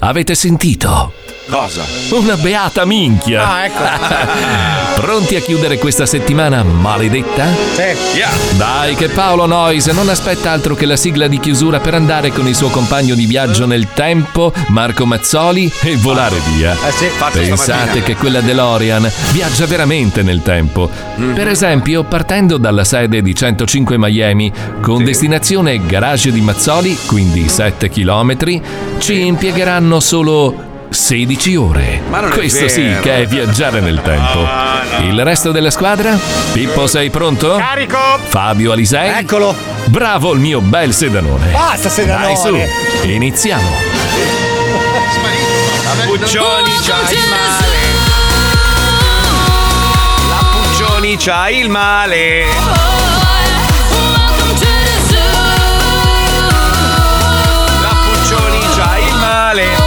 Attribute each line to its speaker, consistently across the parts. Speaker 1: Avete sentito?
Speaker 2: Cosa?
Speaker 1: Una beata minchia!
Speaker 2: Ah, ecco.
Speaker 1: Pronti a chiudere questa settimana maledetta?
Speaker 2: Sì. Yeah.
Speaker 1: Dai che Paolo Noyes non aspetta altro che la sigla di chiusura per andare con il suo compagno di viaggio nel tempo, Marco Mazzoli, e volare via.
Speaker 2: Eh sì, fatto
Speaker 1: Pensate
Speaker 2: stamattina.
Speaker 1: che quella DeLorean viaggia veramente nel tempo.
Speaker 2: Mm.
Speaker 1: Per esempio, partendo dalla sede di 105 Miami, con destinazione garage di Mazzoli, quindi 7 km, ci impiegheranno solo 16 ore.
Speaker 2: Ma non è
Speaker 1: Questo sì
Speaker 2: vero.
Speaker 1: che è viaggiare nel tempo. Il resto della squadra? Pippo, sei pronto?
Speaker 3: Carico!
Speaker 1: Fabio Alisei?
Speaker 3: Eccolo!
Speaker 1: Bravo il mio bel sedanone!
Speaker 3: Basta, sedanone.
Speaker 1: Dai su, iniziamo!
Speaker 2: Puccioni c'ha il male. La Puccioni c'ha il male. La Puccioni c'ha il male.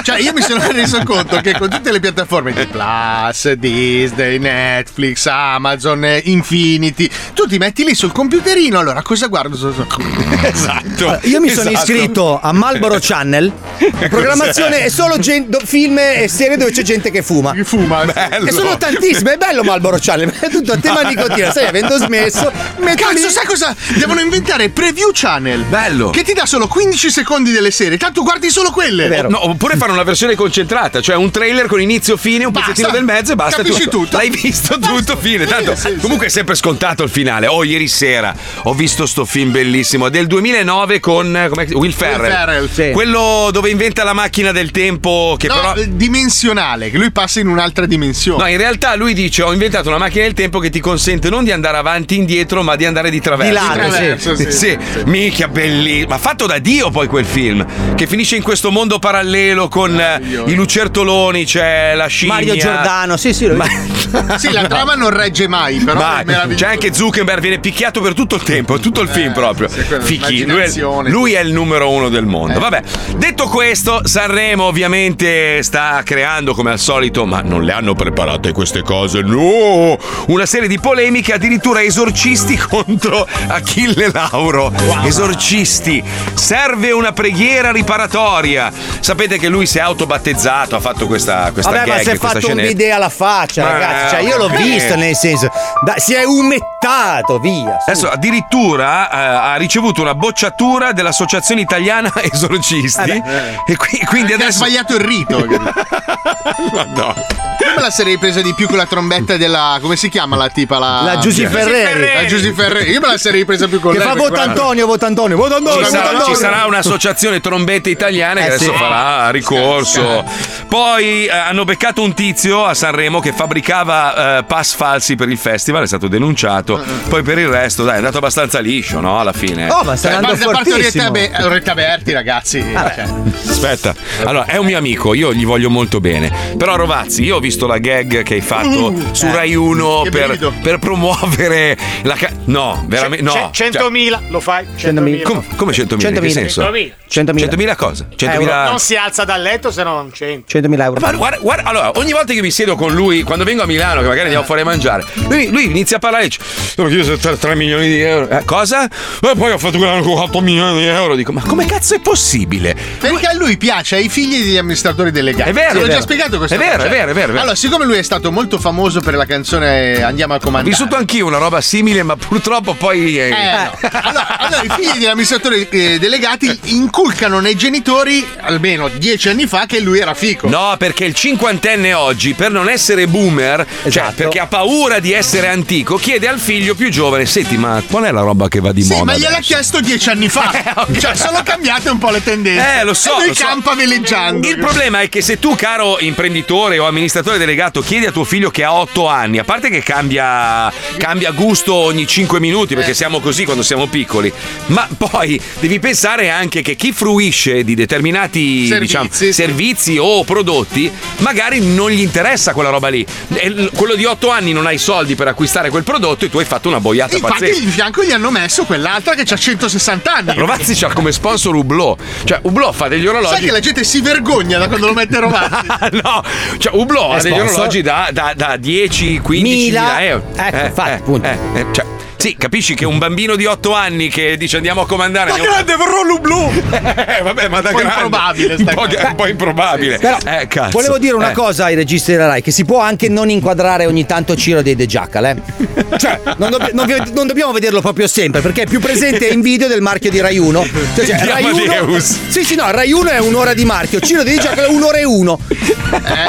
Speaker 4: cioè io mi sono reso conto che con tutte le piattaforme di Plus, Disney, Netflix, Amazon, eh, Infinity, tu ti metti lì sul computerino, allora cosa guardo?
Speaker 2: Esatto.
Speaker 5: Io mi sono
Speaker 2: Esatto.
Speaker 5: iscritto a Marlboro Channel La programmazione è solo gen- do- film e serie dove c'è gente che fuma. Che
Speaker 4: fuma.
Speaker 5: E sono tantissime, è bello Malboro Channel, ma è tutto a tema nicotina. Sai, avendo smesso, metto
Speaker 4: Cazzo,
Speaker 5: lì-
Speaker 4: sai cosa? Devono inventare Preview Channel.
Speaker 2: Bello.
Speaker 4: Che ti dà solo 15 secondi delle serie, tanto guardi solo quelle.
Speaker 2: No, oppure fare una versione concentrata, cioè un trailer con inizio, fine, un pezzettino del mezzo e basta.
Speaker 4: Capisci
Speaker 2: tu-
Speaker 4: tutto.
Speaker 2: L'hai visto tutto, fine. Tanto, comunque è sempre scontato il finale. Oh, ieri sera ho visto sto film bellissimo del 2009 con eh, com'è che- Will Ferrell.
Speaker 4: Ferrell, sì.
Speaker 2: Quello dove inventa la macchina del tempo che
Speaker 4: No,
Speaker 2: però...
Speaker 4: eh, dimensionale, che lui passa in un'altra dimensione.
Speaker 2: No, in realtà lui dice: Ho inventato una macchina del tempo che ti consente non di andare avanti e indietro, ma di andare di traverso. Eh,
Speaker 5: Di lato, Di
Speaker 4: traverso, sì.
Speaker 2: sì. Mica bellissimo. Ma fatto da Dio poi quel film. Che finisce in questo mondo parallelo con eh, i lucertoloni, c'è la scimmia.
Speaker 5: Mario Giordano, sì, sì, lo
Speaker 4: Sì, la trama non regge mai, però
Speaker 2: Vai.
Speaker 4: è meraviglioso. Eh,
Speaker 2: C'è cioè, anche Zuckerberg, viene picchiato per tutto il tempo, tutto il film proprio.
Speaker 4: sì, quella
Speaker 2: Fichi, lui è,
Speaker 4: immaginazione.
Speaker 2: lui è il numero uno del mondo.
Speaker 4: Eh.
Speaker 2: Vabbè, detto questo, Sanremo ovviamente sta creando come al solito, ma non le hanno preparate queste cose, no! Una serie di polemiche, addirittura esorcisti contro Achille Lauro. Esorcisti, serve una preghiera riparatoria. Sapete che lui si è autobattezzato, ha fatto questa, questa
Speaker 5: Vabbè, ma
Speaker 2: gag,
Speaker 5: si è
Speaker 2: questa
Speaker 5: fatto
Speaker 2: scenetta.
Speaker 5: un'idea alla faccia,
Speaker 2: Ma-
Speaker 5: ragazzi. Cioè, io l'ho
Speaker 2: eh.
Speaker 5: visto, nel senso, da- si è umettato, via. su.
Speaker 2: Adesso addirittura eh, ha ricevuto una bocciatura dell'Associazione Italiana Esorcisti
Speaker 5: Eh
Speaker 2: e qui-
Speaker 4: Perché
Speaker 2: quindi
Speaker 4: ha
Speaker 2: adesso
Speaker 4: sbagliato il rito. Come
Speaker 2: no.
Speaker 4: la sarei presa di più con la trombetta della. come si chiama la tipa? La,
Speaker 5: La Giusy Ferreri.
Speaker 4: La Giusy Ferreri. Io me la sarei presa più con
Speaker 5: Che
Speaker 4: lei.
Speaker 5: fa
Speaker 4: perché
Speaker 5: vota
Speaker 4: guarda.
Speaker 5: Antonio, vota Antonio, vota Antonio,
Speaker 2: Ci
Speaker 5: vota
Speaker 2: sarà, ci
Speaker 5: Antonio.
Speaker 2: sarà un'associazione trombette italiana che
Speaker 5: Eh,
Speaker 2: adesso
Speaker 5: sì.
Speaker 2: farà ricorso. Poi eh, hanno beccato un tizio a Sanremo che fabbricava eh, pass falsi per il festival, è stato denunciato. Poi per il resto, dai, è andato abbastanza liscio, no? Alla fine.
Speaker 5: Eh, Oh, ma sta
Speaker 4: Cioè,
Speaker 5: andando
Speaker 4: parte, parte Orietta,
Speaker 5: fortissimo.
Speaker 4: Be- Orietta Berti, ragazzi. Cioè,
Speaker 2: Aspetta, allora è un mio amico, io gli voglio molto bene. Però Rovazzi, io ho visto la gag che hai fatto su Rai 1
Speaker 4: Mm. Eh, che
Speaker 2: per,
Speaker 4: brivido. Cioè,
Speaker 2: per promuovere la ca- No, veramente no.
Speaker 3: Ce- 100.000 Cioè, lo fai?
Speaker 5: 100.000.
Speaker 2: Cioè, com- come 100.000? Che
Speaker 5: 100.000.
Speaker 2: senso?
Speaker 3: 100.000.
Speaker 5: 100.000.
Speaker 2: 100.000 cosa? 100.000
Speaker 3: Non si alza dal letto se no non c'entra.
Speaker 5: 100.000 euro.
Speaker 2: Ma guarda, guarda, allora, ogni volta che mi siedo con lui, quando vengo a Milano, che magari andiamo fuori a mangiare, lui, lui inizia a parlare e dice: "No, perché Io sono 3, milioni di euro. Eh, cosa? E poi ho fatto quell'anno con 8 milioni di euro. Dico, ma come cazzo è possibile?
Speaker 4: Perché a lui piace ai figli degli amministratori delegati.
Speaker 2: È vero,
Speaker 4: Te
Speaker 2: è
Speaker 4: l'ho
Speaker 2: vero.
Speaker 4: già spiegato questo
Speaker 2: È vero,
Speaker 4: concetto.
Speaker 2: è vero, è vero, è vero.
Speaker 4: Allora, siccome lui è stato molto famoso per la canzone Andiamo a
Speaker 2: Ho
Speaker 4: comandare.
Speaker 2: vissuto anch'io una roba simile, ma purtroppo poi. eh,
Speaker 4: Eh, no. allora, allora, i figli degli amministratori eh, delegati inculcano nei genitori, almeno dieci anni fa, che lui era fico.
Speaker 2: No, perché il cinquantenne oggi, per non essere boomer, cioè
Speaker 5: Esatto.
Speaker 2: perché ha paura di essere antico, chiede al figlio più giovane: Senti, ma qual è la roba che va di
Speaker 4: Sì,
Speaker 2: moda?
Speaker 4: ma gliel'ha
Speaker 2: adesso?" Eh,
Speaker 4: chiesto dieci anni fa.
Speaker 2: ok.
Speaker 4: Cioè, sono cambiate un po' le tendenze.
Speaker 2: Eh, lo so.
Speaker 4: E lui
Speaker 2: lo so.
Speaker 4: campa veleggiando.
Speaker 2: Il problema è che se tu, caro imprenditore o amministratore delegato, chiedi a tuo figlio che ha 8 anni, a parte che cambia, cambia gusto ogni 5 minuti,
Speaker 4: Eh.
Speaker 2: perché siamo così quando siamo piccoli, ma poi devi pensare anche che chi fruisce di determinati
Speaker 4: Servizi,
Speaker 2: diciamo,
Speaker 4: sì.
Speaker 2: servizi o prodotti, magari non gli interessa quella roba lì. E l- Quello di 8 anni non hai i soldi per acquistare quel prodotto e tu hai fatto una boiata
Speaker 4: Infatti,
Speaker 2: pazzesca.
Speaker 4: di fianco gli hanno messo quell'altra che ha 160 anni.
Speaker 2: Rovazzi c'ha come sponsor Hublot, cioè Hublot fa degli orologi
Speaker 4: Sai che la gente si vergogna da quando lo mette Rovazzi.
Speaker 2: Ah, no, cioè Hublot
Speaker 5: È
Speaker 2: ha degli
Speaker 5: sponsor.
Speaker 2: orologi da, da- da 10, 15
Speaker 5: Mila.
Speaker 2: mila euro.
Speaker 5: Ecco, infatti, appunto.
Speaker 2: eh, cioè, sì, capisci che un bambino di 8 anni che dice andiamo a comandare. Da grande vorrò l'Hublot! Eh, vabbè, ma da
Speaker 4: Un po'
Speaker 2: grande.
Speaker 4: improbabile
Speaker 2: un
Speaker 4: sta
Speaker 2: po',
Speaker 4: cosa.
Speaker 2: un po' improbabile.
Speaker 5: Però
Speaker 2: eh, cazzo.
Speaker 5: volevo dire una
Speaker 2: Eh.
Speaker 5: cosa ai registi della Rai: che si può anche non inquadrare ogni tanto Ciro dei De Giacal, eh? Cioè, non, dobb- non vi- non dobbiamo vederlo proprio sempre, perché è più presente in video del marchio di Rai 1. Cioè, cioè, Rai 1
Speaker 2: Amadeus.
Speaker 5: sì, sì, no, Rai 1 è un'ora di marchio, Ciro dei De Giacal è un'ora e uno.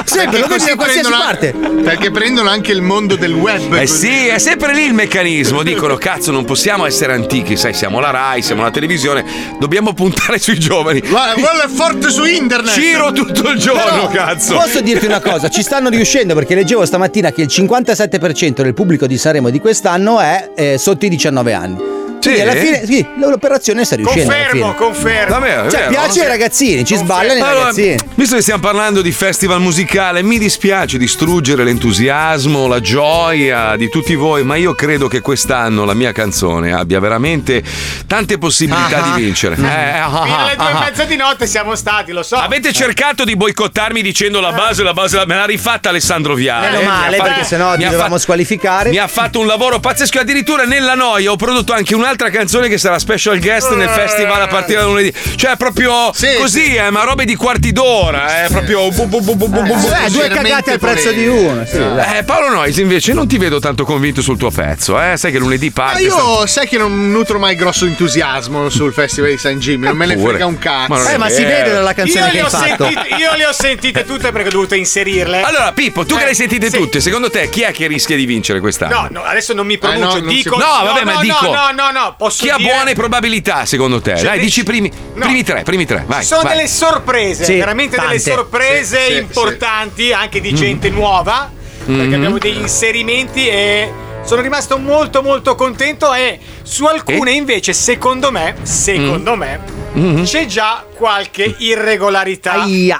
Speaker 5: Sempre, lo vedi da qualsiasi parte.
Speaker 4: Perché prendono anche il mondo del web.
Speaker 2: Eh sì, è sempre lì il meccanismo. Dicono, cazzo, non possiamo essere antichi, sai, siamo la Rai, siamo la televisione, dobbiamo puntare sui giovani.
Speaker 4: Guarda, quello è forte su internet.
Speaker 2: Ciro tutto il giorno, cazzo.
Speaker 5: Posso dirti una cosa? Ci stanno riuscendo perché leggevo stamattina che il 57% del pubblico di Sanremo di quest'anno è eh, sotto i 19 anni. Quindi
Speaker 2: Sì?
Speaker 5: alla fine, sì, l'operazione sta riuscendo. alla
Speaker 3: Confermo,
Speaker 5: fine.
Speaker 3: confermo.
Speaker 2: Davvero, è
Speaker 5: Cioè,
Speaker 2: vero?
Speaker 5: piace ai ragazzini, ci sballano i
Speaker 2: Allora,
Speaker 5: ragazzini.
Speaker 2: eh, visto che stiamo parlando di festival musicale, mi dispiace distruggere l'entusiasmo, la gioia di tutti voi, ma io credo che quest'anno la mia canzone abbia veramente tante possibilità
Speaker 5: ah.
Speaker 2: di vincere.
Speaker 5: Mm.
Speaker 2: Eh, ah,
Speaker 3: Fino alle due
Speaker 2: ah,
Speaker 3: e
Speaker 2: ah.
Speaker 3: mezza di notte siamo stati, lo so. Eh.
Speaker 2: Avete cercato di boicottarmi dicendo la base, la base, la- me l'ha rifatta Alessandro Viale.
Speaker 5: Meno
Speaker 2: Mi ha
Speaker 5: male,
Speaker 2: fatto-
Speaker 5: perché sennò ti
Speaker 2: mi ha
Speaker 5: dovevamo
Speaker 2: fatto-
Speaker 5: squalificare.
Speaker 2: Mi ha fatto un lavoro pazzesco, addirittura nella noia ho prodotto anche un un'altra canzone che sarà special guest nel festival a partire da lunedì. Cioè, proprio così, eh, ma robe di quarti d'ora. Eh, proprio. bu- bu- bu- bu- bu- bu-
Speaker 5: Eh,
Speaker 2: così.
Speaker 5: due cagate al prezzo di uno. Sì, dai.
Speaker 2: Eh, Paolo Nois invece non ti vedo tanto convinto sul tuo pezzo, eh? Sai che lunedì
Speaker 4: Ma
Speaker 2: parte. sta-
Speaker 4: io sai che non nutro mai grosso entusiasmo sul Festival di San Jimmy, non me ne
Speaker 2: Pure.
Speaker 4: frega un cazzo.
Speaker 2: Ma non è
Speaker 5: Eh, ma si
Speaker 2: vero.
Speaker 5: vede dalla
Speaker 3: Io
Speaker 5: canzone che
Speaker 3: le, ho
Speaker 5: hai fatto.
Speaker 3: sentite, io le ho sentite tutte perché ho dovuto inserirle.
Speaker 2: Allora, Pippo, tu che
Speaker 3: Eh,
Speaker 2: le hai sentite
Speaker 3: sì.
Speaker 2: tutte, secondo te chi è che rischia di vincere quest'anno?
Speaker 3: No, no, adesso non mi pronuncio.
Speaker 4: Eh, no, non si
Speaker 3: dico.
Speaker 2: può. No, vabbè, ma
Speaker 3: no,
Speaker 2: dico-
Speaker 3: No, no, no, no, posso
Speaker 2: Chi ha
Speaker 3: dire- Cioè,
Speaker 2: buone probabilità, secondo te? Dai,
Speaker 3: dici-
Speaker 2: dici i primi,
Speaker 3: No.
Speaker 2: primi tre, primi tre. Vai.
Speaker 3: Ci sono
Speaker 2: vai.
Speaker 3: delle sorprese,
Speaker 5: Sì,
Speaker 3: veramente delle
Speaker 5: tante.
Speaker 3: sorprese
Speaker 4: Sì, sì,
Speaker 3: importanti, anche di gente
Speaker 2: Mm.
Speaker 3: nuova, perché
Speaker 2: Mhm.
Speaker 3: abbiamo degli inserimenti e sono rimasto molto molto contento e su alcune
Speaker 2: E?
Speaker 3: invece secondo me,
Speaker 2: Mm.
Speaker 3: secondo me,
Speaker 2: Mm-hmm.
Speaker 3: c'è già qualche irregolarità.
Speaker 5: Aia.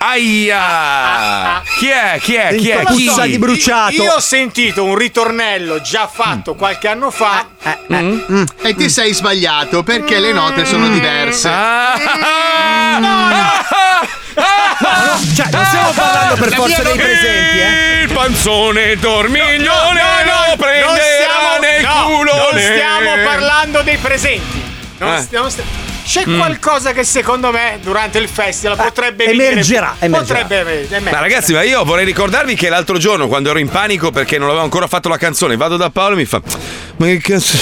Speaker 2: Aia! Chi è? Chi è? Chi è?
Speaker 5: Dentro
Speaker 2: Chi?
Speaker 5: la puzza di bru- bruciato.
Speaker 3: Io ho sentito un ritornello già
Speaker 2: Mm.
Speaker 3: fatto qualche anno fa.
Speaker 5: Eh,
Speaker 3: Mm.
Speaker 4: Mm. E ti sei sbagliato perché le note sono diverse. Mm.
Speaker 2: Ah, ah, ah, ah, ah.
Speaker 5: Cioè, non stiamo parlando per
Speaker 2: La
Speaker 5: forza
Speaker 2: mia
Speaker 5: dei
Speaker 2: no-
Speaker 5: presenti, eh.
Speaker 2: Il panzone dormiglione lo prenderà
Speaker 3: non stiamo-
Speaker 2: nel
Speaker 3: no,
Speaker 2: culo.
Speaker 3: Non stiamo parlando dei presenti. Non
Speaker 2: Eh. Mm.
Speaker 3: stiamo- st- c'è qualcosa che secondo me durante il festival potrebbe venire-
Speaker 5: Ah, emergerà, emergerà.
Speaker 3: Potrebbe emergere.
Speaker 2: Ma ragazzi, ma io vorrei ricordarvi che l'altro giorno, quando ero in panico perché non avevo ancora fatto la canzone, vado da Paolo e mi fa: Ma che cazzo.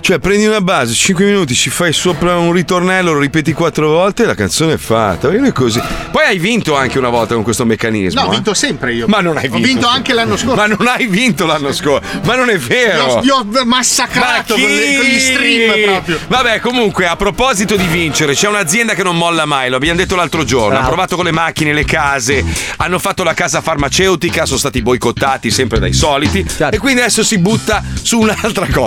Speaker 2: Cioè, prendi una base, 5 minuti, ci fai sopra un ritornello, lo ripeti quattro volte e la canzone è fatta. Io così. Poi hai vinto anche una volta con questo meccanismo.
Speaker 4: No, ho
Speaker 2: eh.
Speaker 4: vinto sempre io.
Speaker 2: Ma non hai vinto.
Speaker 4: Ho vinto anche l'anno scorso.
Speaker 2: Ma non hai vinto l'anno scorso. Ma non è
Speaker 4: Li
Speaker 2: vero.
Speaker 4: ho, li ho
Speaker 2: Ma
Speaker 4: massacrato
Speaker 2: chi?
Speaker 4: con, le- con gli stream proprio.
Speaker 2: Vabbè, comunque, a proposito di vincere, c'è un'azienda che non molla mai, lo abbiamo detto l'altro giorno. Ha provato con le macchine, le case, hanno fatto la casa farmaceutica, sono stati boicottati sempre dai soliti.
Speaker 5: Certo.
Speaker 2: E quindi adesso si butta su un'altra cosa.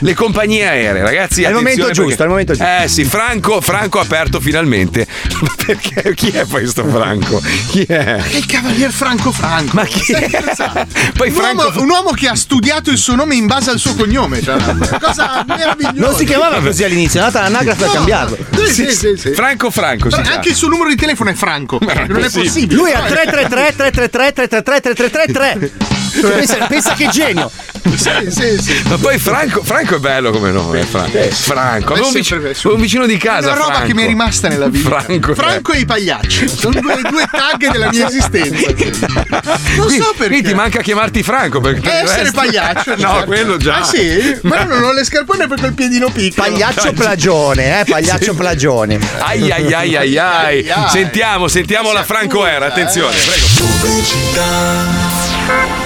Speaker 2: Le compagnie aeree, ragazzi.
Speaker 5: È il momento
Speaker 2: attenzione
Speaker 5: giusto, è il momento giusto.
Speaker 2: Eh sì, Franco, Franco ha aperto finalmente. Perché chi è questo Franco? Chi è?
Speaker 4: È il cavalier Franco Franco.
Speaker 2: Ma chi
Speaker 4: Stai
Speaker 2: è?
Speaker 4: scherzando?
Speaker 2: Poi
Speaker 4: un, uomo,
Speaker 2: Franco.
Speaker 4: un uomo che ha studiato il suo nome in base al suo cognome. Cioè, cosa meravigliosa.
Speaker 5: Non si chiamava così all'inizio, è andata l'anagrafe a
Speaker 4: No.
Speaker 5: cambiarlo.
Speaker 4: Sì, sì, sì, sì.
Speaker 2: Franco Franco, si
Speaker 4: Fra-
Speaker 2: chiama.
Speaker 4: anche il suo numero di telefono è Franco. non è possibile.
Speaker 5: Lui ha 333 333 333 333 Cioè, pensa, pensa che genio.
Speaker 4: Sì, sì, sì.
Speaker 2: Ma poi Franco, Franco è bello come nome, eh, Franco. Franco, avevo un,
Speaker 4: sempre
Speaker 2: vicino,
Speaker 4: piaciuto.
Speaker 2: avevo un vicino di
Speaker 4: È
Speaker 2: casa.
Speaker 4: una roba
Speaker 2: Franco.
Speaker 4: che mi è rimasta nella vita.
Speaker 2: Franco,
Speaker 4: e i pagliacci. Sono due, due tag della mia esistenza. Non
Speaker 2: Quindi-
Speaker 4: so perché.
Speaker 2: Quindi ti manca chiamarti Franco perché per
Speaker 4: Eh,
Speaker 2: il
Speaker 4: essere
Speaker 2: resto-
Speaker 4: pagliaccio.
Speaker 2: No,
Speaker 4: certo.
Speaker 2: quello già.
Speaker 4: Ah, sì? Ma non ho le scarpone per quel piedino piccolo.
Speaker 5: Pagliaccio plagione, eh, pagliaccio plagione.
Speaker 2: Ai ai ai ai ai.
Speaker 4: Ai, ai.
Speaker 2: Sentiamo, sentiamo la
Speaker 4: Si
Speaker 2: Franco
Speaker 4: accusa,
Speaker 2: era, attenzione,
Speaker 4: eh.
Speaker 2: prego.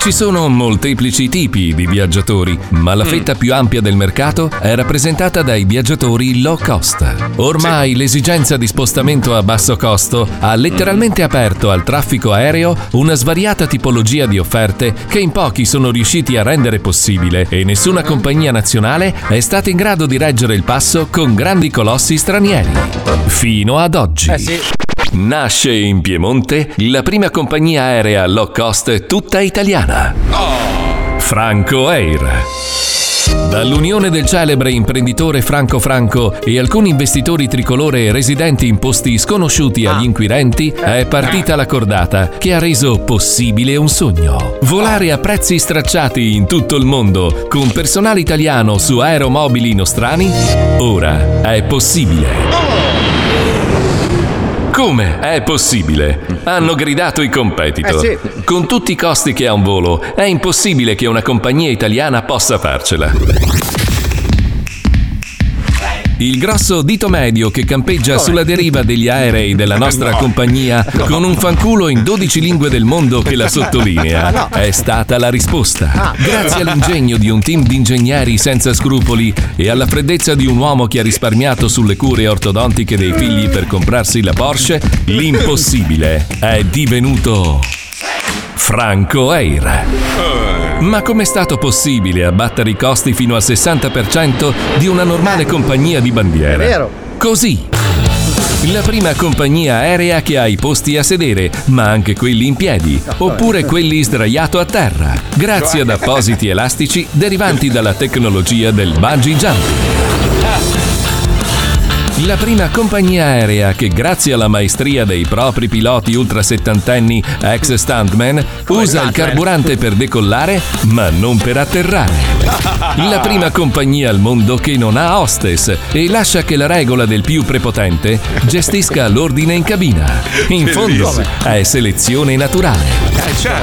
Speaker 1: Ci sono molteplici tipi di viaggiatori, ma la fetta più ampia del mercato è rappresentata dai viaggiatori low cost. Ormai l'esigenza di spostamento a basso costo ha letteralmente aperto al traffico aereo una svariata tipologia di offerte che in pochi sono riusciti a rendere possibile e nessuna compagnia nazionale è stata in grado di reggere il passo con grandi colossi stranieri. Fino ad oggi. Nasce in Piemonte la prima compagnia aerea low cost tutta italiana. Franco Air. Dall'unione del celebre imprenditore Franco Franco e alcuni investitori tricolore residenti in posti sconosciuti agli inquirenti è partita la cordata che ha reso possibile un sogno. Volare a prezzi stracciati in tutto il mondo con personale italiano su aeromobili nostrani ora è possibile. Come? È possibile. Hanno gridato i competitor.
Speaker 5: Eh
Speaker 1: Con tutti i costi che ha un volo, è impossibile che una compagnia italiana possa farcela. Il grosso dito medio che campeggia sulla deriva degli aerei della nostra compagnia con un fanculo in 12 lingue del mondo che la sottolinea è stata la risposta. Grazie all'ingegno di un team di ingegneri senza scrupoli e alla freddezza di un uomo che ha risparmiato sulle cure ortodontiche dei figli per comprarsi la Porsche, l'impossibile è divenuto Franco Air. Ma com'è stato possibile abbattere i costi fino al 60% di una normale compagnia di bandiera?
Speaker 5: È vero.
Speaker 1: Così. La prima compagnia aerea che ha i posti a sedere, ma anche quelli in piedi, oppure quelli sdraiato a terra, grazie ad appositi elastici derivanti dalla tecnologia del bungee jump. la prima compagnia aerea che grazie alla maestria dei propri piloti ultra settantenni ex stuntman usa il carburante per decollare ma non per atterrare. La prima compagnia al mondo che non ha hostess e lascia che la regola del più prepotente gestisca l'ordine in cabina. In fondo
Speaker 6: Bellissimo.
Speaker 1: è selezione naturale.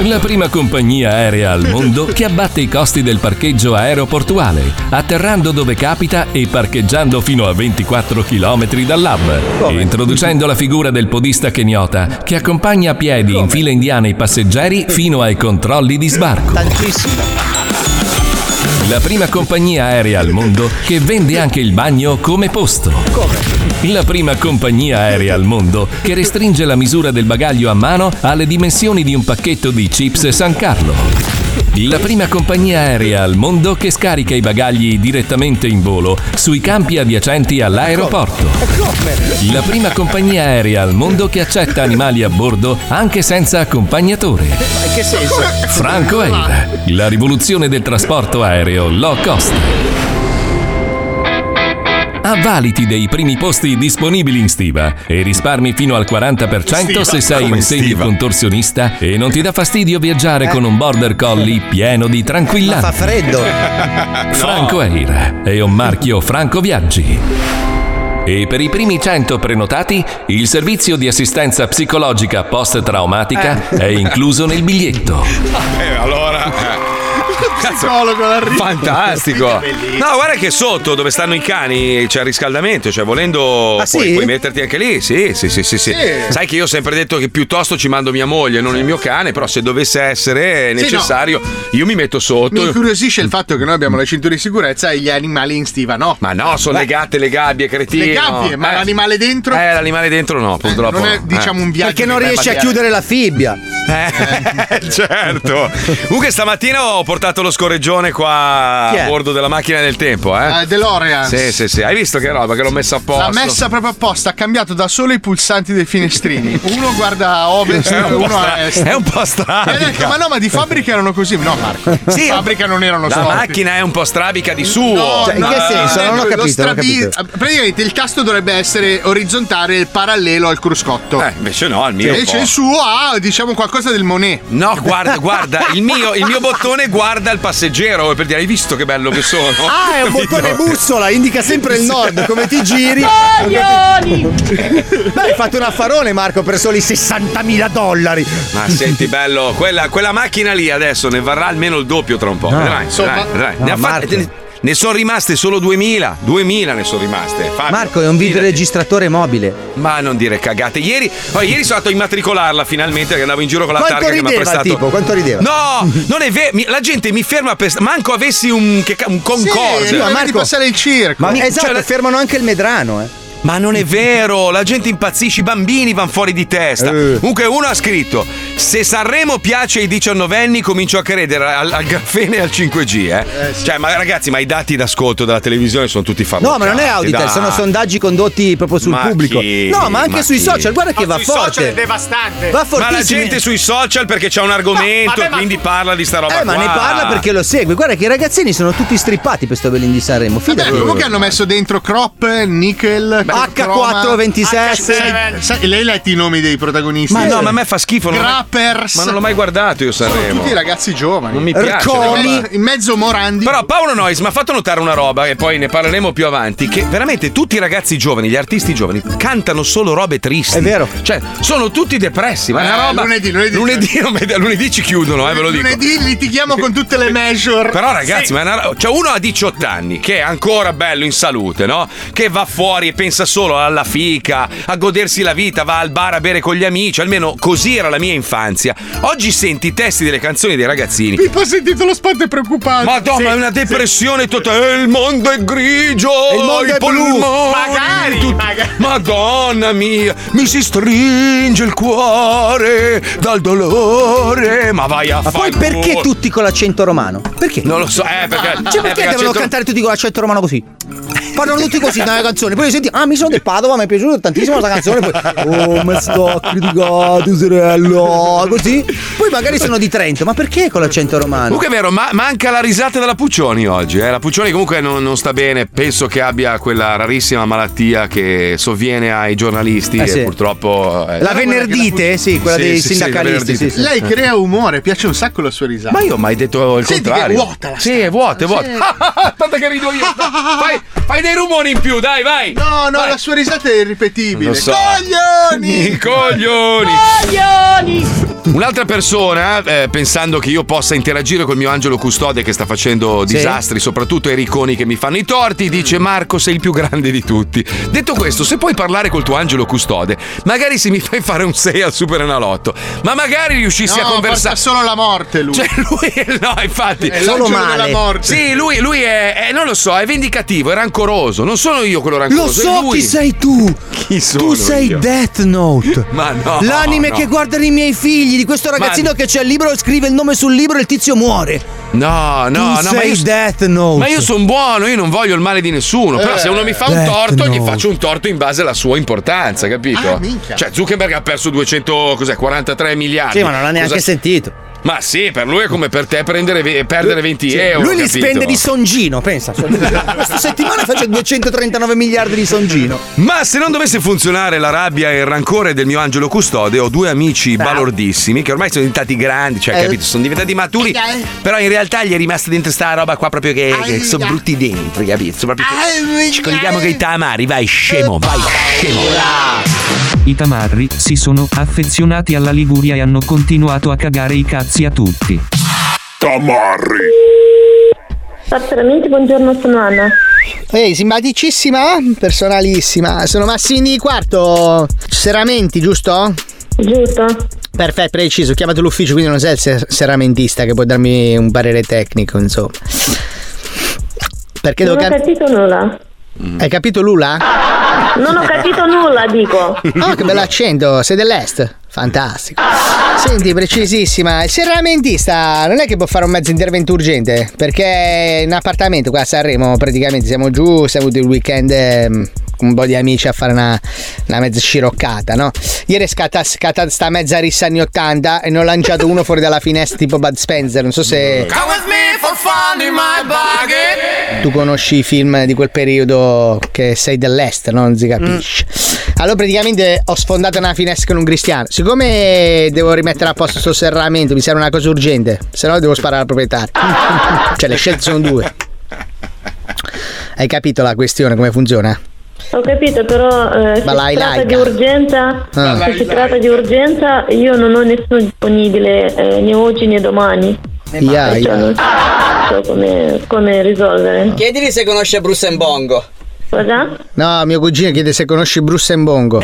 Speaker 1: La prima compagnia aerea al mondo che abbatte i costi del parcheggio aeroportuale, atterrando dove capita e parcheggiando fino a 24 km dall'hub, introducendo la figura del podista keniota che accompagna a piedi in fila indiana i passeggeri fino ai controlli di sbarco. La prima compagnia aerea al mondo che vende anche il bagno come posto. La prima compagnia aerea al mondo che restringe la misura del bagaglio a mano alle dimensioni di un pacchetto di chips San Carlo. La prima compagnia aerea al mondo che scarica i bagagli direttamente in volo sui campi adiacenti all'aeroporto. La prima compagnia aerea al mondo che accetta animali a bordo anche senza accompagnatore.
Speaker 5: Ma in che senso?
Speaker 1: Franco eh. Air, la rivoluzione del trasporto aereo low cost. Avvaliti dei primi posti disponibili in stiva e risparmi fino al 40% se
Speaker 7: Stiva?
Speaker 1: sei
Speaker 7: Come
Speaker 1: un semi-contorsionista e non ti dà fastidio viaggiare
Speaker 7: Eh?
Speaker 1: con un border collie pieno di tranquillanti.
Speaker 7: Ma fa freddo.
Speaker 1: Franco Air è un marchio Franco Viaggi. E per i primi 100 prenotati, il servizio di assistenza psicologica post-traumatica
Speaker 7: Eh.
Speaker 1: è incluso nel biglietto.
Speaker 2: Eh, allora.
Speaker 4: Psicologo l'arrivo.
Speaker 2: Fantastico.
Speaker 4: Bellissimo.
Speaker 2: No, guarda che sotto dove stanno i cani c'è il riscaldamento, cioè volendo
Speaker 5: Ah,
Speaker 2: puoi,
Speaker 5: sì?
Speaker 2: puoi metterti anche lì. Sì, sì, sì, sì, sì.
Speaker 4: Sì.
Speaker 2: Sai che io ho sempre detto che piuttosto ci mando mia moglie, non il mio cane, però se dovesse essere
Speaker 4: Sì,
Speaker 2: necessario io mi metto
Speaker 4: Mi
Speaker 2: sotto.
Speaker 4: incuriosisce il fatto che noi abbiamo la cintura di sicurezza e gli animali in stiva no.
Speaker 2: Ma no, sono
Speaker 4: Beh.
Speaker 2: legate le gabbie, cretino.
Speaker 4: Le gabbie, ma
Speaker 2: Eh.
Speaker 4: l'animale dentro?
Speaker 2: Eh, l'animale dentro no, purtroppo.
Speaker 4: non è
Speaker 2: no.
Speaker 4: diciamo
Speaker 2: Eh.
Speaker 4: un viaggio
Speaker 5: Perché non
Speaker 4: di
Speaker 5: riesci a
Speaker 4: barbarie.
Speaker 5: chiudere la fibbia.
Speaker 2: Eh, certo. Comunque stamattina ho portato lo scorreggione qua
Speaker 5: Chi è?
Speaker 2: a bordo della macchina del tempo, eh.
Speaker 4: Eh, DeLorean
Speaker 2: Sì, sì, sì. Hai visto che roba che l'ho messa a posto?
Speaker 4: L'ha messa proprio apposta, ha cambiato da solo i pulsanti dei finestrini. Uno guarda a ovest
Speaker 2: È
Speaker 4: e
Speaker 2: un po'
Speaker 4: uno a
Speaker 2: stra-
Speaker 4: est.
Speaker 2: è un po'
Speaker 4: E ha
Speaker 2: strabica.
Speaker 4: detto, ecco, ma no, ma di fabbrica erano così. No, Marco.
Speaker 2: Sì,
Speaker 4: di fabbrica non erano
Speaker 2: La
Speaker 4: soldi.
Speaker 2: macchina è un po' strabica di suo.
Speaker 4: No,
Speaker 5: Cioè, in
Speaker 4: no,
Speaker 5: che
Speaker 4: no,
Speaker 5: senso?
Speaker 4: no,
Speaker 5: Non ho
Speaker 4: lo
Speaker 5: capito, non ho
Speaker 4: strabi-
Speaker 5: capito.
Speaker 4: Praticamente il tasto dovrebbe essere orizzontale e parallelo al cruscotto.
Speaker 2: Eh, invece no, il mio. è un
Speaker 4: Invece
Speaker 2: po'.
Speaker 4: il suo ha, diciamo, qualcosa del Monet.
Speaker 2: No, guarda, guarda, il mio, il mio bottone guarda il passeggero per dire hai visto che bello che sono.
Speaker 5: Ah, è un bottone bussola, indica sempre il nord, come ti giri. Beh, hai fatto un affarone, Marco, per soli 60.000 dollari.
Speaker 2: Ma senti bello, quella, quella macchina lì adesso ne varrà almeno il doppio tra un po'. Vedrai,
Speaker 4: insomma-
Speaker 2: vedrai, vedrai.
Speaker 5: No,
Speaker 2: ne, ha fatte-
Speaker 5: Marco.
Speaker 2: ne sono rimaste solo 2000, 2000 ne sono rimaste. Fabio,
Speaker 5: Marco è un
Speaker 2: fidati.
Speaker 5: videoregistratore mobile.
Speaker 2: Ma non dire cagate. Ieri, poi ieri sono andato a immatricolarla finalmente, che andavo in giro con la
Speaker 5: Quanto
Speaker 2: targa che mi ha
Speaker 5: rideva il
Speaker 2: prestato.
Speaker 5: tipo? Quanto rideva?
Speaker 2: No, non è vero. mi- La gente mi ferma per. Manco avessi un, che ca- un Concorde.
Speaker 4: Sì, ma
Speaker 5: Marco-
Speaker 4: di passare il circo.
Speaker 5: Ma
Speaker 2: Cioè,
Speaker 5: esatto,
Speaker 2: la-
Speaker 5: fermano anche il medrano, eh.
Speaker 2: Ma non è vero, la gente impazzisce, i bambini vanno fuori di testa.
Speaker 5: Eh.
Speaker 2: Comunque uno ha scritto: Se Sanremo piace ai diciannovenni, comincio a credere al, al grafene e al 5G. Eh. Cioè, ma ragazzi, ma i dati d'ascolto della televisione sono tutti famosi.
Speaker 5: No, ma non è Auditel, sono sondaggi condotti proprio sul
Speaker 2: Ma
Speaker 5: pubblico.
Speaker 2: chi?
Speaker 5: No, ma anche
Speaker 2: Ma
Speaker 5: sui
Speaker 2: chi?
Speaker 5: social, guarda che
Speaker 3: Ma
Speaker 5: va
Speaker 3: sui social è
Speaker 5: forte.
Speaker 3: devastante.
Speaker 2: Ma
Speaker 5: Va
Speaker 2: la
Speaker 5: fortissimo.
Speaker 2: gente sui social perché c'è un argomento
Speaker 3: vabbè,
Speaker 2: e
Speaker 3: ma-
Speaker 2: quindi parla di sta roba.
Speaker 5: Eh, ma ne
Speaker 2: qua.
Speaker 5: parla perché lo segue. Guarda che i ragazzini sono tutti strippati per sto Belin di Sanremo.
Speaker 4: Vabbè,
Speaker 2: Eh,
Speaker 5: Fidati.
Speaker 4: comunque hanno messo dentro crop, nickel,
Speaker 5: H426.
Speaker 3: H7.
Speaker 4: Sai, lei ha letto i nomi dei protagonisti?
Speaker 2: Ma no, ma a me fa schifo. Non
Speaker 4: Grappers.
Speaker 2: Ma non l'ho mai guardato io
Speaker 4: Sono
Speaker 2: Sanremo.
Speaker 4: tutti i ragazzi giovani.
Speaker 2: Non mi piace.
Speaker 5: Ercoli.
Speaker 2: quella roba.
Speaker 4: In me- In mezzo Morandi.
Speaker 2: Però Paolo Nois mi ha fatto notare una roba e poi ne parleremo più avanti che veramente tutti i ragazzi giovani, gli artisti giovani cantano solo robe tristi.
Speaker 5: È vero.
Speaker 2: Cioè, sono tutti depressi, ma è una
Speaker 4: Eh,
Speaker 2: roba
Speaker 4: lunedì, lunedì.
Speaker 2: lunedì, non vede- lunedì ci chiudono, eh, ve lo dico.
Speaker 4: Lunedì litighiamo con tutte le measure.
Speaker 2: Però ragazzi, ma è una ro- cioè uno ha 18 anni che è ancora bello in salute, no? Che va fuori e pensa solo alla fica, a godersi la vita, va al bar a bere con gli amici, almeno così era la mia infanzia. Oggi senti i testi delle canzoni dei ragazzini
Speaker 4: Pippo ha sentito lo spot è preoccupato.
Speaker 2: Madonna, è una depressione totale. Eh, Il mondo è grigio.
Speaker 5: Il mondo
Speaker 2: i
Speaker 5: è blu.
Speaker 2: polmoni,
Speaker 3: Magari,
Speaker 2: tut-
Speaker 3: magari.
Speaker 2: Madonna mia, mi si stringe il cuore dal dolore. Ma vai a
Speaker 5: Ma
Speaker 2: fare.
Speaker 5: poi perché tutti con l'accento romano? Perché?
Speaker 2: Non lo so, eh, perché.
Speaker 5: Cioè, perché
Speaker 2: eh,
Speaker 5: devono
Speaker 2: accento-
Speaker 5: cantare tutti con l'accento romano così? parlano tutti così dalla canzone. Poi io senti, ah, mi sono di Padova, mi è piaciuta tantissimo la canzone. Poi, oh, ma sto criticato, sorello. Così. Poi magari sono di Trento, ma perché con l'accento romano?
Speaker 2: Comunque è vero, ma- manca la risata della Puccioni oggi. eh. La Puccioni comunque non, non sta bene, penso che abbia quella rarissima malattia che sovviene ai giornalisti
Speaker 5: Eh
Speaker 2: e
Speaker 5: sì.
Speaker 2: purtroppo... eh,
Speaker 5: La venerdite, sì, quella
Speaker 2: Sì,
Speaker 5: dei
Speaker 2: sì, sì, la
Speaker 5: sindacalisti.
Speaker 2: venerdite.
Speaker 5: sì, sì.
Speaker 4: Lei crea umore, piace un sacco la sua risata.
Speaker 2: Ma io ho mai detto il
Speaker 4: Senti che è
Speaker 2: contrario.
Speaker 4: vuota la
Speaker 2: Sì, è vuota, è vuota. Aspetta che rido io. Fai, fai dei rumori in più, dai, vai.
Speaker 4: No, no,
Speaker 2: Vai.
Speaker 4: la sua risata è irripetibile.
Speaker 2: Lo so.
Speaker 4: Coglioni!
Speaker 2: I coglioni! Un'altra persona, eh, pensando che io possa interagire col mio angelo custode che sta facendo disastri, soprattutto ai ricconi che mi fanno i torti,
Speaker 5: Mm.
Speaker 2: dice Marco sei il più grande di tutti. Detto questo, se puoi parlare col tuo angelo custode, magari se mi fai fare un 6 al super enalotto, ma magari riuscissi
Speaker 4: No,
Speaker 2: a
Speaker 4: porta
Speaker 2: conversare...
Speaker 4: solo la morte lui.
Speaker 2: Cioè lui, no, infatti...
Speaker 4: È
Speaker 5: solo
Speaker 4: l'angelo
Speaker 5: male.
Speaker 4: della morte.
Speaker 2: Sì, lui, lui è, è- non lo so, è vendicativo, è rancoroso. Non sono io quello
Speaker 5: Lo
Speaker 2: rancoroso. è
Speaker 5: so
Speaker 2: lui.
Speaker 5: chi sei tu!
Speaker 2: Chi sono
Speaker 5: Tu sei
Speaker 2: io?
Speaker 5: Death Note!
Speaker 2: Ma no,
Speaker 5: L'anime
Speaker 2: no.
Speaker 5: che guardano i miei figli, di questo ragazzino che c'è il libro, scrive il nome sul libro e il tizio muore.
Speaker 2: No, no,
Speaker 5: tu
Speaker 2: no,
Speaker 5: sei
Speaker 2: ma io,
Speaker 5: Death Note.
Speaker 2: ma io sono buono, io non voglio il male di nessuno. Però se uno mi fa un
Speaker 5: Eh,
Speaker 2: torto, gli
Speaker 5: no.
Speaker 2: faccio un torto in base alla sua importanza, capito?
Speaker 4: Ah, minchia.
Speaker 2: cioè, Zuckerberg ha perso 200, cos'è, 43 miliardi.
Speaker 5: Sì, ma non l'ha neanche
Speaker 2: Ah, Cosa-
Speaker 5: sentito.
Speaker 2: Ma sì, per lui è come per te prendere ve- perdere 20
Speaker 5: Sì,
Speaker 2: euro.
Speaker 5: Lui li
Speaker 2: capito?
Speaker 5: spende di songino, pensa. Questa settimana faccio 239 miliardi di songino.
Speaker 2: Ma se non dovesse funzionare la rabbia e il rancore del mio angelo custode, ho due amici balordissimi che ormai sono diventati grandi, cioè, capito, sono diventati maturi. Però in realtà gli è rimasta dentro sta roba qua proprio che, che sono brutti dentro, capito? Sono proprio. Ci colleghiamo con i tamari, vai scemo, vai scemo.
Speaker 6: I tamarri si sono affezionati alla Liguria e hanno continuato a cagare i cazzi a tutti.
Speaker 7: Assolutamente, buongiorno, sono Anna.
Speaker 8: Ehi, simpaticissima, personalissima. Sono Massini quarto. Seramenti, giusto?
Speaker 7: Giusto?
Speaker 8: Perfetto, preciso. Chiamate l'ufficio, quindi non sei il ser- seramentista che può darmi un parere tecnico, insomma. Perché devo
Speaker 7: non ho
Speaker 8: cap-
Speaker 7: capito nulla.
Speaker 8: Hai capito Lula?
Speaker 7: Non ho capito nulla, dico.
Speaker 9: Ah,
Speaker 8: Oh, che bell'accento, sei dell'est. Fantastico. Senti, precisissima. Il serramentista non è che può fare un mezzo intervento urgente, perché in appartamento qua a Sanremo praticamente siamo giù, siamo avuto il weekend ehm, con un po' di amici a fare una, una mezza sciroccata, no? Ieri è scatta, scatta sta mezza rissa anni 80 e ne ho lanciato uno fuori dalla finestra tipo Bud Spencer, non so se tu conosci i film di quel periodo che sei dell'est, no? non si capisce.
Speaker 7: Mm.
Speaker 8: Allora praticamente ho sfondato una finestra con un cristiano. Siccome devo rimettere a posto sto serramento, mi serve una cosa urgente, se no devo sparare al proprietario. cioè le scelte sono due. Hai capito la questione come funziona?
Speaker 7: Ho capito, però eh, se si
Speaker 8: Balai
Speaker 7: tratta
Speaker 8: laica.
Speaker 7: di urgenza,
Speaker 9: Ah.
Speaker 7: se si tratta di urgenza, io non ho nessuno disponibile eh, né oggi né domani.
Speaker 8: Ia,
Speaker 7: Cioè,
Speaker 8: ia.
Speaker 7: non so come, come risolvere.
Speaker 9: Chiedili se conosce Bruce Mbongo.
Speaker 7: Cosa?
Speaker 8: No, mio cugino chiede se conosci Bruce Mbongo.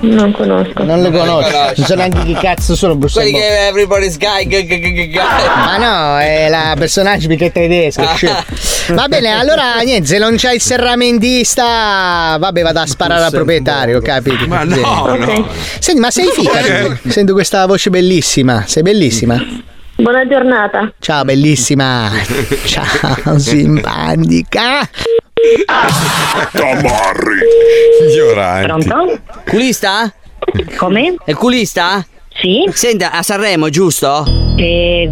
Speaker 7: Non conosco.
Speaker 8: Non lo conosco,
Speaker 9: conosci.
Speaker 8: non so neanche chi cazzo sono Bruce
Speaker 9: Quelli
Speaker 8: Mbongo.
Speaker 9: che Everybody's Guy. g- g- g- g- guy.
Speaker 8: Ma no, è la personaggio perché è tedesca. scemo. Va bene, allora niente, se non c'è il serramentista, vabbè, vado a sparare al proprietario, capito?
Speaker 2: Ma no, Eh.
Speaker 7: Ok.
Speaker 2: no.
Speaker 8: Senti, ma sei figa? tu? Sento questa voce bellissima. Sei bellissima?
Speaker 7: Buona giornata.
Speaker 8: Ciao, bellissima. Ciao, simpatica.
Speaker 2: Ignorante.
Speaker 7: Pronto?
Speaker 9: Culista?
Speaker 7: Come?
Speaker 9: È culista?
Speaker 7: Sì?
Speaker 9: Senta, a Sanremo, giusto?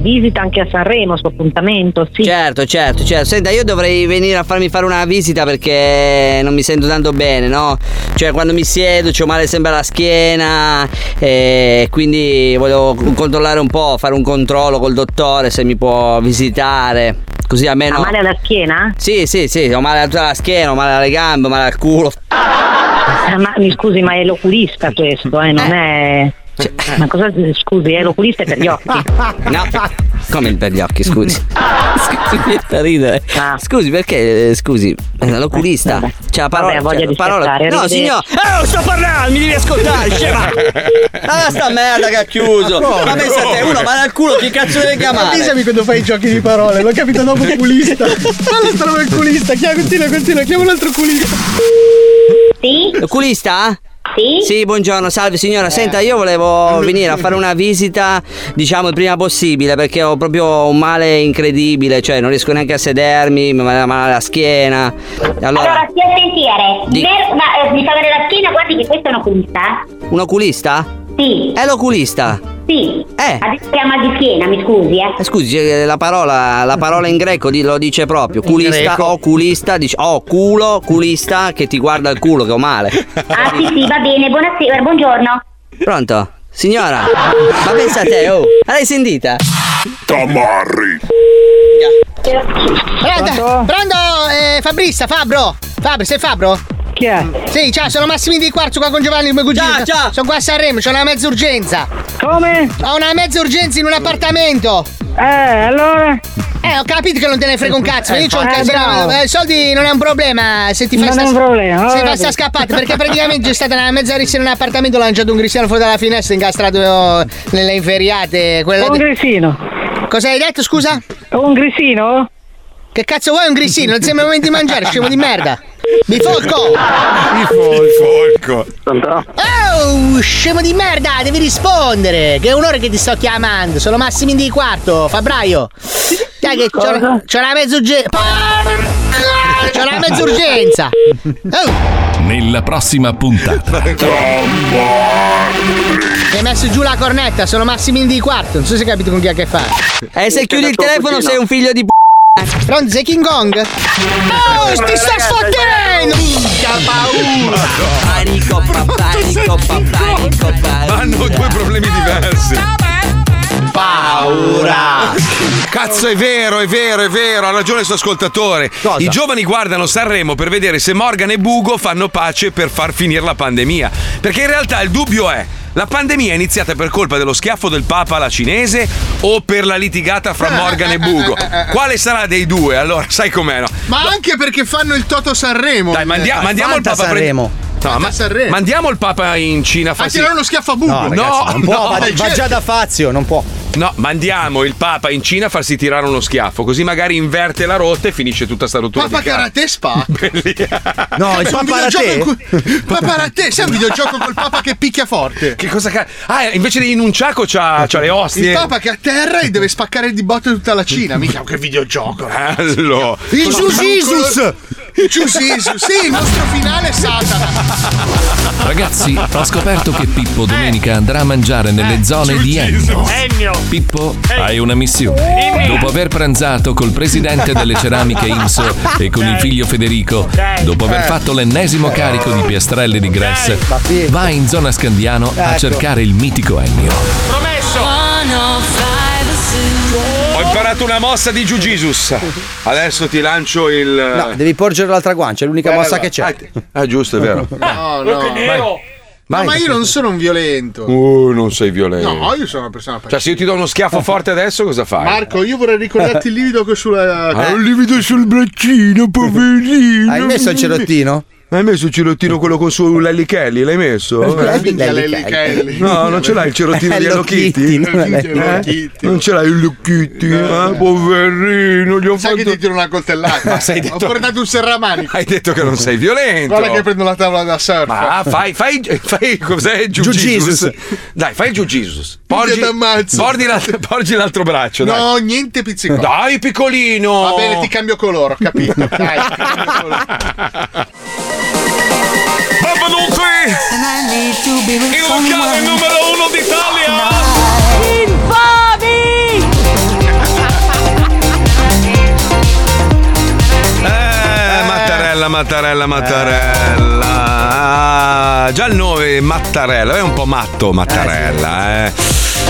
Speaker 7: visita anche a Sanremo, suo appuntamento, sì.
Speaker 9: Certo, certo, certo. Senta, io dovrei venire a farmi fare una visita perché non mi sento tanto bene, no? Cioè, quando mi siedo ho male sempre alla schiena e quindi volevo c- controllare un po', fare un controllo col dottore se mi può visitare. Così almeno...
Speaker 7: alla schiena?
Speaker 9: Sì, sì, sì, ho male a tutta la schiena, ho male alle gambe, ho male al culo.
Speaker 7: Ah, Ma mi scusi, ma è l'oculista questo, eh, non è.
Speaker 10: eh.
Speaker 7: cioè, ma cosa scusi, è l'oculista è per gli occhi.
Speaker 9: No, come il per gli occhi, scusi. Scusi, mi viene da ridere.
Speaker 7: Ah.
Speaker 9: Scusi, perché? eh, Scusi, eh, l'oculista.
Speaker 7: Vabbè.
Speaker 9: C'è la parola.
Speaker 7: Vabbè, voglia
Speaker 9: c'è la
Speaker 7: di
Speaker 9: parola.
Speaker 7: scherzare,
Speaker 9: No,
Speaker 7: arrivederci.
Speaker 9: signor. Eh, non sto parlando, mi devi ascoltare, scema. Ah, sta merda che ha chiuso. Ma pensa a te, uno va dal culo, chi cazzo deve chiamare?
Speaker 8: Avvisami quando fai i giochi di parole, l'ho capito dopo culista. Fallo sta roba del culista, chiama, continua, continua, chiama un altro culista.
Speaker 7: Sì? Eh.
Speaker 9: L'oculista?
Speaker 11: Sì?
Speaker 9: buongiorno, salve signora. Senta, io volevo venire a fare una visita, diciamo, il prima possibile, perché ho proprio un male incredibile, cioè non riesco neanche a sedermi, mi va male la schiena.
Speaker 11: Allora,
Speaker 9: Allora,
Speaker 11: stia a sentire.
Speaker 9: Di-
Speaker 11: Ver- ma eh, mi fa vedere la schiena, guardi che questo è un oculista.
Speaker 9: un oculista?
Speaker 11: Sì.
Speaker 9: È l'oculista.
Speaker 11: Sì.
Speaker 9: Eh.
Speaker 11: Adesso che ha mal di schiena, mi scusi, eh.
Speaker 9: Eh, Scusi, eh, la parola, la parola in greco di- lo dice proprio. Culista,
Speaker 11: greco.
Speaker 9: oculista, dice oh culo, culista che ti guarda il culo che ho male.
Speaker 11: Ah, sì, sì, va bene. Buonasera, buongiorno.
Speaker 9: Pronto? Signora, ma pensa a te, oh, ma l'hai sentita?
Speaker 12: Tamarri.
Speaker 8: Pronto? Pronto? Eh, Fabrista, Fabro? Fabri, sei Fabro? Chi è? Sì, ciao, sono Massimino di Quarzo qua con Giovanni, il mio cugino. Ciao, ciao. Sono qua a Sanremo, c'ho una mezza urgenza. Come? Ho una mezza urgenza in un appartamento. Eh, allora? Eh, ho capito che non te ne frega un cazzo, ma io c'ho un
Speaker 11: Eh,
Speaker 8: casino.
Speaker 11: bravo.
Speaker 8: eh, soldi non è un problema. Se ti fai
Speaker 11: Non è un problema,
Speaker 8: Se
Speaker 11: vabbè.
Speaker 8: fai sta scappata, perché praticamente c'è stata una mezza rissa in un appartamento, ho lanciato un grissino fuori dalla finestra, incastrato eh, nelle inferiate.
Speaker 11: Un
Speaker 8: grissino. Cosa hai detto, scusa? Un grissino? Che cazzo vuoi un grissino? Non sembra il momento di mangiare, scemo di merda! Bifolco!
Speaker 2: Folco.
Speaker 8: Oh, scemo di merda, devi rispondere! Che è un'ora che ti sto chiamando, sono Massimi di quarto, febbraio! Dai che c'ho, c'ho una mezza urgenza! C'ho una mezza urgenza! Oh,
Speaker 1: Nella prossima puntata.
Speaker 8: mi hai messo giù la cornetta, sono Massimi di quarto, non so se hai capito con chi ha a che fare.
Speaker 9: Eh, se chiudi il telefono sei un figlio di p***a.
Speaker 8: Pronto, sei King Kong? Oh, ti sto sfottendo! Minchia paura!
Speaker 9: Panico, panico, panico,
Speaker 2: Hanno due problemi diversi. Paura. Cazzo, è vero, è vero, è vero. Ha ragione il suo ascoltatore. I giovani guardano Sanremo per vedere se Morgan e Bugo fanno pace per far finire la pandemia. Perché in realtà il dubbio è. La pandemia è iniziata per colpa dello schiaffo del Papa alla cinese o per la litigata fra Morgan e Bugo? Quale sarà dei due? Allora, sai com'è, no?
Speaker 4: Ma anche perché fanno il Toto Sanremo.
Speaker 2: Dai, mandia- mandiamo il Papa a pre- No, ma-
Speaker 4: Sanremo.
Speaker 2: mandiamo il Papa in Cina a farsi-
Speaker 4: tirare uno schiaffo a Bugo.
Speaker 5: No, ragazzi, non può, va- va già
Speaker 2: da Fazio, non può. No, mandiamo il Papa in Cina a farsi tirare uno schiaffo, così magari inverte la rotta e finisce tutta sta rottura
Speaker 4: Papa
Speaker 2: di cazzo.
Speaker 4: Karate Spa?
Speaker 2: No,
Speaker 4: È un videogioco in cui- Papa Karate, sai un videogioco col Papa che picchia forte.
Speaker 2: Che cosa ca- Ah, invece di in un ciaco c'ha, c'ha le ostie.
Speaker 4: Il Papa che atterra e deve spaccare di botte tutta la Cina. Mica che videogioco.
Speaker 2: Bello.
Speaker 4: Il Giusisus! Il Giusisus, sì, il nostro finale è Satana.
Speaker 1: Ragazzi, ho scoperto che Pippo domenica andrà a mangiare
Speaker 13: Eh,
Speaker 1: nelle zone di Ennio.
Speaker 3: Ennio.
Speaker 1: Pippo, hai una missione.
Speaker 3: Dimmi.
Speaker 1: Dopo aver pranzato col presidente delle ceramiche IMSO e con il figlio Federico, dopo aver
Speaker 13: Eh.
Speaker 1: fatto l'ennesimo carico di piastrelle di grass, vai in zona Scandiano a
Speaker 13: Ecco.
Speaker 1: cercare il mitico Ennio.
Speaker 3: Promesso.
Speaker 2: Ho imparato una mossa di Giù Jesus. Adesso ti lancio il.
Speaker 5: No, devi porgere l'altra guancia, è l'unica mossa che
Speaker 2: Ah,
Speaker 5: c'è. Eh,
Speaker 2: ti- Ah, giusto, è vero.
Speaker 4: No, no.
Speaker 2: che nero.
Speaker 4: No, ma io non sono un violento.
Speaker 2: Uh, non sei violento.
Speaker 4: No, io sono una persona
Speaker 2: Cioè, se io ti do uno schiaffo forte adesso, cosa fai?
Speaker 4: Marco, io vorrei ricordarti il livido che sulla.
Speaker 2: Ah, un
Speaker 4: livido sul braccino, poverino.
Speaker 2: Hai messo il cerottino? Ma hai messo il cerottino quello con su Lelli Kelly? L'hai messo?
Speaker 4: Eh, minchia, Lelli Kelly.
Speaker 2: No, non ce l'hai il cerottino di
Speaker 4: Hello
Speaker 2: Hello
Speaker 4: Kitty,
Speaker 2: Kitty?
Speaker 4: non è Hello
Speaker 2: Eh?
Speaker 4: Kitty.
Speaker 2: Non ce l'hai il Lucchetti? Eh, poverino, gli ho
Speaker 4: Sai che ti tiro una coltellata?
Speaker 2: Ma sei
Speaker 4: Ho
Speaker 2: detto-
Speaker 4: portato un serramani.
Speaker 2: Hai detto che non sei violento.
Speaker 4: Guarda che prendo la tavola da surf.
Speaker 2: Ma fai, fai, fai cos'è Giù
Speaker 4: Giù
Speaker 2: Jesus?
Speaker 4: Jesus.
Speaker 2: Dai, fai Giù Jesus.
Speaker 4: Minchia, t'ammazzo.
Speaker 2: porgi, l'altro, porgi l'altro braccio. dai.
Speaker 4: No, niente pizzicato.
Speaker 2: Dai, piccolino.
Speaker 4: Va bene, ti cambio colore, ho capito. Dai.
Speaker 2: Benvenuti! Il locale numero uno d'Italia! Eh, Mattarella, Mattarella, Mattarella. Ah, Già il nome Mattarella, è un po' matto Mattarella, eh.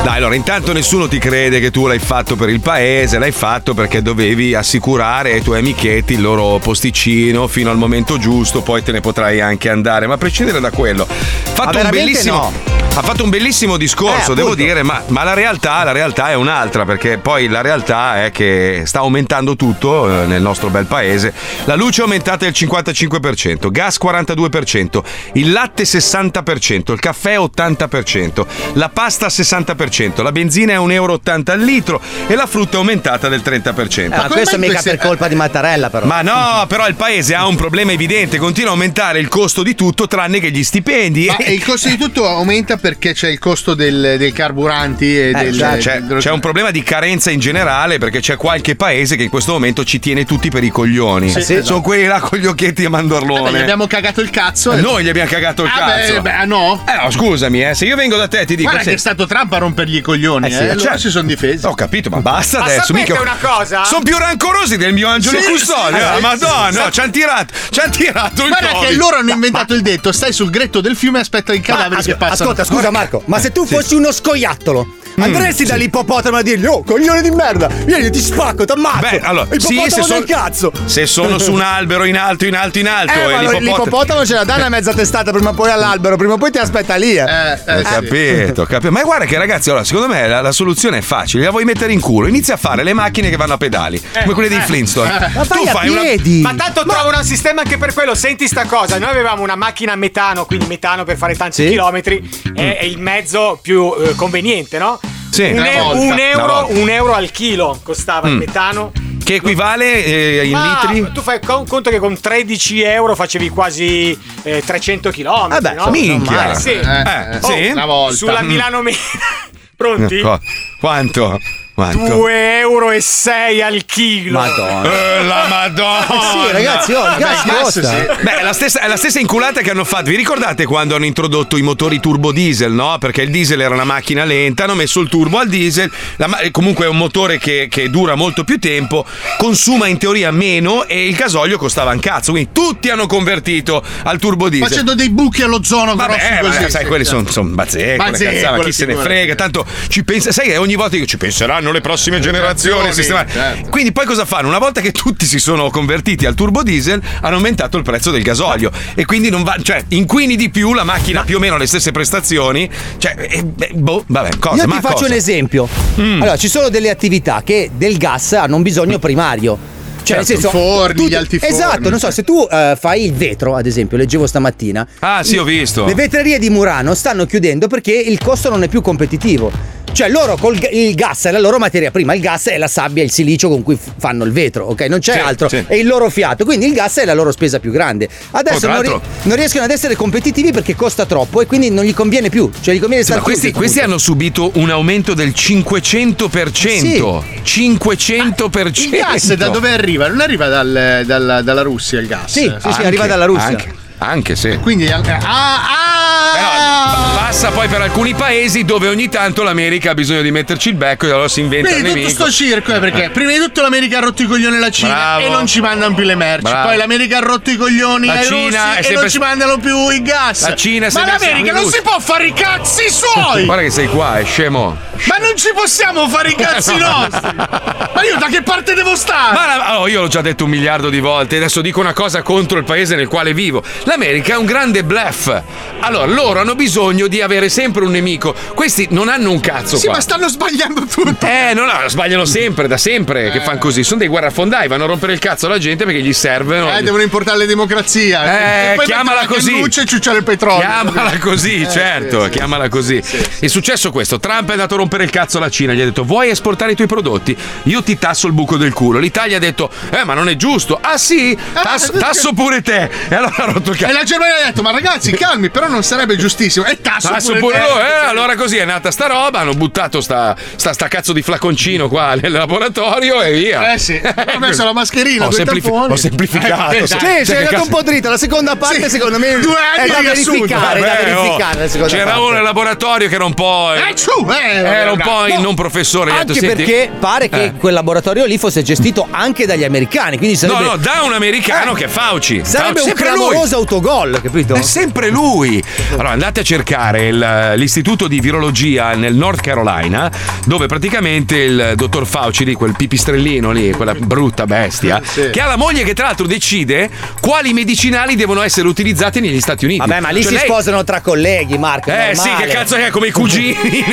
Speaker 2: Dai, allora, intanto nessuno ti crede che tu l'hai fatto per il paese, l'hai fatto perché dovevi assicurare ai tuoi amichetti il loro posticino fino al momento giusto, poi te ne potrai anche andare, ma a prescindere da quello. Fatto
Speaker 5: Ma
Speaker 2: un
Speaker 5: veramente
Speaker 2: bellissimo
Speaker 5: no.
Speaker 2: Ha fatto un bellissimo discorso,
Speaker 13: Eh,
Speaker 2: devo
Speaker 13: appunto.
Speaker 2: dire, Ah, ma, ma la, realtà, la realtà è un'altra, perché poi la realtà è che sta aumentando tutto eh, nel nostro bel paese. La luce è aumentata del 55%, gas 42%, il latte 60%, il caffè 80%, la pasta 60%, la benzina è 1,80 euro al litro e la frutta è aumentata del 30%.
Speaker 5: Ma Ah, questo mica per colpa di Mattarella, però.
Speaker 2: Ma no, però il paese ha un problema evidente, continua a aumentare il costo di tutto tranne che gli stipendi.
Speaker 4: Ma e il costo di tutto aumenta perché c'è il costo del- dei carburanti e
Speaker 2: Eh,
Speaker 4: del,
Speaker 2: già,
Speaker 5: cioè,
Speaker 2: c'è, c'è un problema di carenza in generale perché c'è qualche paese che in questo momento ci tiene tutti per i coglioni.
Speaker 4: Sì, sì.
Speaker 2: Sono quelli là con gli occhietti a mandorlone. Eh,
Speaker 4: Vabbè,
Speaker 5: eh.
Speaker 4: gli abbiamo cagato il cazzo. e-
Speaker 2: Noi gli abbiamo cagato il
Speaker 4: Ah,
Speaker 2: cazzo.
Speaker 4: beh, beh, ah, no?
Speaker 2: Eh,
Speaker 5: oh,
Speaker 2: no, scusami, eh, se io vengo da te e ti dico.
Speaker 4: Guarda
Speaker 2: se-
Speaker 4: che è stato Trump a rompergli i coglioni.
Speaker 2: Eh
Speaker 4: Eh,
Speaker 2: sì,
Speaker 4: loro
Speaker 2: certo.
Speaker 4: si sono difesi.
Speaker 2: Ho capito, ma basta
Speaker 4: Ma
Speaker 2: adesso.
Speaker 4: sapete
Speaker 2: mica-
Speaker 4: una cosa?
Speaker 2: Sono più rancorosi del mio angelo
Speaker 4: Sì,
Speaker 2: custode.
Speaker 4: sì,
Speaker 2: ah,
Speaker 4: sì,
Speaker 2: Madonna,
Speaker 4: sì.
Speaker 2: no, ci hanno tirato, ci han tirato il
Speaker 4: Guarda che
Speaker 2: Covid.
Speaker 4: loro hanno inventato il detto: stai sul gretto del fiume e aspetta il cadavere
Speaker 5: Ma
Speaker 4: che
Speaker 5: asco-
Speaker 4: passa.
Speaker 5: Ascolta, scusa Marco, ma se tu fossi uno scoiattolo,
Speaker 2: Mm,
Speaker 5: andresti
Speaker 4: Mm. sì.
Speaker 5: dall'ippopotamo a dirgli, oh, coglione di merda, vieni, io ti spacco, t'ammazzo.
Speaker 2: Beh, allora, sì,
Speaker 5: ippopotamo
Speaker 2: se
Speaker 5: del
Speaker 2: sono-
Speaker 5: cazzo.
Speaker 2: Se sono su un albero in alto, in alto, in alto.
Speaker 5: Eh,
Speaker 2: e
Speaker 5: ma allora l'ippopotamo ce la dà una mezza testata prima o poi all'albero, prima o poi ti aspetta lì. Eh,
Speaker 2: Ho capito, ho capito. Ma guarda che ragazzi, allora, secondo me la, la soluzione è facile, la vuoi mettere in culo, inizia a fare le macchine che vanno a pedali, come quelle dei Flintstone.
Speaker 3: Ma
Speaker 2: tu fai una-
Speaker 3: Eh, Ma tanto trovano un sistema anche per quello. Senti sta cosa: noi avevamo una macchina a metano, quindi metano per fare tanti chilometri, eh, è, è il mezzo più eh, conveniente, no?
Speaker 2: Mm. Sì.
Speaker 3: un,
Speaker 2: Una
Speaker 3: e-
Speaker 2: volta.
Speaker 3: un
Speaker 2: Una
Speaker 3: euro,
Speaker 2: volta.
Speaker 3: un euro al chilo costava il
Speaker 2: Mm.
Speaker 3: metano.
Speaker 2: che equivale eh, in
Speaker 3: Ma
Speaker 2: litri?
Speaker 3: Tu fai con- conto che con 13 euro facevi quasi eh, 300 km.
Speaker 2: Vabbè,
Speaker 3: no?
Speaker 2: minchia.
Speaker 3: Eh, sì.
Speaker 2: Eh,
Speaker 3: Oh,
Speaker 2: sì. Una volta.
Speaker 3: Sulla
Speaker 2: Mm.
Speaker 3: Milano Mena. Pronti?
Speaker 2: Co- Eh, Quanto? Quanto?
Speaker 3: 2,6 euro e sei al chilo.
Speaker 2: Madonna. Eh, la Madonna.
Speaker 3: Sì, ragazzi, oh, il
Speaker 2: Beh,
Speaker 3: gas
Speaker 2: adesso
Speaker 3: costa.
Speaker 2: sì. Beh, è la, stessa, è la stessa inculata che hanno fatto. Vi ricordate quando hanno introdotto i motori turbo diesel, no? Perché il diesel era una macchina lenta, hanno messo il turbo al diesel. la ma- comunque è un motore che, che dura molto più tempo, consuma in teoria meno e il gasolio costava un cazzo. Quindi tutti hanno convertito al turbo diesel.
Speaker 4: Facendo dei buchi all'ozono grossi
Speaker 2: Vabbè, eh,
Speaker 4: così.
Speaker 2: ma sai, quelli sono son bazzecole,
Speaker 4: Bazzecole,
Speaker 2: cazzate, chi se ne
Speaker 4: figurati.
Speaker 2: frega, tanto ci pensa, sai che ogni volta dico, ci penseranno le prossime generazioni. a sistemare.
Speaker 4: Certo.
Speaker 2: Quindi poi cosa fanno? Una volta che tutti si sono convertiti al turbo diesel, hanno aumentato il prezzo del gasolio e quindi non va, cioè, inquini di più la macchina ha più o meno le stesse prestazioni, cioè, eh, beh, boh, vabbè, cosa,
Speaker 5: Io ti
Speaker 2: ma
Speaker 5: faccio
Speaker 2: cosa? Mm.
Speaker 5: un esempio. Allora, ci sono delle attività che del gas hanno un bisogno primario. Cioè,
Speaker 4: Certo,
Speaker 5: nel senso,
Speaker 4: i forni,
Speaker 5: tu-
Speaker 4: gli altiforni.
Speaker 5: Esatto, non so, se tu eh, fai il vetro, ad esempio, leggevo stamattina.
Speaker 2: Ah, sì, ho visto.
Speaker 5: Le vetrerie di Murano stanno chiudendo perché il costo non è più competitivo. Cioè, loro col ga- il gas è la loro materia prima, il gas è la sabbia, il silicio con cui f- fanno il vetro, ok? Non c'è
Speaker 14: Sì,
Speaker 5: altro.
Speaker 14: sì.
Speaker 5: È il loro fiato, quindi il gas è la loro spesa più grande.
Speaker 2: Oh,
Speaker 5: Adesso
Speaker 2: tra
Speaker 5: non, ri-
Speaker 2: l'altro-
Speaker 5: non riescono ad essere competitivi perché costa troppo e quindi non gli conviene più. Cioè, gli conviene
Speaker 2: Sì,
Speaker 5: stare
Speaker 2: ma questi,
Speaker 5: chiusi,
Speaker 2: questi hanno subito un aumento del 500%. 500%.
Speaker 4: Il gas da dove arriva? Non arriva dal- dalla, dalla Russia il gas.
Speaker 5: Sì, sì, sì, arriva dalla Russia.
Speaker 2: Anche, anche se.
Speaker 4: Quindi al- ah, ah!
Speaker 2: Passa poi per alcuni paesi dove ogni tanto l'America ha bisogno di metterci il becco e allora si inventa il
Speaker 4: Vedi tutto
Speaker 2: nemico.
Speaker 4: sto circo è perché prima di tutto l'America ha rotto i coglioni alla Cina
Speaker 2: Bravo.
Speaker 4: e non ci mandano più le merci.
Speaker 2: Bravo.
Speaker 4: Poi l'America ha rotto i coglioni
Speaker 2: La
Speaker 4: ai
Speaker 2: Cina è
Speaker 4: russi e
Speaker 2: sempre-
Speaker 4: non ci mandano più i gas.
Speaker 2: La Cina è
Speaker 4: Ma
Speaker 2: sempre-
Speaker 4: l'America non si può fare i cazzi suoi!
Speaker 2: Guarda che sei qua, è scemo.
Speaker 4: Ma non ci possiamo fare i cazzi nostri! Ma io da che parte devo stare?
Speaker 2: Ma la- oh, io l'ho già detto un miliardo di volte, adesso dico una cosa contro il paese nel quale vivo. L'America è un grande bluff. Allora, loro hanno bisogno di avere sempre un nemico. Questi non hanno un cazzo.
Speaker 4: sì,
Speaker 2: qua.
Speaker 4: ma stanno sbagliando tutto!
Speaker 2: Eh, no, no, sbagliano sempre, da sempre che fanno così. Sono dei guerrafondai, vanno a rompere il cazzo alla gente perché gli servono.
Speaker 4: Eh, devono importare la democrazia.
Speaker 2: Eh,
Speaker 4: E poi
Speaker 2: chiamala
Speaker 4: mettere la
Speaker 2: così.
Speaker 4: Cannuccia e ciucciare il petrolio.
Speaker 2: Chiamala così,
Speaker 4: Eh,
Speaker 2: certo,
Speaker 4: sì, sì.
Speaker 2: chiamala così. È successo questo: Trump è andato a rompere il cazzo alla Cina, gli ha detto vuoi esportare i tuoi prodotti? Io ti tasso il buco del culo. L'Italia ha detto eh, ma non è giusto. Ah sì, tasso, tasso pure te. eh, E allora ha rotto il
Speaker 4: E
Speaker 2: cazzo.
Speaker 4: la Germania ha detto: Ma ragazzi, calmi, però non sarebbe giustissimo. E tasso,
Speaker 2: Tasso
Speaker 4: pure
Speaker 2: pure
Speaker 4: te.
Speaker 2: loro, eh, allora così è nata sta roba, hanno buttato sta, sta, sta cazzo di flaconcino qua nel laboratorio e via.
Speaker 4: Eh sì, ho messo la mascherina,
Speaker 2: Ho
Speaker 4: due
Speaker 2: semplifi-
Speaker 4: tamponi.
Speaker 2: ho semplificato.
Speaker 4: Eh, dai.
Speaker 2: ho
Speaker 5: Sì,
Speaker 2: sem- cioè,
Speaker 5: sei
Speaker 2: che
Speaker 5: andato
Speaker 2: cazzo-
Speaker 5: un po' dritto. La seconda parte,
Speaker 4: Sì.
Speaker 5: secondo me,
Speaker 4: Due anni
Speaker 5: è da
Speaker 4: di riassunto.
Speaker 5: verificare.
Speaker 2: Vabbè,
Speaker 5: da
Speaker 2: oh,
Speaker 5: verificare la seconda
Speaker 2: C'era
Speaker 5: parte.
Speaker 2: uno nel laboratorio che era un po'.
Speaker 4: Eh, ciù, eh,
Speaker 2: era un
Speaker 5: no.
Speaker 2: po' il non professore. gli ha detto,
Speaker 5: Anche
Speaker 2: "Senti,
Speaker 5: perché pare che
Speaker 2: eh,
Speaker 5: quel laboratorio lì fosse gestito anche dagli americani. Quindi
Speaker 2: No,
Speaker 5: sarebbe,
Speaker 2: no, da un americano
Speaker 5: Eh,
Speaker 2: che è Fauci.
Speaker 5: sarebbe
Speaker 2: Fauci-
Speaker 5: un
Speaker 2: sempre lui.
Speaker 5: clamoroso autogol, capito?
Speaker 2: È sempre lui. Allora andate a cercare il- l'istituto di virologia nel North Carolina, dove praticamente il dottor Fauci lì, quel pipistrellino lì, quella brutta bestia,
Speaker 13: Sì.
Speaker 2: che ha la moglie che tra l'altro decide quali medicinali devono essere utilizzati negli Stati Uniti.
Speaker 5: Vabbè, ma lì
Speaker 2: Cioè,
Speaker 5: si
Speaker 2: lei-
Speaker 5: sposano tra colleghi, Marco. è
Speaker 2: Eh sì, che
Speaker 5: normale.
Speaker 2: cazzo è come i cugini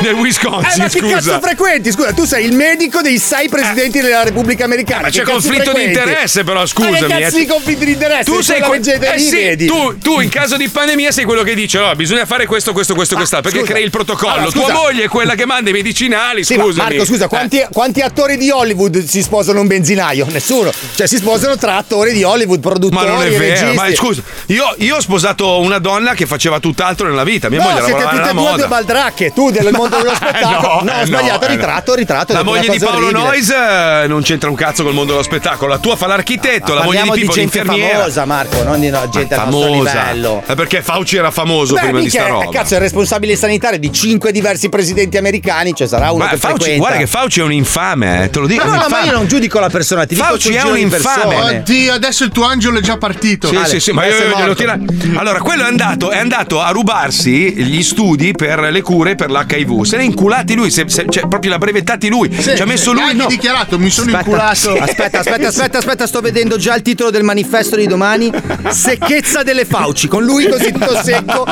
Speaker 2: del Wisconsin,
Speaker 5: Eh, ma che
Speaker 2: scusa. Eh.
Speaker 5: cazzo frequenti? Scusa, tu sei il medico dei sei presidenti della Repubblica Americana.
Speaker 2: Ma
Speaker 5: che
Speaker 2: c'è
Speaker 5: cazzo
Speaker 2: conflitto di
Speaker 5: frequenti?
Speaker 2: interesse, però,
Speaker 5: Ma che
Speaker 2: scusami,
Speaker 5: cazzo
Speaker 2: eh.
Speaker 5: di conflitto di interesse?
Speaker 2: tu sei
Speaker 5: la
Speaker 2: que-
Speaker 5: leggete
Speaker 2: eh
Speaker 5: lì,
Speaker 2: sì,
Speaker 5: vedi.
Speaker 2: tu, tu in caso di pandemia sei quello che dice no, bisogna fare questo, questo, questo, quest'altro perché
Speaker 5: Ah, scusa.
Speaker 2: crei il protocollo.
Speaker 5: Allora,
Speaker 2: Tua
Speaker 5: scusa.
Speaker 2: moglie è quella che manda i medicinali.
Speaker 5: Sì, ma
Speaker 2: scusami. Eh.
Speaker 5: Marco, scusa, quanti, quanti attori di Hollywood si sposano un benzinaio? Nessuno. Cioè, si sposano tra attori di Hollywood,
Speaker 2: Ma
Speaker 5: produttori
Speaker 2: non è
Speaker 5: e
Speaker 2: vero,
Speaker 5: registi.
Speaker 2: ma scusa, io, io ho sposato una donna che faceva tutt'altro nella vita. Mia
Speaker 5: no,
Speaker 2: moglie
Speaker 5: siete
Speaker 2: lavorava
Speaker 5: tutte
Speaker 2: nella
Speaker 5: e due
Speaker 2: moda.
Speaker 5: due baldracche, tu del mondo dello spettacolo.
Speaker 2: Eh
Speaker 5: no,
Speaker 2: eh
Speaker 5: ho sbagliato,
Speaker 2: eh
Speaker 5: ritratto, ritratto. ho
Speaker 2: La
Speaker 5: detto una
Speaker 2: moglie di
Speaker 5: cosa
Speaker 2: Paolo
Speaker 5: orribile.
Speaker 2: Noyes eh, non c'entra un cazzo col mondo dello spettacolo. La tua fa l'architetto, la moglie di
Speaker 5: Parliamo di,
Speaker 2: Pippo
Speaker 5: gente
Speaker 2: l'infermiera.
Speaker 5: famosa, Marco, non di no, gente al nostro
Speaker 2: famosa.
Speaker 5: livello.
Speaker 2: Eh, Perché Fauci era famoso
Speaker 5: Beh,
Speaker 2: prima di
Speaker 5: minchia,
Speaker 2: sta roba.
Speaker 5: cazzo, è responsabile sanitario di cinque diversi presidenti americani, cioè sarà uno
Speaker 2: Ma
Speaker 5: che
Speaker 2: Fauci,
Speaker 5: frequenta.
Speaker 2: guarda che Fauci è un infame, eh, te lo dico.
Speaker 5: No,
Speaker 2: un
Speaker 5: no,
Speaker 2: infame.
Speaker 5: ma io non giudico la persona, ti dico
Speaker 2: Fauci
Speaker 5: sul
Speaker 2: è
Speaker 5: giro
Speaker 2: un
Speaker 5: di
Speaker 2: infame.
Speaker 5: persone.
Speaker 4: Oddio, adesso il tuo angelo è già partito.
Speaker 2: Sì,
Speaker 4: Ale,
Speaker 2: sì, sì, ma io,
Speaker 4: adesso è
Speaker 2: io glielo
Speaker 4: morto.
Speaker 2: tira- Allora, quello è andato, è andato a rubarsi gli studi per le cure per l'HIV. Se ne è inculati lui, se, se- cioè, proprio l'ha brevettati lui.
Speaker 4: Sì,
Speaker 2: Ci ha messo lui.
Speaker 4: anche
Speaker 2: no.
Speaker 4: dichiarato, mi sono inculato.
Speaker 5: Aspetta, aspetta, aspetta, aspetta, sto vedendo già il titolo del manifesto di domani. Secchezza delle fauci, con lui così tutto secco,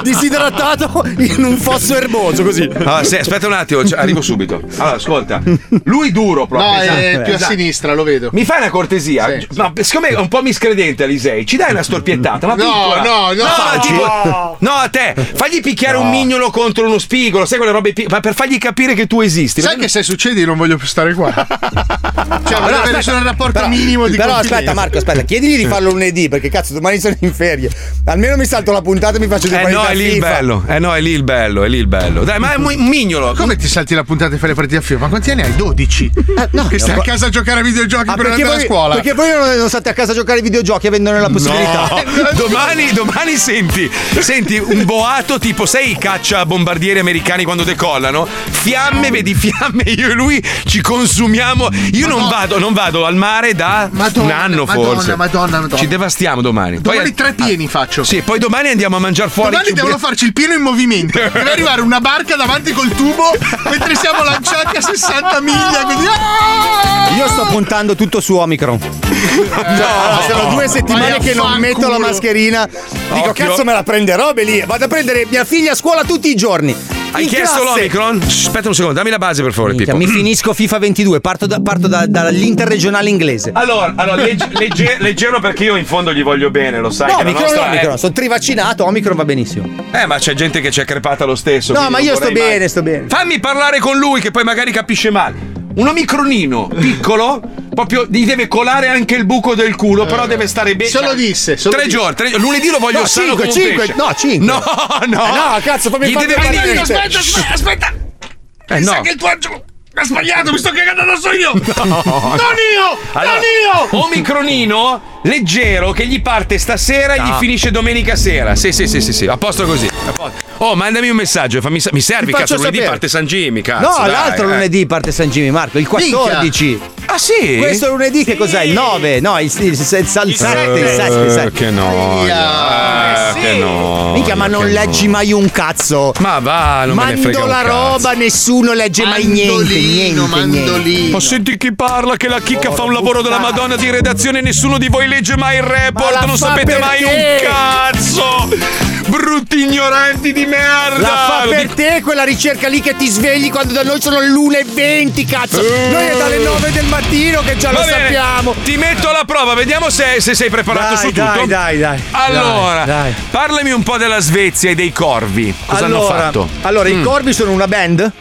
Speaker 5: disidratato in un fosso erboso, così.
Speaker 2: Allora, se- Ah, aspetta un attimo, cioè, arrivo subito. Allora, ascolta, lui duro proprio.
Speaker 4: No, è
Speaker 2: esatto,
Speaker 4: più a
Speaker 2: esatto.
Speaker 4: sinistra, lo vedo.
Speaker 2: Mi fai una cortesia?
Speaker 4: Sì.
Speaker 2: Ma siccome è un po' miscredente Alisei, ci dai una storpiettata? Ma
Speaker 4: No,
Speaker 2: piccola.
Speaker 4: no, no.
Speaker 2: ma
Speaker 4: Fauci.
Speaker 2: tipo- no, a te, fagli picchiare un mignolo contro uno spigolo, sai quelle robe, pi- ma per fargli capire che tu esisti.
Speaker 4: Sai
Speaker 2: Ma-
Speaker 4: che se succede io non voglio più stare qua. cioè, voglio avere solo un rapporto minimo di
Speaker 5: Però
Speaker 4: confidenza.
Speaker 5: aspetta, Marco, aspetta, chiedigli di farlo lunedì, perché cazzo, domani sono in ferie. Almeno mi salto la puntata e mi faccio due
Speaker 2: Eh
Speaker 5: partite
Speaker 2: no,
Speaker 5: a
Speaker 2: è lì il
Speaker 5: FIFA.
Speaker 2: bello, eh no, è lì il bello, è lì il bello. Dai, ma è un mignolo.
Speaker 4: Come ti salti la puntata e fai le partite a FIFA? Ma quanti anni hai? 12. che stai a casa a giocare a videogiochi
Speaker 5: Ah,
Speaker 4: per
Speaker 5: perché,
Speaker 4: andare
Speaker 5: voi,
Speaker 4: a scuola.
Speaker 5: perché voi non, non state a casa a giocare ai videogiochi avendone la possibilità?
Speaker 2: No. domani, domani senti, senti un boato tipo sei caccia bombardieri americani quando decollano, fiamme, vedi fiamme, io e lui ci consumiamo. Io non vado, non vado al mare da un anno
Speaker 4: Madonna,
Speaker 2: forse.
Speaker 4: Madonna, Madonna.
Speaker 2: Ci devastiamo domani.
Speaker 4: Domani tre pieni faccio.
Speaker 2: Sì, poi domani andiamo a mangiare fuori.
Speaker 4: Domani
Speaker 2: ci-
Speaker 4: devono farci il pieno in movimento. Deve arrivare una barca davanti col tubo mentre siamo lanciati a 60 miglia. Così. Ah!
Speaker 5: Io sto puntando tutto su Omicron. Cioè, sono due settimane
Speaker 4: Eh, Vai a
Speaker 5: che non
Speaker 4: fanculo.
Speaker 5: metto la mascherina. Dico,
Speaker 2: Occhio.
Speaker 5: cazzo, me la prenderò lì. Vado a prendere mia figlia a scuola tutti i giorni.
Speaker 2: Hai
Speaker 5: In
Speaker 2: chiesto
Speaker 5: classe.
Speaker 2: l'Omicron? Aspetta un secondo, dammi la base per favore,
Speaker 5: Minchia,
Speaker 2: Pippo.
Speaker 5: Mi finisco FIFA 22, parto, da- parto da- dall'interregionale inglese.
Speaker 2: Allora, allora legge- legge- leggero perché io in fondo gli voglio bene, lo sai.
Speaker 5: No,
Speaker 2: che la
Speaker 5: Omicron,
Speaker 2: nostra
Speaker 5: no,
Speaker 2: è-
Speaker 5: Omicron, sono trivaccinato, Omicron va benissimo.
Speaker 2: Eh, ma c'è gente che ci è crepata lo stesso.
Speaker 5: No,
Speaker 2: quindi
Speaker 5: ma
Speaker 2: non
Speaker 5: io sto
Speaker 2: vorrei mai-
Speaker 5: bene, sto bene.
Speaker 2: Fammi parlare con lui, che poi magari capisce male. Un omicronino piccolo, proprio gli deve colare anche il buco del culo, però deve stare bene.
Speaker 4: Solo disse, solo
Speaker 2: Tre
Speaker 4: disse.
Speaker 2: giorni, tre- lunedì lo voglio
Speaker 5: No,
Speaker 2: sano
Speaker 5: cinque,
Speaker 2: come un
Speaker 5: cinque,
Speaker 2: pesce.
Speaker 5: no, cinque.
Speaker 2: No, Ah, no.
Speaker 5: Eh, no, cazzo, fammi
Speaker 2: Gli
Speaker 5: fare
Speaker 2: deve
Speaker 5: una
Speaker 2: venire
Speaker 5: partita.
Speaker 2: aspetta,
Speaker 12: Aspetta, aspetta, aspetta!
Speaker 2: Eh,
Speaker 12: Sa
Speaker 2: no.
Speaker 12: che il tuo angelo ha sbagliato, mi sto cagando addosso io! Non io!
Speaker 2: Oh, Allora, oh,
Speaker 12: non
Speaker 5: Oh,
Speaker 12: io!
Speaker 2: Omicronino leggero che gli parte stasera e gli finisce domenica sera. Sì, sì, sì, sì, sì. A posto così. A posto. Oh, mandami un messaggio, fammi sa- mi servi,
Speaker 5: Ti
Speaker 2: cazzo,
Speaker 5: faccio
Speaker 2: lunedì
Speaker 5: sapere.
Speaker 2: parte San Jimmy, cazzo.
Speaker 5: No,
Speaker 2: dai,
Speaker 5: l'altro
Speaker 2: eh.
Speaker 5: lunedì parte San Jimmy, Marco, il 14.
Speaker 2: Ah, sì?
Speaker 5: Questo lunedì che cos'è? Il 9? No, il, il, il, il- il 7, il 7, il 7.
Speaker 2: Eh, Che no.
Speaker 5: Eh,
Speaker 4: Ah,
Speaker 2: Eh, Che no.
Speaker 5: Mica, ma non leggi mai un cazzo.
Speaker 2: Ma va, non me ne frega
Speaker 5: Mando
Speaker 2: un
Speaker 5: la
Speaker 2: cazzo.
Speaker 5: roba, nessuno legge mai niente. Niente,
Speaker 4: Mandolino,
Speaker 5: niente.
Speaker 4: mandolino.
Speaker 2: Ma senti chi parla che la chicca fa un lavoro della Madonna di redazione nessuno di voi legge mai il
Speaker 5: Ma
Speaker 2: report,
Speaker 5: la
Speaker 2: non
Speaker 5: fa
Speaker 2: sapete mai un
Speaker 5: perché?
Speaker 2: cazzo! Brutti ignoranti di merda!
Speaker 5: La fa
Speaker 2: Lo
Speaker 5: per
Speaker 2: dico-
Speaker 5: te quella ricerca lì che ti svegli quando da noi sono le 1.20, cazzo. Noi è dalle 9 del mattino che già lo
Speaker 2: Eh. Va bene,
Speaker 5: sappiamo.
Speaker 2: Ti metto alla prova, vediamo se, se sei preparato
Speaker 5: Dai,
Speaker 2: su
Speaker 5: dai,
Speaker 2: tutto.
Speaker 5: dai, dai.
Speaker 2: Allora,
Speaker 5: Dai, dai.
Speaker 2: parlami un po' della Svezia e dei corvi. Cosa hanno fatto? Mm.
Speaker 5: allora i Corvi sono una band.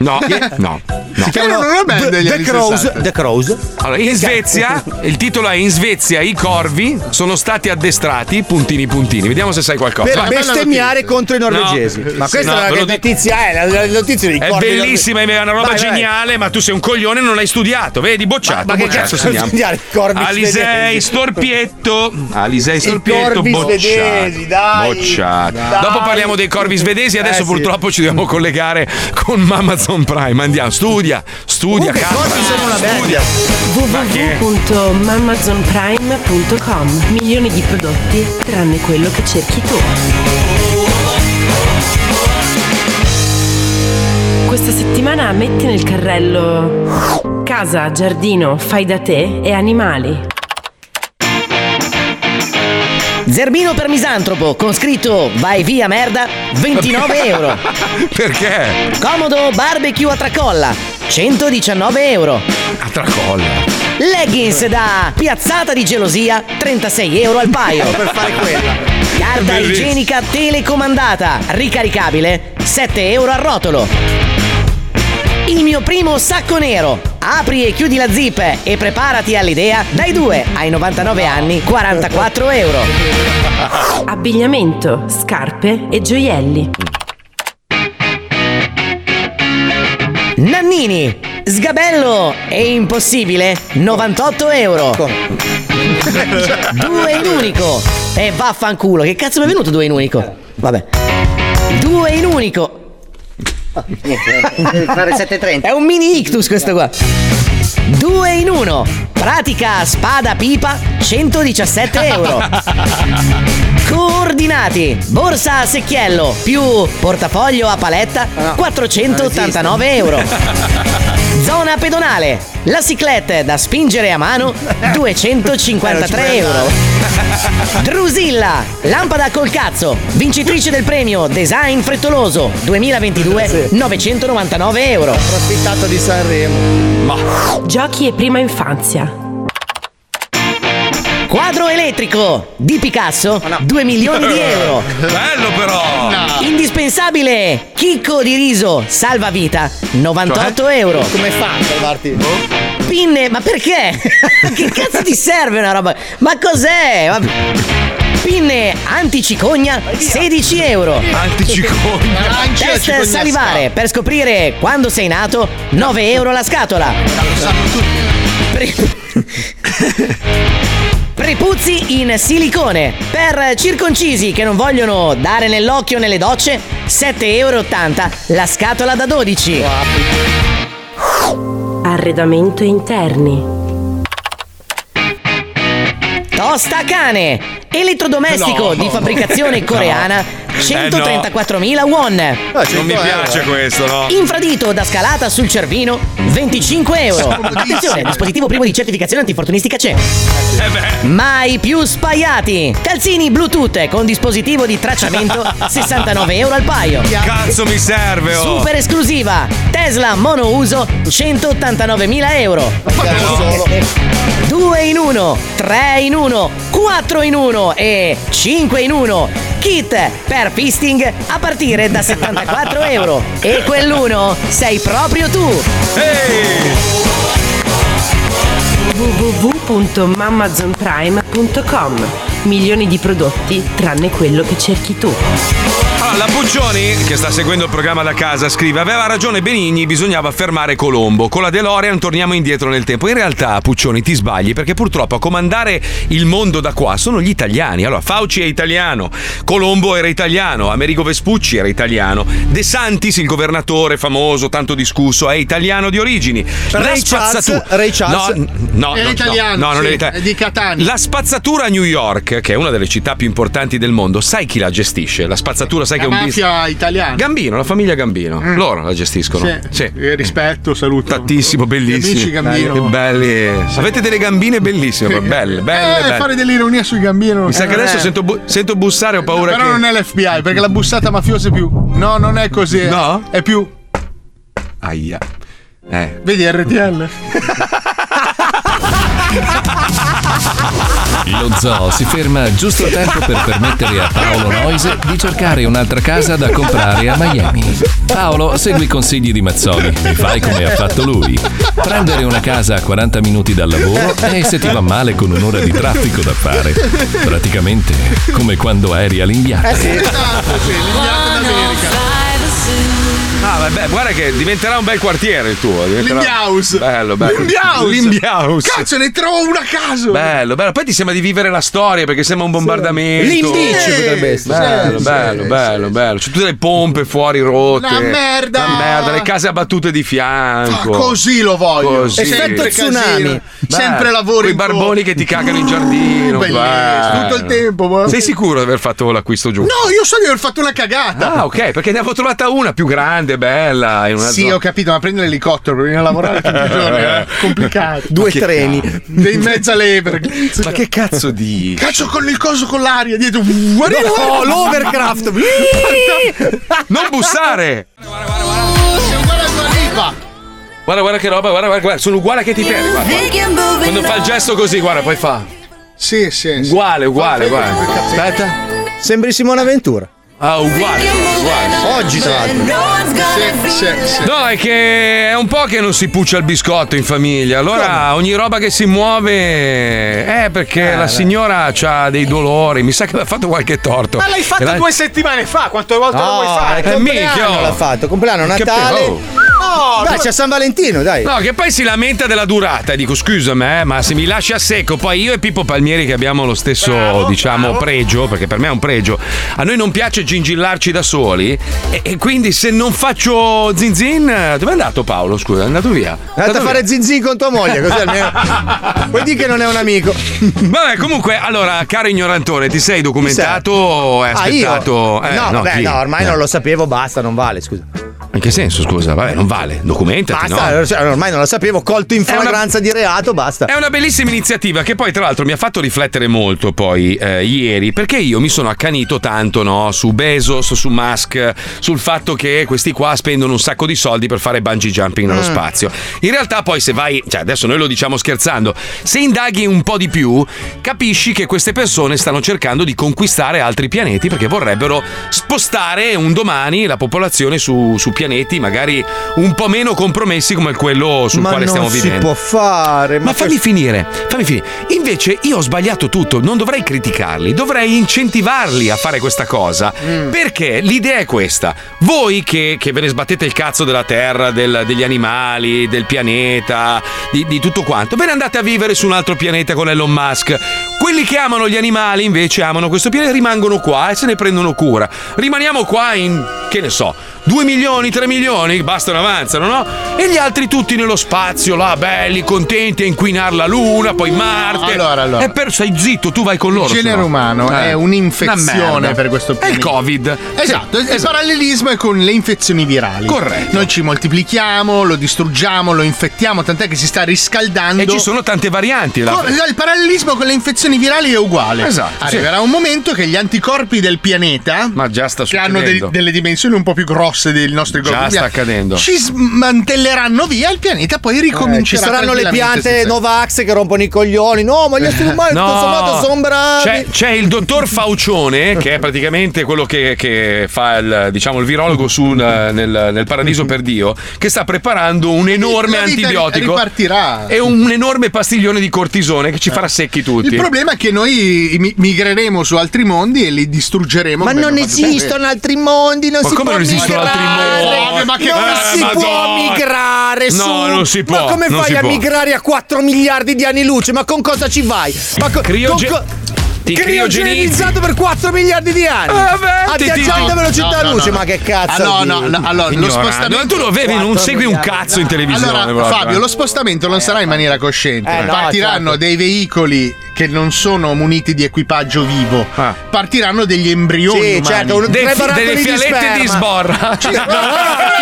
Speaker 2: No, no.
Speaker 5: Si
Speaker 4: Erano una band
Speaker 5: The,
Speaker 4: degli
Speaker 5: The
Speaker 4: anni
Speaker 5: Crows.
Speaker 4: 60.
Speaker 5: The Crows.
Speaker 2: Allora, in Svezia, il titolo è In Svezia i corvi sono stati addestrati, puntini puntini. Vediamo se sai qualcosa.
Speaker 5: Per
Speaker 2: Vai.
Speaker 5: bestemmiare
Speaker 4: notizia.
Speaker 5: contro i norvegesi.
Speaker 2: No.
Speaker 5: Ma
Speaker 2: Sì,
Speaker 5: questa
Speaker 2: no,
Speaker 5: è
Speaker 2: ve
Speaker 5: la
Speaker 2: lo dico.
Speaker 5: notizia, è la, la notizia dei
Speaker 2: È
Speaker 5: corvi.
Speaker 2: bellissima, è una roba
Speaker 5: Vai, vai.
Speaker 2: geniale, ma tu sei un coglione e non l'hai studiato, vedi? Bocciato.
Speaker 5: Ma che
Speaker 2: bocciato.
Speaker 5: cazzo sono
Speaker 2: Andiamo.
Speaker 5: studiare i corvi
Speaker 2: Alisei
Speaker 5: svedesi?
Speaker 2: Storpietto. Alisei Storpietto.
Speaker 5: corvi
Speaker 2: Bocciato.
Speaker 5: svedesi, dai.
Speaker 2: Bocciato.
Speaker 5: Dai.
Speaker 2: Dopo parliamo dei corvi svedesi. Adesso
Speaker 5: Eh, sì.
Speaker 2: purtroppo ci dobbiamo collegare con Amazon Prime. Andiamo, studia, studia,
Speaker 13: Comunque,
Speaker 2: calma,
Speaker 13: forse sono una
Speaker 2: studia. Ma che-
Speaker 13: www.mamazonprime.com Milioni di prodotti tranne quello che cerchi tu. Questa settimana metti nel carrello casa, giardino, fai da te e animali.
Speaker 14: Zerbino per misantropo con scritto Vai via merda 29 euro.
Speaker 2: Perché?
Speaker 14: Comodo barbecue a tracolla 119 euro.
Speaker 2: A tracolla.
Speaker 14: Leggings da piazzata di gelosia 36 euro al paio. per fare quella. Carta
Speaker 15: Bellissimo.
Speaker 14: igienica telecomandata ricaricabile 7 euro al rotolo. Il mio primo sacco nero. Apri e chiudi la zip e preparati all'idea dai 2 ai 99 anni 44 euro.
Speaker 13: Abbigliamento, scarpe e gioielli.
Speaker 14: Nannini, sgabello è impossibile, 98 euro.
Speaker 5: Eh,
Speaker 14: Due in unico. E vaffanculo, che cazzo mi è venuto due in unico? Vabbè. Due in unico.
Speaker 10: fare 7.30.
Speaker 14: È un mini ictus questo qua. Due in uno. Pratica spada pipa 117 euro. Coordinati. Borsa a secchiello più portafoglio a paletta 489 euro. Zona pedonale, la ciclette da spingere a mano 253 euro. Drusilla, lampada col cazzo, vincitrice del premio Design Frettoloso 2022 999 euro. Approfittato di Sanremo.
Speaker 13: Giochi e prima infanzia.
Speaker 14: Quadro elettrico di Picasso 2 milioni di euro.
Speaker 2: Bello però.
Speaker 14: Indispensabile chicco di riso salvavita 98 euro. Come fa a salvarti? Pinne, ma perché? che cazzo ti serve una roba? Ma cos'è? Ma- Pinne anticicogna 16 euro.
Speaker 2: Anticicogna.
Speaker 12: Arancia,
Speaker 14: Test
Speaker 12: cicogna
Speaker 14: Eh, salivare
Speaker 12: scatola.
Speaker 14: per scoprire quando sei nato 9 euro la scatola. Prepuzzi in silicone. Per circoncisi che non vogliono dare nell'occhio nelle docce, 7,80 euro la scatola da 12.
Speaker 13: Arredamento interni.
Speaker 14: Tosta cane. Elettrodomestico
Speaker 13: No.
Speaker 14: di fabbricazione
Speaker 13: No.
Speaker 14: coreana,
Speaker 2: Eh, no. Ah,
Speaker 14: 134.000 won.
Speaker 2: non mi piace questo, no?
Speaker 14: Infradito da scalata sul cervino, 25 euro.
Speaker 2: Comodissimo.
Speaker 14: Attenzione, dispositivo primo di certificazione antifortunistica c'è.
Speaker 2: Eh
Speaker 14: Mai più spaiati. Calzini Bluetooth con dispositivo di tracciamento, 69 euro al paio.
Speaker 2: Cazzo mi serve, oh.
Speaker 14: Super esclusiva, Tesla monouso, 189.000 euro. Due in uno, tre in uno, quattro in uno e cinque in uno. Kit per fisting a partire da 74 euro. E quell'uno sei proprio tu.
Speaker 13: www.mamazonprime.com Milioni di prodotti tranne quello che cerchi tu.
Speaker 2: Allora, la Puccioni, che sta seguendo il programma da casa, scrive: Aveva ragione Benigni, bisognava fermare Colombo. Con la DeLorean torniamo indietro nel tempo. In realtà, Puccioni, ti sbagli perché purtroppo a comandare il mondo da qua sono gli italiani. Allora, Fauci è italiano, Colombo era italiano, Amerigo Vespucci era italiano, De Santis, il governatore famoso, tanto discusso, è italiano di origini.
Speaker 4: Ray Charles-
Speaker 2: Spazzatu-
Speaker 4: Ray Charles-
Speaker 2: no, n- no,
Speaker 4: Era
Speaker 2: no,
Speaker 4: italiano,
Speaker 2: no, no, non
Speaker 4: sì,
Speaker 2: era italiano.
Speaker 4: è di Catania.
Speaker 2: La spazzatura a New York, che è una delle città più importanti del mondo, sai chi la gestisce? La spazzatura, sai
Speaker 4: La
Speaker 2: che è un business.
Speaker 4: mafia italiana.
Speaker 2: Gambino, la famiglia Gambino,
Speaker 4: Mm.
Speaker 2: loro la gestiscono.
Speaker 4: Sì. Eh, Rispetto, saluto.
Speaker 2: Tantissimo, bellissimo.
Speaker 4: Amici Gambino.
Speaker 2: Che belli. Avete delle gambine bellissime, proprio, belle, belle,
Speaker 4: Eh,
Speaker 2: belle.
Speaker 4: fare dell'ironia sui gambini.
Speaker 2: Mi sa che adesso sento, bu- sento bussare, ho paura
Speaker 4: Però
Speaker 2: che.
Speaker 4: non è l'FBI, perché la bussata mafiosa è più. No, non è così. No? È più.
Speaker 2: Aia. Eh.
Speaker 4: Vedi RTL.
Speaker 1: Lo zoo si ferma giusto a tempo per permettere a Paolo Noise di cercare un'altra casa da comprare a Miami. Paolo segui i consigli di Mazzoli e fai come ha fatto lui. Prendere una casa a 40 minuti dal lavoro e se ti va male con un'ora di traffico da fare. Praticamente come quando eri all'inghiata.
Speaker 12: sì.
Speaker 4: Sì, l'Indiana d'America.
Speaker 2: Ah, vabbè, guarda che diventerà un bel quartiere il tuo. diventerà-
Speaker 4: L'Imbiaus.
Speaker 2: Bello, bello.
Speaker 4: L'Imbiaus.
Speaker 2: L'Imbiaus.
Speaker 4: Cazzo, ne trovo una a caso.
Speaker 2: Bello, bello. Poi ti sembra di vivere la storia perché sembra un bombardamento.
Speaker 4: L'Imbici potrebbe essere.
Speaker 2: Bello,
Speaker 4: Sì,
Speaker 2: bello,
Speaker 4: sì,
Speaker 2: bello, bello. C'è tutte le pompe fuori rotte.
Speaker 4: La merda.
Speaker 2: La merda, le case abbattute di fianco.
Speaker 4: Così lo voglio.
Speaker 2: Così.
Speaker 4: Sempre tsunami. Sempre lavoro
Speaker 2: i
Speaker 4: in
Speaker 2: barboni che ti cagano in giardino.
Speaker 4: bellissimo,
Speaker 2: bello.
Speaker 4: tutto il tempo, ma-
Speaker 2: Sei sicuro di aver fatto l'acquisto giusto?
Speaker 4: No, io so di aver fatto una cagata.
Speaker 2: Ah, ok, perché ne avevo trovata una più grande, bella. In una
Speaker 4: Sì,
Speaker 2: zona-
Speaker 4: ho capito, ma prendere l'elicottero per venire a lavorare tutti i giorni è complicato.
Speaker 2: Due Ma che treni.
Speaker 4: Dei mezza lever.
Speaker 2: Ma che cazzo di.
Speaker 4: Cazzo con il coso con l'aria dietro.
Speaker 12: No, l'overcraft.
Speaker 2: Non bussare! Guarda, guarda che roba, guarda, guarda, guarda, sono uguale che ti perde. guarda, guarda. Quando fa il gesto così, guarda, poi fa.
Speaker 4: Sì, sì.
Speaker 2: Uguale, uguale, guarda. Aspetta.
Speaker 5: Sembri Simone Ventura.
Speaker 2: Ah, uguale, uguale.
Speaker 5: Oggi, tra
Speaker 4: Sì, sì, sì.
Speaker 2: No, è che è un po' che non si puccia il biscotto in famiglia. Allora ogni roba che si muove è perché la signora ha dei dolori. Mi sa che mi ha fatto qualche torto.
Speaker 3: Ma l'hai fatto
Speaker 2: E la-
Speaker 3: due settimane fa, quante volte lo vuoi fare?
Speaker 2: eh, minchia, oh.
Speaker 5: l'ha fatto, compleanno,
Speaker 2: Che
Speaker 5: Natale.
Speaker 2: pe- oh.
Speaker 3: No,
Speaker 5: dai, c'è San Valentino, dai.
Speaker 2: No, che poi si lamenta della durata. Dico, scusami, eh, ma se mi lasci a secco, poi io e Pippo Palmieri, che abbiamo lo stesso, diciamo, pregio, perché per me è un pregio, a noi non piace gingillarci da soli. E, e quindi se non faccio zin zin, dove è andato Paolo? Scusa, è andato via.
Speaker 5: È andato a fare zinzin con tua moglie, così almeno. Vuoi dire che non è un amico?
Speaker 2: Vabbè, comunque, allora, caro ignorantone, ti sei documentato? o Hai
Speaker 5: Ah, io?
Speaker 2: Oh, aspettato? Eh,
Speaker 5: no, beh,
Speaker 2: chi?
Speaker 5: no, ormai
Speaker 2: Eh.
Speaker 5: non lo sapevo, basta, non vale, scusa.
Speaker 2: In che senso, scusa? Vabbè, non vale. Documentati,
Speaker 5: Basta,
Speaker 2: no?
Speaker 5: cioè, ormai non lo sapevo, colto in flagranza di reato, basta.
Speaker 2: È una bellissima iniziativa che poi tra l'altro mi ha fatto riflettere molto poi eh, ieri perché io mi sono accanito tanto no, su Bezos, su Musk, sul fatto che questi qua spendono un sacco di soldi per fare bungee jumping nello
Speaker 15: Mm.
Speaker 2: spazio. In realtà poi se vai, cioè adesso noi lo diciamo scherzando, se indaghi un po' di più capisci che queste persone stanno cercando di conquistare altri pianeti perché vorrebbero spostare un domani la popolazione su, su pianeti magari un po' meno compromessi come quello sul
Speaker 5: ma
Speaker 2: quale
Speaker 5: non
Speaker 2: stiamo
Speaker 5: si
Speaker 2: vivendo.
Speaker 5: può fare. Ma,
Speaker 2: Ma fammi finire, fammi finire. Invece io ho sbagliato tutto, non dovrei criticarli, dovrei incentivarli a fare questa cosa. Perché l'idea è questa. Voi che, che ve ne sbattete il cazzo della terra, del- degli animali, del pianeta, di, di tutto quanto, ve ne andate a vivere su un altro pianeta con Elon Musk. Quelli che amano gli animali invece amano questo pianeta, rimangono qua e se ne prendono cura. Rimaniamo qua in, che ne so, 2 milioni, 3 milioni, bastano, avanzano, no? E gli altri tutti nello spazio, là, belli, contenti a inquinar la Luna, poi Marte.
Speaker 4: Allora, allora.
Speaker 2: E per sei zitto, tu vai con loro.
Speaker 4: Il genere
Speaker 2: se no. Eh.
Speaker 4: umano è un'infezione
Speaker 2: Una merda.
Speaker 4: per questo
Speaker 2: È il Covid.
Speaker 4: Esatto,
Speaker 2: Sì,
Speaker 4: il parallelismo è con le infezioni virali.
Speaker 2: Corretto.
Speaker 4: Noi ci moltiplichiamo, lo distruggiamo, lo infettiamo, tant'è che si sta riscaldando.
Speaker 2: E ci sono tante varianti. la-
Speaker 4: Co- Il parallelismo con le infezioni virali è uguale.
Speaker 2: Esatto,
Speaker 4: Arriverà
Speaker 2: sì.
Speaker 4: un momento che gli anticorpi del pianeta,
Speaker 2: Ma già sta
Speaker 4: che hanno
Speaker 2: succedendo.
Speaker 4: dei- delle dimensioni un po' più grosse dei nostri
Speaker 2: Già
Speaker 4: corpi,
Speaker 2: sta
Speaker 4: via-
Speaker 2: accadendo.
Speaker 4: ci smantelleranno via. Il pianeta poi ricomincerà.
Speaker 5: Eh, ci saranno le
Speaker 4: tranquillamente
Speaker 5: piante
Speaker 4: senza-
Speaker 5: Novax che rompono i coglioni. No, ma gli esseri
Speaker 4: Oh,
Speaker 5: umani
Speaker 2: No, Cioè,
Speaker 5: tutto sommato sono bravi.
Speaker 2: C'è, c'è il dottor Faucione, che è praticamente quello che, che fa il, diciamo, il virologo su, nel, nel paradiso per Dio, che sta preparando un enorme
Speaker 4: La vita
Speaker 2: antibiotico.
Speaker 4: ripartirà.
Speaker 2: E un enorme pastiglione di cortisone che ci farà secchi tutti.
Speaker 4: Il problema è che noi mi- migreremo su altri mondi e li distruggeremo.
Speaker 5: Ma
Speaker 4: come
Speaker 5: non
Speaker 4: abbiamo fatto
Speaker 5: esistono
Speaker 4: sempre.
Speaker 5: altri mondi, non
Speaker 4: Ma
Speaker 5: si
Speaker 4: come
Speaker 5: può
Speaker 4: non esistono
Speaker 5: migrare.
Speaker 4: altri mondi?
Speaker 5: Ma
Speaker 4: Ma
Speaker 5: che
Speaker 4: che-
Speaker 5: non
Speaker 4: eh,
Speaker 5: si può
Speaker 4: Madonna.
Speaker 5: migrare
Speaker 2: No,
Speaker 5: su.
Speaker 2: non si può,
Speaker 5: Ma come
Speaker 2: non
Speaker 5: fai
Speaker 2: si
Speaker 5: a
Speaker 2: può.
Speaker 5: migrare a 4 miliardi di anni luce? Ma con cosa ci vai? Ma co-
Speaker 2: Crioge-
Speaker 5: con
Speaker 2: ti criogenizzi.
Speaker 5: criogenizzato per 4 miliardi di anni.
Speaker 2: Eh, vabbè,
Speaker 5: a
Speaker 2: ti- ti-
Speaker 5: viaggiante
Speaker 2: no, no,
Speaker 5: velocità
Speaker 2: no,
Speaker 5: luce,
Speaker 2: no.
Speaker 5: ma che cazzo?
Speaker 4: Ah, no,
Speaker 5: di-
Speaker 4: no, no, allora, lo
Speaker 2: Ignorante.
Speaker 4: spostamento-
Speaker 2: Ma tu lo vedi, non
Speaker 4: Quattro
Speaker 2: segui un
Speaker 4: miliardi.
Speaker 2: cazzo in televisione.
Speaker 4: Allora,
Speaker 2: proprio,
Speaker 4: Fabio,
Speaker 2: eh.
Speaker 4: lo spostamento non sarà in maniera cosciente.
Speaker 5: Eh, no,
Speaker 4: Partiranno
Speaker 5: certo.
Speaker 4: dei veicoli che non sono muniti di equipaggio vivo.
Speaker 2: Ah.
Speaker 4: Partiranno degli embrioni.
Speaker 5: Sì,
Speaker 4: umani.
Speaker 5: certo, un- Dei tre fi- barattoli delle di fialette sperma. di
Speaker 2: sborra.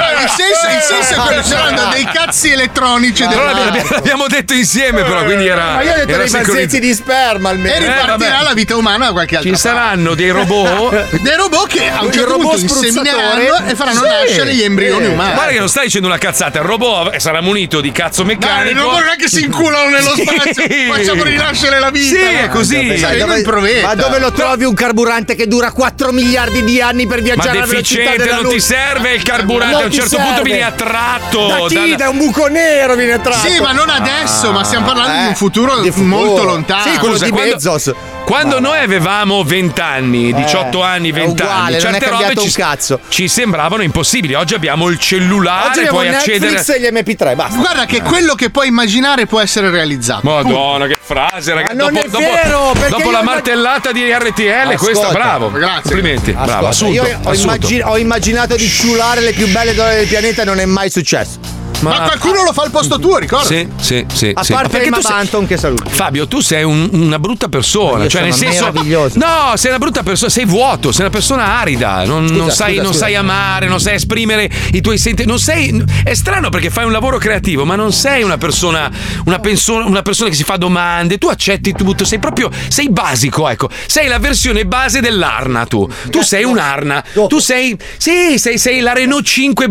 Speaker 4: Sì, bravo, bravo, bravo, il senso, il senso è quello: saranno dei cazzi elettronici. del
Speaker 2: Però l'abbiamo,
Speaker 4: mare.
Speaker 2: l'abbiamo detto insieme, però, quindi era.
Speaker 5: Ma io ho detto
Speaker 2: era
Speaker 5: dei
Speaker 2: sincronizzato.
Speaker 5: pazzetti di sperma almeno.
Speaker 4: E ripartirà la vita umana da qualche altra
Speaker 2: Ci saranno dei robot.
Speaker 4: dei robot che a un
Speaker 5: Il
Speaker 4: certo
Speaker 5: robot Eh,
Speaker 4: punto
Speaker 5: spruzzatore?
Speaker 4: insemineranno e faranno
Speaker 5: Sì.
Speaker 4: nascere gli embrioni umani.
Speaker 2: Guarda che non stai dicendo una cazzata, il robot sarà munito di cazzo
Speaker 4: Dai,
Speaker 2: meccanico.
Speaker 4: non vorrei che si inculano nello
Speaker 2: Sì.
Speaker 4: spazio, facciamo rinascere la vita.
Speaker 2: Sì, è così.
Speaker 5: Ma
Speaker 4: Saremo in
Speaker 5: dove,
Speaker 4: provetta.
Speaker 5: ma dove lo trovi un carburante che dura 4 miliardi di anni per
Speaker 2: Ma
Speaker 5: viaggiare alla velocità
Speaker 2: deficiente,
Speaker 5: della
Speaker 2: non ti
Speaker 5: luce?
Speaker 2: serve il carburante.
Speaker 5: Non
Speaker 2: a un
Speaker 5: ti
Speaker 2: certo
Speaker 5: serve.
Speaker 2: punto vieni attratto.
Speaker 5: Da chi?
Speaker 2: dalla-
Speaker 5: Da un buco nero viene attratto. Ah,
Speaker 4: Sì, ma non adesso, ma stiamo parlando di un futuro molto lontano.
Speaker 5: eh, Sì, quello
Speaker 2: Scusa,
Speaker 5: di
Speaker 2: quando-
Speaker 5: Bezos. Eh,
Speaker 2: Quando noi avevamo 20 anni, 18 anni, 20
Speaker 5: uguale,
Speaker 2: anni,
Speaker 5: non è
Speaker 2: certe robe
Speaker 5: cambiato
Speaker 2: ci,
Speaker 5: un cazzo.
Speaker 2: ci sembravano impossibili. Oggi abbiamo il cellulare,
Speaker 4: Oggi abbiamo
Speaker 2: Ah, puoi accedere.
Speaker 4: Netflix
Speaker 5: e gli MP3, basta.
Speaker 4: Guarda che quello che puoi immaginare può essere realizzato.
Speaker 2: Madonna, che frase, ragazzi.
Speaker 4: Ma non
Speaker 2: dopo,
Speaker 4: è
Speaker 2: dopo-
Speaker 4: vero, perché
Speaker 2: dopo
Speaker 4: io
Speaker 2: la
Speaker 4: immag-
Speaker 2: martellata di RTL, questa,
Speaker 5: Ascolta.
Speaker 2: bravo. Complimenti, bravo,
Speaker 5: Ascolta,
Speaker 2: assurdo.
Speaker 5: Io ho,
Speaker 2: assurdo.
Speaker 5: immagin- ho immaginato di ciulare le più belle donne del pianeta e non è mai successo.
Speaker 2: Ma- Ma qualcuno
Speaker 4: lo fa al posto tuo, ricorda?
Speaker 2: Sì, sì, sì.
Speaker 5: A
Speaker 2: sì.
Speaker 5: parte
Speaker 2: Perché
Speaker 5: Emma
Speaker 2: tu sei-
Speaker 5: Banton che saluta.
Speaker 2: Fabio, tu sei un- una brutta persona.
Speaker 5: Io
Speaker 2: cioè,
Speaker 5: sono
Speaker 2: nel senso.
Speaker 5: meraviglioso.
Speaker 2: No, sei una brutta persona, sei vuoto, sei una persona arida. Non,
Speaker 5: Scusa,
Speaker 2: non sai,
Speaker 5: scusa,
Speaker 2: non
Speaker 5: scusa.
Speaker 2: sai amare, non sai esprimere i tuoi sentimenti. Non sei. È strano perché fai un lavoro creativo, ma non sei una persona. Una, penso- una persona che si fa domande. Tu accetti tutto, sei proprio. Sei basico, ecco. Sei la versione base dell'arna, tu. Tu sei un'arna. Tu sei. Sì, sei, sei la Renault 5.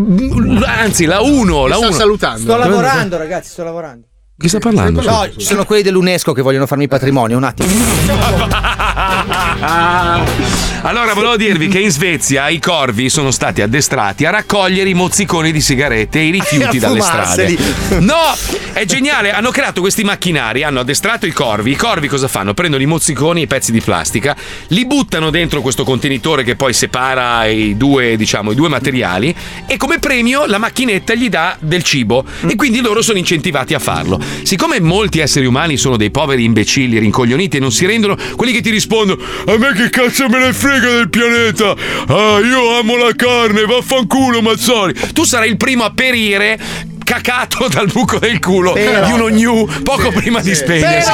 Speaker 2: Anzi, la 1. La 1.
Speaker 5: Sto lavorando, ragazzi, sto lavorando.
Speaker 2: Chi sta parlando?
Speaker 5: No, ci sono quelli dell'UNESCO che vogliono farmi patrimonio, un attimo.
Speaker 2: Ah. Allora, volevo dirvi che in Svezia i corvi sono stati addestrati a raccogliere i mozziconi di sigarette e i rifiuti
Speaker 12: E a
Speaker 2: dalle strade.
Speaker 12: fumarseli.
Speaker 2: No, è geniale. Hanno creato questi macchinari, hanno addestrato i corvi. I corvi cosa fanno? Prendono i mozziconi e i pezzi di plastica, li buttano dentro questo contenitore che poi separa i due, diciamo, i due materiali. E come premio la macchinetta gli dà del cibo. E quindi loro sono incentivati a farlo. Siccome molti esseri umani sono dei poveri imbecilli, rincoglioniti e non si rendono, quelli che ti rispondono: A me che cazzo me ne frega del pianeta? Ah, io amo la carne, vaffanculo, Mazzoli. Tu sarai il primo a perire cacato dal buco del culo
Speaker 5: Però-
Speaker 2: di uno gnu poco prima di spegnersi.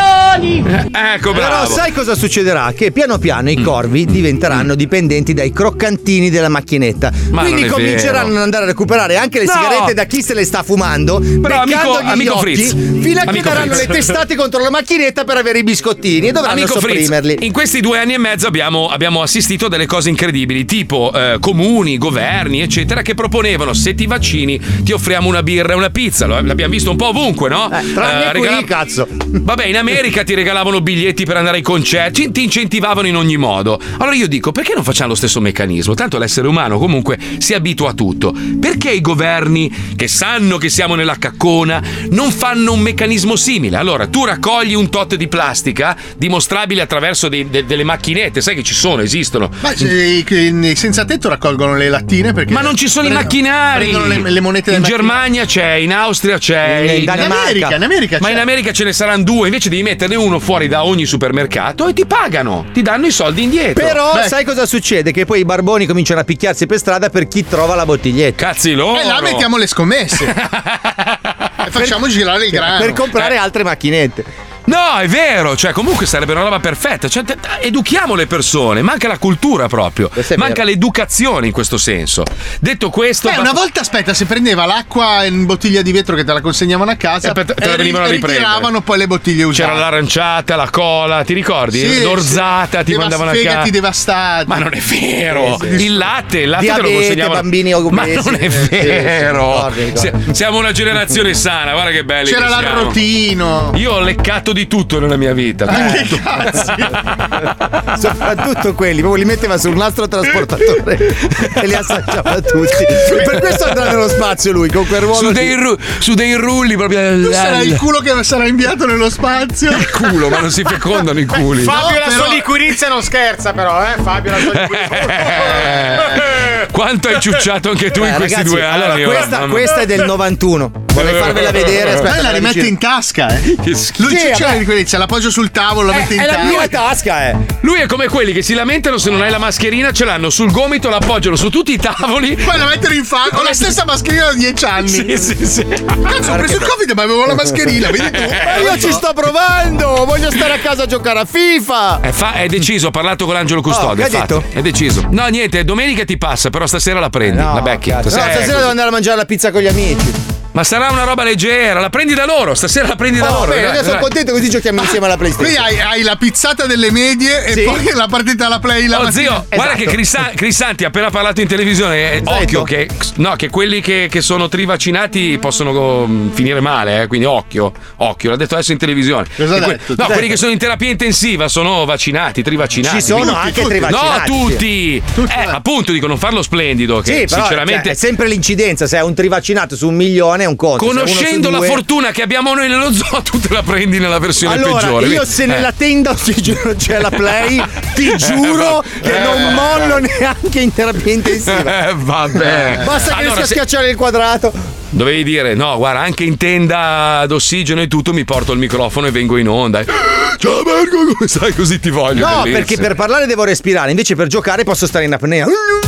Speaker 2: Eh, Ecco, bravo. Mm.
Speaker 5: Però sai cosa succederà? Che piano piano i corvi diventeranno dipendenti dai croccantini della macchinetta.
Speaker 2: Ma
Speaker 5: Quindi
Speaker 2: non è
Speaker 5: cominceranno
Speaker 2: vero.
Speaker 5: ad andare a recuperare anche le
Speaker 2: No.
Speaker 5: sigarette da chi se le sta fumando,
Speaker 2: Però,
Speaker 5: beccandogli
Speaker 2: amico-
Speaker 5: gli
Speaker 2: amico
Speaker 5: occhi,
Speaker 2: Fritz.
Speaker 5: fino a che
Speaker 2: Amico
Speaker 5: daranno
Speaker 2: Fritz.
Speaker 5: le testate contro la macchinetta per avere i biscottini e dovranno
Speaker 2: Amico Fritz,
Speaker 5: sopprimerli.
Speaker 2: in questi due anni e mezzo abbiamo, abbiamo assistito a delle cose incredibili, tipo eh, comuni, governi, eccetera, che proponevano se ti vaccini ti offriamo una birra e una pizza. Lo- L'abbiamo visto un po' ovunque, no?
Speaker 5: Eh,
Speaker 2: Eh,
Speaker 5: tranne qui,
Speaker 2: cazzo. Vabbè, in America ti regalavano biglietti per andare ai concerti, ci- ti incentivavano in ogni modo. Allora io dico, perché non facciamo lo stesso meccanismo? Tanto l'essere umano comunque si abitua a tutto. Perché i governi che sanno che siamo nella caccona non fanno un meccanismo simile? Allora, tu raccogli un tot di plastica dimostrabile attraverso dei- de- delle macchinette, sai che ci sono, esistono.
Speaker 4: Ma eh, se- i, i senza tetto raccolgono le lattine perché.
Speaker 2: Ma non ci sono i
Speaker 4: prendono-
Speaker 2: macchinari.
Speaker 4: Prendono le, le monete
Speaker 2: In
Speaker 4: del
Speaker 2: Germania c'è, in Austria c'è,
Speaker 4: In Danimarca. America, in America
Speaker 2: Ma
Speaker 4: c'è.
Speaker 2: in America ce ne saranno due, invece devi metterne uno fuori da ogni supermercato e ti pagano, ti danno i soldi indietro.
Speaker 5: Però sai cosa succede? Che poi i barboni cominciano a picchiarsi per strada per chi trova la bottiglietta.
Speaker 2: Cazzi loro!
Speaker 4: E là mettiamo le scommesse. e Eh, facciamo girare il grano.
Speaker 5: Per comprare
Speaker 2: Eh.
Speaker 5: altre macchinette.
Speaker 2: No, è vero, cioè comunque sarebbe una roba perfetta. Cioè, te- educhiamo le persone, manca la cultura proprio, manca l'educazione in questo senso. Detto questo,
Speaker 4: Beh, Eh, una volta aspetta, si prendeva l'acqua in bottiglia di vetro che te la consegnavano a casa
Speaker 2: E per- te la
Speaker 4: Eh, ri-
Speaker 2: venivano a riprendere.
Speaker 4: ritiravano poi le bottiglie usate.
Speaker 2: c'era l'aranciata, la cola, ti ricordi?
Speaker 4: Sì,
Speaker 2: L'orzata,
Speaker 4: sì.
Speaker 2: ti
Speaker 4: Devas-
Speaker 2: mandavano a
Speaker 4: Fegati
Speaker 2: casa.
Speaker 4: devastati.
Speaker 2: Ma non è vero!
Speaker 4: Sì, sì.
Speaker 2: Il latte, il latte te lo
Speaker 5: Diabete,
Speaker 2: consegnavano.
Speaker 5: bambini obesi.
Speaker 2: Ma non è
Speaker 5: Eh, sì, sì,
Speaker 2: vero!
Speaker 5: ricordi, ricordi.
Speaker 2: Si- Siamo una generazione sana, guarda che belli.
Speaker 4: C'era
Speaker 2: che siamo.
Speaker 4: l'arrotino.
Speaker 2: Io ho leccato di tutto nella mia vita.
Speaker 4: Ah,
Speaker 2: tutto.
Speaker 5: Soprattutto quelli, proprio li metteva sul nastro trasportatore e li assaggiava tutti. Per questo andrà nello spazio lui, con quel ruolo.
Speaker 2: Su dei, ru- su dei rulli proprio.
Speaker 4: Tu sarai il culo che sarà inviato nello spazio. Il
Speaker 2: culo, ma non si fecondano i culi.
Speaker 3: Fabio
Speaker 4: No,
Speaker 3: la
Speaker 4: però-
Speaker 3: sua liquirizia non scherza, però, eh? Fabio la sua
Speaker 2: Eh, Quanto hai ciucciato anche tu
Speaker 5: Beh,
Speaker 2: in questi
Speaker 5: Eh, ragazzi,
Speaker 2: due anni?
Speaker 5: allora,
Speaker 2: oh,
Speaker 5: questa,
Speaker 2: mamma.
Speaker 5: questa è del 91. Vorrei farvela vedere. Aspetta,
Speaker 4: Poi la
Speaker 5: me
Speaker 4: rimette
Speaker 5: avvicino.
Speaker 4: in tasca, eh.
Speaker 2: Che
Speaker 4: Lui
Speaker 5: Sì,
Speaker 4: c'è la
Speaker 5: vabbè.
Speaker 4: liquirizia, la poggio sul tavolo, la mette in
Speaker 5: Eh, è la
Speaker 4: tasca.
Speaker 5: mia tasca, eh.
Speaker 2: Lui è come quelli che si lamentano se non hai la mascherina, ce l'hanno sul gomito, la appoggiano su tutti i tavoli.
Speaker 4: Poi la mettono in fango, ho la stessa mascherina da 10 anni.
Speaker 2: Sì, sì, sì.
Speaker 4: Cazzo, ho preso il Covid, ma avevo la mascherina, vedi tu.
Speaker 5: Ma io ci sto provando! Voglio stare a casa a giocare a FIFA!
Speaker 2: È, Eh, fa- è deciso, ho parlato con l'angelo
Speaker 5: Oh,
Speaker 2: custode.
Speaker 5: che
Speaker 2: è
Speaker 5: ha
Speaker 2: fatto.
Speaker 5: detto? Eh,
Speaker 2: È deciso. No, niente, domenica ti passa, però stasera la prendi. la becchi.
Speaker 5: No,
Speaker 2: Stasera- ecco.
Speaker 5: stasera devo andare a mangiare la pizza con gli amici.
Speaker 2: Ma sarà una roba leggera, la prendi da loro, stasera la prendi da
Speaker 5: Oh,
Speaker 2: loro.
Speaker 5: bene,
Speaker 2: dai,
Speaker 5: io sono
Speaker 2: dai.
Speaker 5: contento così
Speaker 2: Ah.
Speaker 5: giochiamo insieme alla PlayStation.
Speaker 4: Qui hai, hai la pizzata delle medie
Speaker 5: Sì.
Speaker 4: e poi la partita alla play la
Speaker 2: Oh,
Speaker 4: mattina. Esatto.
Speaker 2: zio, guarda
Speaker 5: Esatto.
Speaker 2: che Crisa- Crisanti ha appena parlato in televisione. eh, occhio, che, no, che quelli che, che sono trivaccinati possono mm, finire male, eh, quindi occhio, occhio, l'ha detto adesso in televisione.
Speaker 4: Cosa ha
Speaker 2: E
Speaker 4: detto?
Speaker 2: no,
Speaker 4: Cosa
Speaker 2: quelli
Speaker 4: ha
Speaker 2: che sono in terapia intensiva sono vaccinati, trivaccinati.
Speaker 5: Ci sono
Speaker 2: Tutti,
Speaker 5: anche
Speaker 2: tutti.
Speaker 5: trivaccinati,
Speaker 2: No,
Speaker 5: sì.
Speaker 2: tutti. Eh, appunto, dicono non farlo splendido, che
Speaker 5: Sì, però,
Speaker 2: sinceramente
Speaker 5: cioè, è sempre l'incidenza, se è un trivaccinato su un milione è un conto. se uno su
Speaker 2: Conoscendo la
Speaker 5: due-
Speaker 2: fortuna che abbiamo noi nello zoo, tu te la prendi nella versione
Speaker 5: Allora,
Speaker 2: peggiore.
Speaker 5: io
Speaker 2: vedi?
Speaker 5: se
Speaker 2: Eh.
Speaker 5: nella tenda ti giuro c'è la play, ti giuro che non mollo neanche in terapia intensiva.
Speaker 2: Eh, vabbè.
Speaker 5: Basta che
Speaker 2: Allora,
Speaker 5: riesca a
Speaker 2: se-
Speaker 5: schiacciare il quadrato.
Speaker 2: Dovevi dire, no, guarda, anche in tenda d'ossigeno e tutto mi porto il microfono e vengo in onda. Eh. Ciao Marco, come stai? Così ti voglio.
Speaker 5: No,
Speaker 2: bellissimo.
Speaker 5: perché per parlare devo respirare, invece per giocare posso stare in apnea.
Speaker 2: Coglione.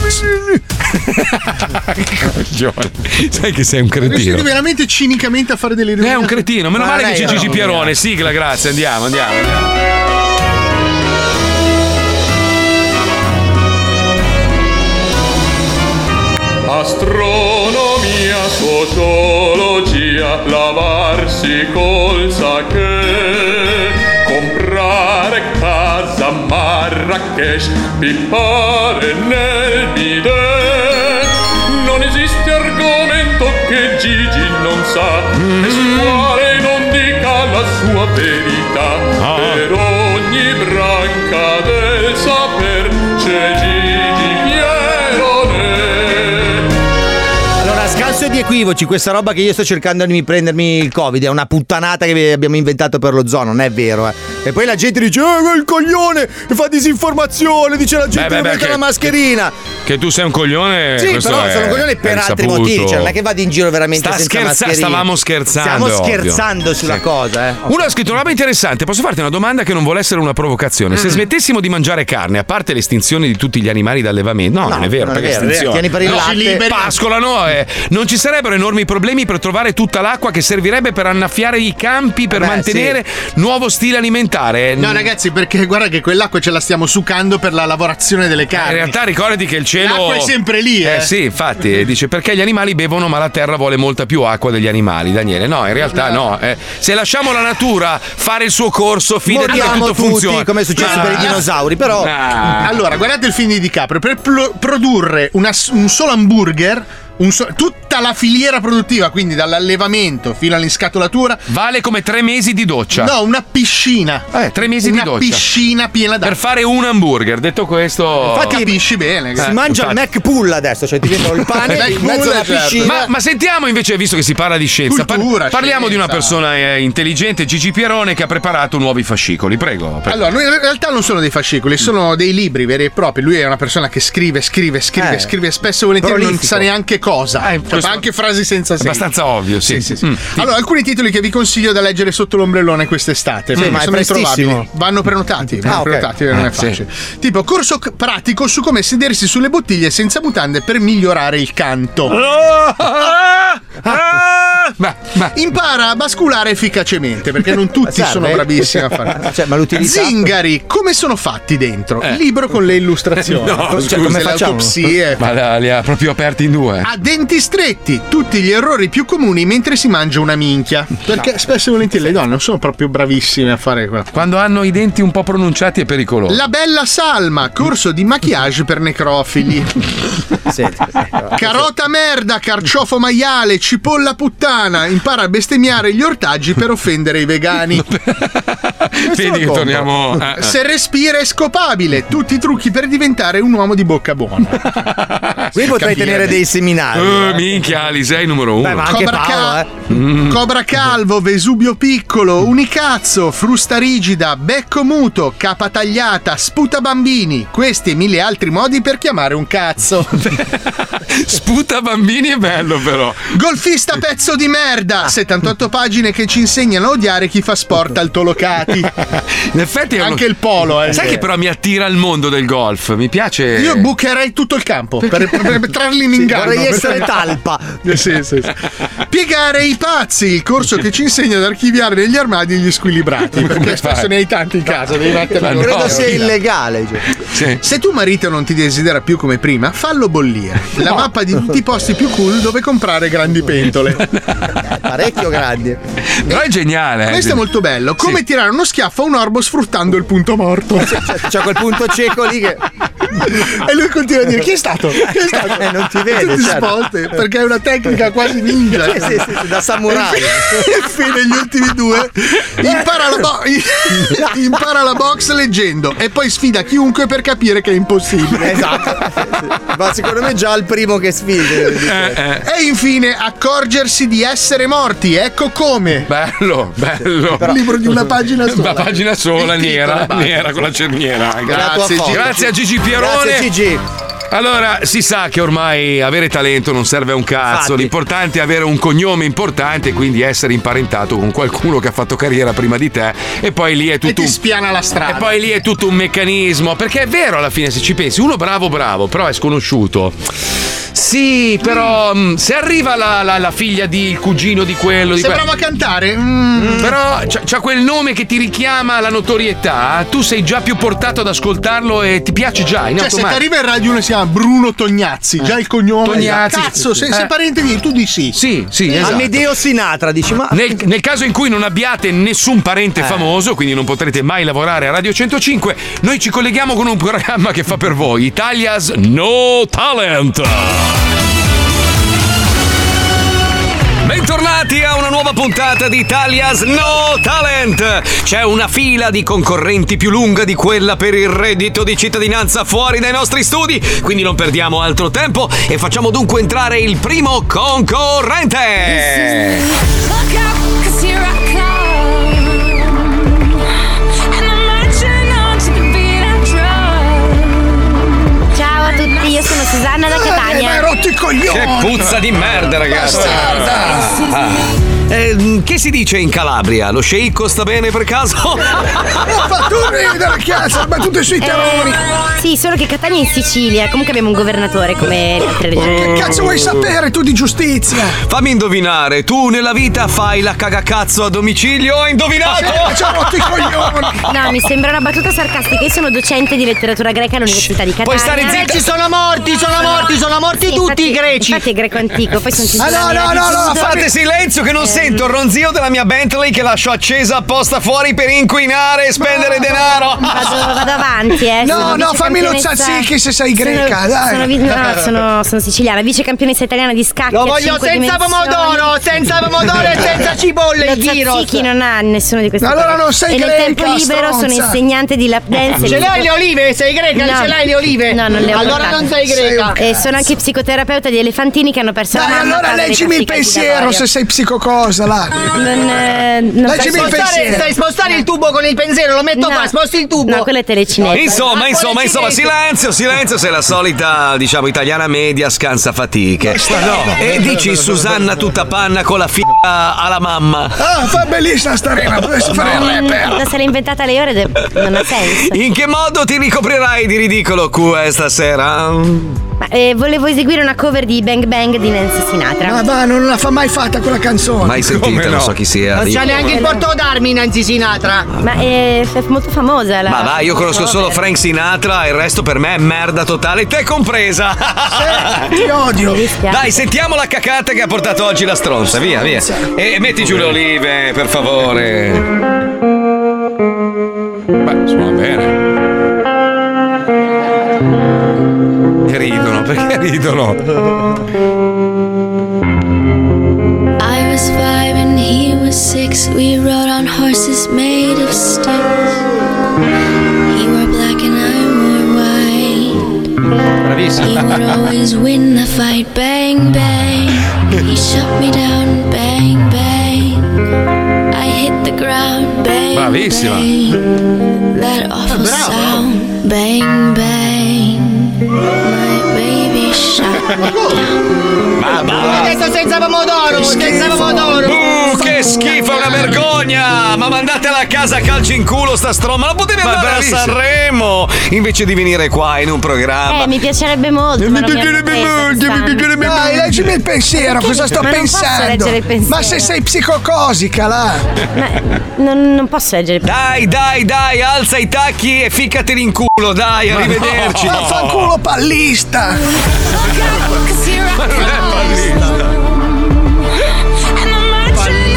Speaker 2: Sai che sei un
Speaker 4: Riuscite
Speaker 2: cretino.
Speaker 4: veramente cinicamente a fare delle ironie. È un
Speaker 2: Certo. cretino,
Speaker 4: meno
Speaker 2: Meno male che c'è Gigi Pierone, sigla, grazie, andiamo, andiamo. andiamo.
Speaker 15: Astronomia, sociologia, lavarsi col sake, comprare casa a Marrakesh, pippare nel bidet. Non esiste argomento che Gigi non sa, e su quale non dica la sua verità. Per ogni branca del saper c'è Gigi Pierone.
Speaker 5: Allora, scanso di equivoci, questa roba che io sto cercando di prendermi il Covid è una puttanata che abbiamo inventato per lo zoo, non è vero. eh. E poi la gente dice, eh, il coglione, fa disinformazione, dice la gente
Speaker 2: beh,
Speaker 5: non
Speaker 2: beh,
Speaker 5: mette
Speaker 2: che-
Speaker 5: la mascherina.
Speaker 2: Che tu sei un coglione.
Speaker 5: Sì,
Speaker 2: questo
Speaker 5: però
Speaker 2: è-
Speaker 5: sono un coglione per
Speaker 2: è
Speaker 5: altri
Speaker 2: risaputo.
Speaker 5: motivi, cioè non è che vado in giro veramente
Speaker 2: Sta
Speaker 5: senza
Speaker 2: scherza-
Speaker 5: mascherina.
Speaker 2: Stavamo scherzando. è
Speaker 5: Stiamo
Speaker 2: ovvio.
Speaker 5: scherzando sulla
Speaker 2: Sì.
Speaker 5: cosa, eh.
Speaker 2: Uno ha scritto una roba interessante. Posso farti una domanda che non vuole essere una provocazione?
Speaker 5: Mm.
Speaker 2: Se smettessimo di mangiare carne, a parte l'estinzione di tutti gli animali d'allevamento, no, non è vero,
Speaker 5: non è
Speaker 2: perché
Speaker 5: vero.
Speaker 2: estinzione.
Speaker 5: Tieni per il
Speaker 2: No,
Speaker 5: latte.
Speaker 2: ci liberi. pascolano, eh. non ci sarebbero enormi problemi per trovare tutta l'acqua che servirebbe per annaffiare i campi, per
Speaker 4: Beh,
Speaker 2: mantenere nuovo stile alimentare.
Speaker 4: No, ragazzi, perché guarda che quell'acqua ce la stiamo sucando per la lavorazione delle
Speaker 2: In
Speaker 4: carni.
Speaker 2: realtà ricordati che il cielo.
Speaker 4: L'acqua è sempre lì, eh.
Speaker 2: sì, infatti, dice perché gli animali bevono, ma la terra vuole molta più acqua degli animali, Daniele. No, in realtà no. eh. Se lasciamo la natura fare il suo corso, fidati che
Speaker 5: Moriamo
Speaker 2: tutto
Speaker 5: tutti,
Speaker 2: funziona. Ah.
Speaker 5: come è successo
Speaker 2: Ma-
Speaker 5: per i dinosauri, però-
Speaker 2: Ma-
Speaker 4: Ah. Allora, guardate il film di DiCaprio. Per pl- produrre una s- un solo hamburger, un so- tutta la filiera produttiva, quindi dall'allevamento fino all'inscatolatura.
Speaker 2: Vale come tre mesi di doccia.
Speaker 4: No, una piscina.
Speaker 2: Eh, tre mesi
Speaker 4: una
Speaker 2: di doccia.
Speaker 4: piscina piena d'acqua.
Speaker 2: Per fare un hamburger, detto questo.
Speaker 4: Infatti, capisci bene.
Speaker 5: Si
Speaker 2: Oh. Eh,
Speaker 5: mangia
Speaker 2: infatti.
Speaker 5: il Mac Pull adesso, cioè ti vendono il pane
Speaker 2: Mac
Speaker 5: in mezzo
Speaker 2: Pull,
Speaker 5: alla
Speaker 2: certo.
Speaker 5: piscina.
Speaker 2: Ma, ma sentiamo invece, visto che si parla di scienza, par-
Speaker 4: Cultura,
Speaker 2: parliamo di una
Speaker 4: scienza.
Speaker 2: persona eh, intelligente, Gigi Pierone, che ha preparato nuovi fascicoli. Prego. prego.
Speaker 4: Allora, noi in realtà non sono dei
Speaker 2: Mm.
Speaker 4: fascicoli, sono dei libri veri e propri. Lui è una persona che scrive, scrive, scrive,
Speaker 2: Eh.
Speaker 4: scrive, spesso e volentieri non
Speaker 2: Prolifico.
Speaker 4: sa neanche cosa. Cioè,
Speaker 2: questo-
Speaker 4: fa anche frasi senza senso.
Speaker 2: Abbastanza ovvio, sì. Mm. sì, sì,
Speaker 4: Allora, alcuni titoli che vi consiglio da leggere sotto l'ombrellone quest'estate,
Speaker 2: Sì,
Speaker 4: perché
Speaker 2: ma è
Speaker 4: sono
Speaker 2: prestissimo.
Speaker 4: introvabili. Vanno prenotati, vanno
Speaker 2: Ah, ok.
Speaker 4: prenotati, non
Speaker 2: Eh,
Speaker 4: è
Speaker 2: sì.
Speaker 4: facile. Tipo corso c- pratico su come sedersi sulle bottiglie senza mutande per migliorare il canto.
Speaker 2: Ah!
Speaker 4: Ah! Impara a basculare efficacemente, perché non tutti
Speaker 5: Serve?
Speaker 4: sono bravissimi a fare.
Speaker 5: Cioè, ma l'utilità-
Speaker 4: Zingari, come sono fatti dentro? Il libro con le illustrazioni.
Speaker 2: Eh. No,
Speaker 4: Cioè,
Speaker 2: scusa.
Speaker 4: come le autopsie.
Speaker 2: Ma la- li ha proprio aperti in due.
Speaker 4: A denti stretti, tutti gli errori più comuni mentre si mangia una minchia. Perché spesso e volentieri le donne non sono proprio bravissime a fare quello.
Speaker 2: Quando hanno i denti un po' pronunciati è pericoloso.
Speaker 4: La bella salma, corso di maquillage per necrofili. Carota merda, carciofo maiale, cipolla puttana. Impara a bestemmiare gli ortaggi per offendere i vegani.
Speaker 2: Vedi che torniamo. ah, ah.
Speaker 4: Se respira è scopabile. Tutti i trucchi per diventare un uomo di bocca buona.
Speaker 2: Ah,
Speaker 5: Qui potrei
Speaker 4: capire.
Speaker 5: tenere dei seminari.
Speaker 2: Eh, minchia, Ali, sei numero uno.
Speaker 5: Beh, ma anche
Speaker 4: Cobra, Ca-
Speaker 5: Paolo, eh.
Speaker 2: Mm.
Speaker 4: Cobra Calvo, Vesubio Piccolo, Unicazzo, Frusta Rigida, Becco Muto, Capa Tagliata, Sputa Bambini. Questi e mille altri modi per chiamare un cazzo.
Speaker 2: Sputa bambini è bello, però.
Speaker 4: Golfista pezzo di merda! 78 pagine che ci insegnano a odiare chi fa sport al Tolocati.
Speaker 2: In effetti è uno-
Speaker 4: Anche il polo, eh.
Speaker 2: Sai che però mi attira il mondo del golf? Mi piace.
Speaker 4: Io bucherei tutto il campo per, per, per trarli in
Speaker 2: Sì,
Speaker 4: inganno.
Speaker 2: vorrei
Speaker 4: per-
Speaker 2: essere talpa.
Speaker 4: Eh, sì, sì, sì. Piegare i pazzi, il corso che ci insegna ad archiviare negli armadi gli squilibrati.
Speaker 5: Come
Speaker 4: Perché spesso
Speaker 5: fai?
Speaker 4: ne hai tanti in casa. devi mettere
Speaker 5: Ma
Speaker 4: una
Speaker 5: no. Credo
Speaker 4: cosa.
Speaker 5: sia illegale. cioè.
Speaker 4: Se tu marito non ti desidera più come prima, fallo bollire. La mappa di tutti i posti più cool dove comprare grandi pentole.
Speaker 5: Parecchio grandi.
Speaker 2: Però è geniale. eh.
Speaker 4: Questo è molto bello. Come tirare uno schiaffo a un orbo sfruttando il punto morto.
Speaker 5: C'è quel punto cieco lì che.
Speaker 4: e lui continua a dire chi è stato? Chi è stato?
Speaker 5: Eh, non ti vede,
Speaker 4: Tutti
Speaker 5: certo.
Speaker 4: sposti, perché è una tecnica quasi ninja.
Speaker 5: Sì, sì, sì, sì, da samurai.
Speaker 4: E fine gli ultimi due impara la, bo- impara la box leggendo e poi sfida chiunque per capire che è impossibile.
Speaker 5: Esatto. Ma secondo me è già il primo che sfida.
Speaker 2: Eh,
Speaker 4: E infine accorgersi di essere morti, ecco come.
Speaker 2: Bello, bello.
Speaker 4: Un libro di una pagina sola.
Speaker 2: Una pagina sola, nera, nera con la cerniera. anche.
Speaker 4: Grazie, Gigi.
Speaker 2: Grazie a Gigi Pierone.
Speaker 5: Grazie, Gigi.
Speaker 2: Allora, si sa che ormai avere talento non serve a un cazzo.
Speaker 5: Infatti.
Speaker 2: L'importante è avere un cognome importante, quindi essere imparentato con qualcuno che ha fatto carriera prima di te. E poi lì è
Speaker 4: E
Speaker 2: tutto
Speaker 4: ti
Speaker 2: un.
Speaker 4: spiana la strada.
Speaker 2: E poi lì è tutto un meccanismo. Perché è vero alla fine, se ci pensi, uno bravo, bravo, però è sconosciuto. Sì, però mh, se arriva la, la- la figlia di, il cugino di quello, di
Speaker 4: Sei
Speaker 2: quello.
Speaker 4: bravo a cantare? mm,
Speaker 16: Mm.
Speaker 2: Però c'ha, c'ha quel nome che ti richiama la notorietà, tu sei già più portato ad ascoltarlo e ti piace già in
Speaker 4: Cioè, se ti
Speaker 2: automatico.
Speaker 4: arriva in radio uno si chiama Bruno Tognazzi, già il cognome.
Speaker 2: Tognazzi.
Speaker 4: Cazzo, sei,
Speaker 2: Eh.
Speaker 4: sei parente di tu di sì.
Speaker 2: Sì, sì, esatto.
Speaker 5: Amedeo Sinatra, dici ma.
Speaker 2: Nel, nel caso in cui non abbiate nessun
Speaker 16: Eh.
Speaker 2: parente famoso, quindi non potrete mai lavorare a Radio 105, noi ci colleghiamo con un programma che fa per voi, Italia's No Talent. Bentornati a una nuova puntata di Italia's No Talent! C'è una fila di concorrenti più lunga di quella per il reddito di cittadinanza fuori dai nostri studi, quindi non perdiamo altro tempo e facciamo dunque entrare il primo concorrente!
Speaker 10: Ciao a tutti, io sono Susanna da
Speaker 14: Eh,
Speaker 10: Catania.
Speaker 2: Che puzza di merda, ragazzi!
Speaker 10: Bastarda!
Speaker 2: Ah. Eh, che si dice in Calabria? Lo sceicco sta bene per caso?
Speaker 10: Ho
Speaker 12: fatto ridere,
Speaker 10: chiazza, battute sui terrori! Eh, sì, solo che Catania è in Sicilia, comunque abbiamo un governatore come le
Speaker 14: Oh,
Speaker 10: altre regioni.
Speaker 12: Che cazzo vuoi sapere
Speaker 4: tu di giustizia?
Speaker 2: Fammi indovinare, tu nella vita fai la cagacazzo a domicilio? Ho indovinato!
Speaker 10: No, mi sembra una battuta sarcastica. Io sono docente di letteratura greca all'Università di Catania.
Speaker 14: Puoi stare zitta. Greci sono morti, sono morti, sono morti
Speaker 10: Sì,
Speaker 14: tutti
Speaker 10: infatti-
Speaker 14: i greci.
Speaker 10: Infatti è greco antico, poi sono Eh.
Speaker 14: Ah, no, no, no, no, fate
Speaker 2: silenzio che non
Speaker 10: sento
Speaker 2: il ronzio della mia Bentley che lascio accesa apposta fuori per inquinare e spendere denaro.
Speaker 10: Vado, vado avanzi, eh.
Speaker 12: No,
Speaker 10: sono
Speaker 12: no,
Speaker 10: vice
Speaker 12: fammi lo
Speaker 10: campionessa-
Speaker 12: tzatziki se sei
Speaker 10: Sono-
Speaker 12: greca, dai.
Speaker 10: Sono, vi-
Speaker 16: Eh.
Speaker 10: no, sono, sono siciliana, vice campionessa italiana di scacchi.
Speaker 14: Lo
Speaker 10: a
Speaker 14: voglio
Speaker 10: cinque
Speaker 14: senza
Speaker 10: dimensioni.
Speaker 14: pomodoro, senza pomodoro e senza cipolle,
Speaker 10: Lo
Speaker 14: il gyros.
Speaker 10: tzatziki non ha nessuno di queste
Speaker 14: Allora
Speaker 10: cose.
Speaker 14: non sei
Speaker 10: E nel
Speaker 14: greca,
Speaker 10: tempo libero
Speaker 14: stronza.
Speaker 10: sono insegnante di lap dance.
Speaker 14: Ce
Speaker 10: e
Speaker 14: le hai
Speaker 10: musica-
Speaker 14: le olive? Sei greca?
Speaker 10: No.
Speaker 14: Ce l'hai le olive?
Speaker 10: No, non le ho
Speaker 14: Allora
Speaker 10: portate.
Speaker 14: non sei greca.
Speaker 10: E sono anche psicoterapeuta di elefantini che hanno perso la
Speaker 12: Dai,
Speaker 10: mamma. a
Speaker 12: allora
Speaker 10: causa dei
Speaker 12: leggimi il
Speaker 10: trafficanti
Speaker 12: pensiero
Speaker 10: d'avorio.
Speaker 12: se sei psicocosa, là.
Speaker 10: Non, eh, non
Speaker 12: Leggimi
Speaker 10: penso-
Speaker 12: il pensiero.
Speaker 14: Stai spostare il tubo con il pensiero, lo metto
Speaker 10: No.
Speaker 14: qua, sposti il tubo.
Speaker 10: No, quello è
Speaker 14: Ah,
Speaker 10: telecinese.
Speaker 16: Insomma, insomma,
Speaker 14: quale
Speaker 16: insomma,
Speaker 14: cinese?
Speaker 16: silenzio, silenzio, sei la solita, diciamo, italiana media scansa fatiche.
Speaker 12: no.
Speaker 10: Eh.
Speaker 16: E dici Susanna tutta panna con la figlia alla mamma.
Speaker 12: Ah, fa bellissima sta rima, potresti fare il rapper.
Speaker 10: Non se l'ha inventata lei ora ed è- non ha senso.
Speaker 16: In che modo ti ricoprirai di ridicolo eh, questa sera?
Speaker 10: Ma, eh, volevo eseguire una cover di Bang Bang di Nancy Sinatra.
Speaker 12: Ma va, non la fa mai fatta quella canzone.
Speaker 16: Mai sentita, non so chi sia.
Speaker 14: Non c'ha
Speaker 16: Io-
Speaker 14: neanche il porto d'armi, Nancy Sinatra.
Speaker 10: Ma eh, è, è molto famosa la.
Speaker 16: Ma va, io conosco solo Frank Sinatra, il resto per me è merda totale, te compresa.
Speaker 12: Ti odio.
Speaker 16: Dai, sentiamo la cacata che ha portato oggi la stronza, via, via. E metti giù le olive, per favore.
Speaker 2: Beh, suona bene. Che ridono, perché ridono?
Speaker 17: I was five and he was six. We rode on horses made of sticks. He wore black and I wore white. He would always win the fight. Bang, bang. He shut me down. Bang, bang. I hit the ground. Bang.
Speaker 2: Bravissima.
Speaker 17: bang. That awful sound. Bang, bang. My baby shot me down.
Speaker 16: Ma
Speaker 14: Ho detto senza pomodoro, senza pomodoro.
Speaker 16: Uh, che schifo, è una vergogna! Ma mandatela a casa a calci in culo sta stroma, la potevi
Speaker 2: Ma
Speaker 16: andare a
Speaker 2: bravissima.
Speaker 16: Sanremo invece di venire qua in un programma.
Speaker 10: Eh, mi piacerebbe molto. Ma non mi hanno preso quest'anno.
Speaker 12: Dai, leggimi il pensiero, cosa sto
Speaker 10: Ma non posso
Speaker 12: pensando?
Speaker 10: leggere il pensiero.
Speaker 12: Ma se sei psicocosica, là.
Speaker 10: Non, non posso leggere.
Speaker 16: Dai, dai, dai, alza i tacchi e ficcateli in culo, dai,
Speaker 12: Ma no.
Speaker 16: arrivederci.
Speaker 12: Vaffanculo pallista.
Speaker 16: Ma non è pallista.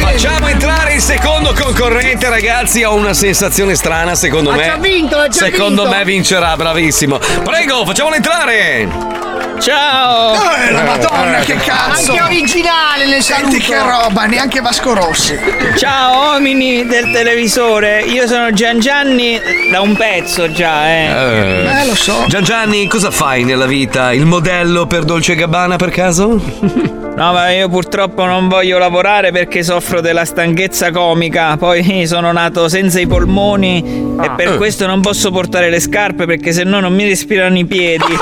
Speaker 16: Facciamo entrare il secondo concorrente, ragazzi. Ho una sensazione strana, secondo
Speaker 12: Ha
Speaker 16: me.
Speaker 12: già vinto, ha già
Speaker 16: Secondo
Speaker 12: vinto.
Speaker 16: me vincerà, bravissimo. Prego, facciamolo entrare.
Speaker 12: Oh.
Speaker 16: Ciao.
Speaker 18: Eh, la Madonna, che cazzo!
Speaker 19: Anche originale nel
Speaker 18: Senti
Speaker 19: saluto.
Speaker 18: che roba, neanche Vasco Rossi.
Speaker 19: Ciao omini del televisore, io sono Gian Gianni da un pezzo già, eh.
Speaker 16: Eh,
Speaker 18: lo so.
Speaker 16: Gian Gianni, cosa fai nella vita? Il modello per Dolce Gabbana per caso?
Speaker 19: No, ma io purtroppo non voglio lavorare perché soffro della stanchezza comica. Poi sono nato senza i polmoni e per
Speaker 16: eh.
Speaker 19: questo non posso portare le scarpe perché sennò non mi respirano i piedi.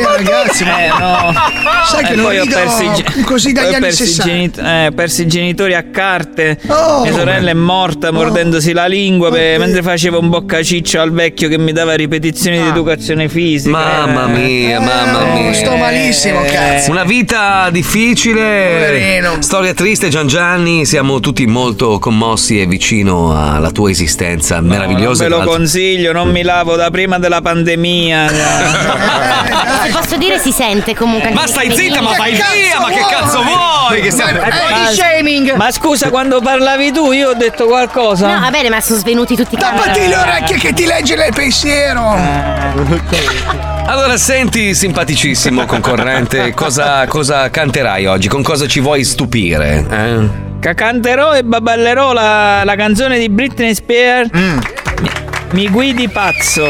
Speaker 18: Ma ragazzi, ma
Speaker 19: Eh, no.
Speaker 18: Sai
Speaker 2: Eh,
Speaker 18: che
Speaker 19: E
Speaker 18: non
Speaker 19: poi ho
Speaker 18: rido
Speaker 19: perso i ge-
Speaker 18: così dagli
Speaker 19: poi ho
Speaker 18: anni
Speaker 19: perso i
Speaker 18: 60.
Speaker 19: genit- eh, ho perso i genitori a carte.
Speaker 18: Oh.
Speaker 19: Mia sorella è morta mordendosi la lingua per- mentre facevo un boccaciccio al vecchio che mi dava ripetizioni
Speaker 18: Ah.
Speaker 19: di educazione fisica. Eh.
Speaker 16: Mamma mia, mamma
Speaker 12: Eh.
Speaker 16: mia.
Speaker 18: Eh, sto malissimo, cazzo.
Speaker 16: Una vita difficile.
Speaker 18: Poverino.
Speaker 16: Storia triste, Gian Gianni. Siamo tutti molto commossi e vicino alla tua esistenza meravigliosa.
Speaker 19: Ve
Speaker 16: tra
Speaker 19: lo
Speaker 16: l'altro.
Speaker 19: consiglio, non mi lavo da prima della pandemia.
Speaker 10: Se posso dire si sente comunque. anche
Speaker 19: Ma
Speaker 10: nei
Speaker 19: stai
Speaker 10: capelli.
Speaker 19: zitta, ma Che vai cazzo via, ma che vuoi? cazzo vuoi che stiamo- È body
Speaker 10: shaming!
Speaker 19: Ma scusa, quando parlavi tu io ho detto qualcosa?
Speaker 10: No, va bene, ma sono svenuti tutti i
Speaker 18: Tappati le orecchie che ti legge il pensiero.
Speaker 10: Ah,
Speaker 16: Allora, senti, simpaticissimo concorrente, cosa, cosa canterai oggi? Con cosa ci vuoi stupire? eh?
Speaker 19: Che canterò e baballerò la, la canzone di Britney Spears.
Speaker 18: Mm.
Speaker 19: Mi, mi guidi pazzo.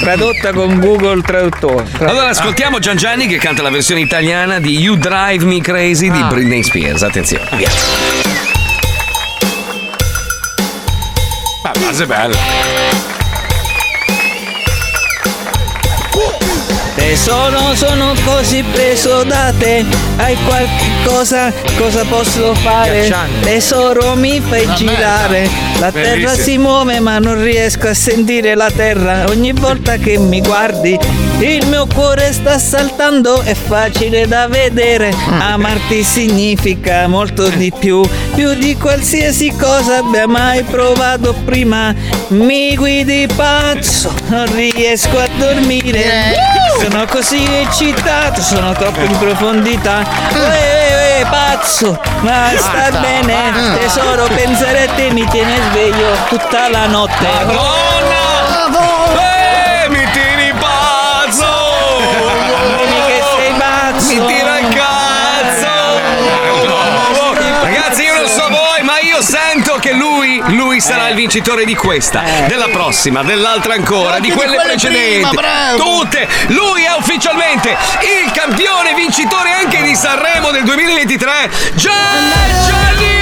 Speaker 19: Tradotta con Google Traduttore.
Speaker 16: Mm. Allora, ascoltiamo Gian Gianni che canta la versione italiana di You Drive Me Crazy di Britney Spears. Attenzione, via.
Speaker 2: La base è bella.
Speaker 19: Tesoro, sono così preso da te. Hai qualche cosa, cosa posso fare?
Speaker 12: Ghiacciante.
Speaker 19: Tesoro, mi fai
Speaker 12: Una
Speaker 19: girare. La
Speaker 12: Bellissimo.
Speaker 19: terra si muove, ma non riesco a sentire la terra. Ogni volta che mi guardi, il mio cuore sta saltando. È facile da vedere.
Speaker 12: Ah,
Speaker 19: Amarti significa molto di più, più di qualsiasi cosa abbia mai provato prima. Mi guidi pazzo, non riesco a dormire. Sono così eccitato, sono troppo in profondità. Uè, uè, uè, pazzo, ma sta
Speaker 12: Ah. Basta,
Speaker 19: bene,
Speaker 12: basta.
Speaker 19: tesoro, pensare a te mi tiene sveglio tutta la notte.
Speaker 16: Eh, mi tiri pazzo!
Speaker 12: Dimmi
Speaker 19: che sei pazzo!
Speaker 16: Mi tira il cazzo! Ragazzi, io non so voi, ma io sento che lui, lui sarà il vincitore di questa, della prossima, dell'altra ancora, di
Speaker 12: di
Speaker 16: quelle,
Speaker 12: quelle prima,
Speaker 16: precedenti.
Speaker 12: bravo.
Speaker 16: tutte! Lui è ufficialmente il campione vincitore anche di Sanremo del 2023, Gianni!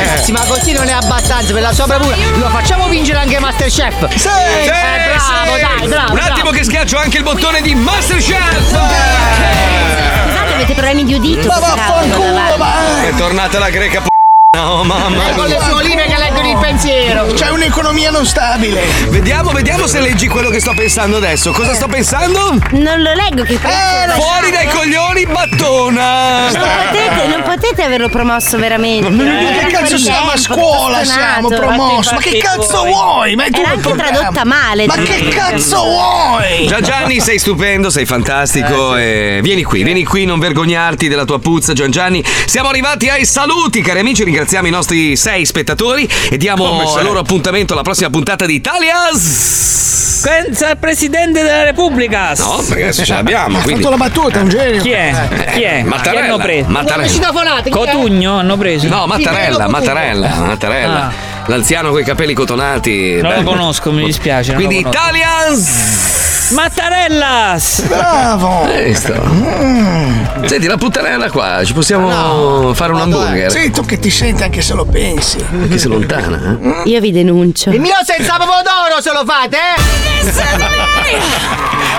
Speaker 12: Ragazzi,
Speaker 14: ma così non è abbastanza per la sua bravura. Lo facciamo vincere anche Masterchef. Sì,
Speaker 16: Sì,
Speaker 14: Eh, bravo,
Speaker 16: sì.
Speaker 14: dai, bravo.
Speaker 16: Un attimo che schiaccio anche il bottone di Masterchef!
Speaker 10: Scusate, avete problemi di udito?
Speaker 12: Ma
Speaker 10: per caso,
Speaker 12: vaffanculo,
Speaker 10: davanti?
Speaker 16: È tornata la greca p***a, oh
Speaker 19: Eh,
Speaker 16: mamma.
Speaker 14: Con le sue olive che leggono il pensiero.
Speaker 18: C'è un'economia non stabile.
Speaker 16: Vediamo, vediamo se leggi quello che sto pensando adesso. Cosa sto pensando?
Speaker 10: Non lo leggo che eh,
Speaker 16: Fuori dai coglioni, battona!
Speaker 10: Non
Speaker 18: Eh.
Speaker 10: potete, non potete averlo promosso veramente. Eh,
Speaker 16: Ma
Speaker 18: Ma che cazzo siamo a scuola? Siamo promosso. Ma che cazzo vuoi? Ma è tu
Speaker 10: Era
Speaker 18: il
Speaker 10: anche
Speaker 18: problema.
Speaker 10: tradotta male.
Speaker 18: Ma che cazzo vuoi?
Speaker 16: Gian Gianni sei stupendo, sei
Speaker 19: Eh,
Speaker 16: fantastico. e vieni qui, vieni qui, non vergognarti della tua puzza, Gian Gianni. Siamo arrivati ai saluti, cari amici. Ringraziamo i nostri sei spettatori e
Speaker 19: Come
Speaker 16: diamo
Speaker 19: sei?
Speaker 16: loro appuntamento alla prossima puntata di Italias.
Speaker 19: Senza il Presidente della Repubblica!
Speaker 16: No, perché adesso ce l'abbiamo, Ha quindi- fatto
Speaker 18: la battuta, un genio.
Speaker 19: Chi è? Chi è?
Speaker 16: Mattarella,
Speaker 19: Chi hanno preso?
Speaker 16: Mattarella. Una citofonata, chi è?
Speaker 19: Cotugno hanno preso?
Speaker 16: No, Oh, Mattarella, Mattarella, Mattarella. L'anziano con i capelli cotonati.
Speaker 19: Non
Speaker 16: Beh,
Speaker 19: lo conosco, mi dispiace. non lo
Speaker 16: Quindi
Speaker 19: conosco.
Speaker 16: Italians!
Speaker 19: Mattarellas!
Speaker 18: Bravo!
Speaker 16: Senti, la puttanella qua, ci
Speaker 18: Ah,
Speaker 16: possiamo fare un hamburger?
Speaker 18: Sei tu che ti senti anche se lo pensi.
Speaker 16: Che sei lontana, eh?
Speaker 10: Io vi denuncio.
Speaker 19: Il
Speaker 14: mio senza pomodoro se lo fate, eh?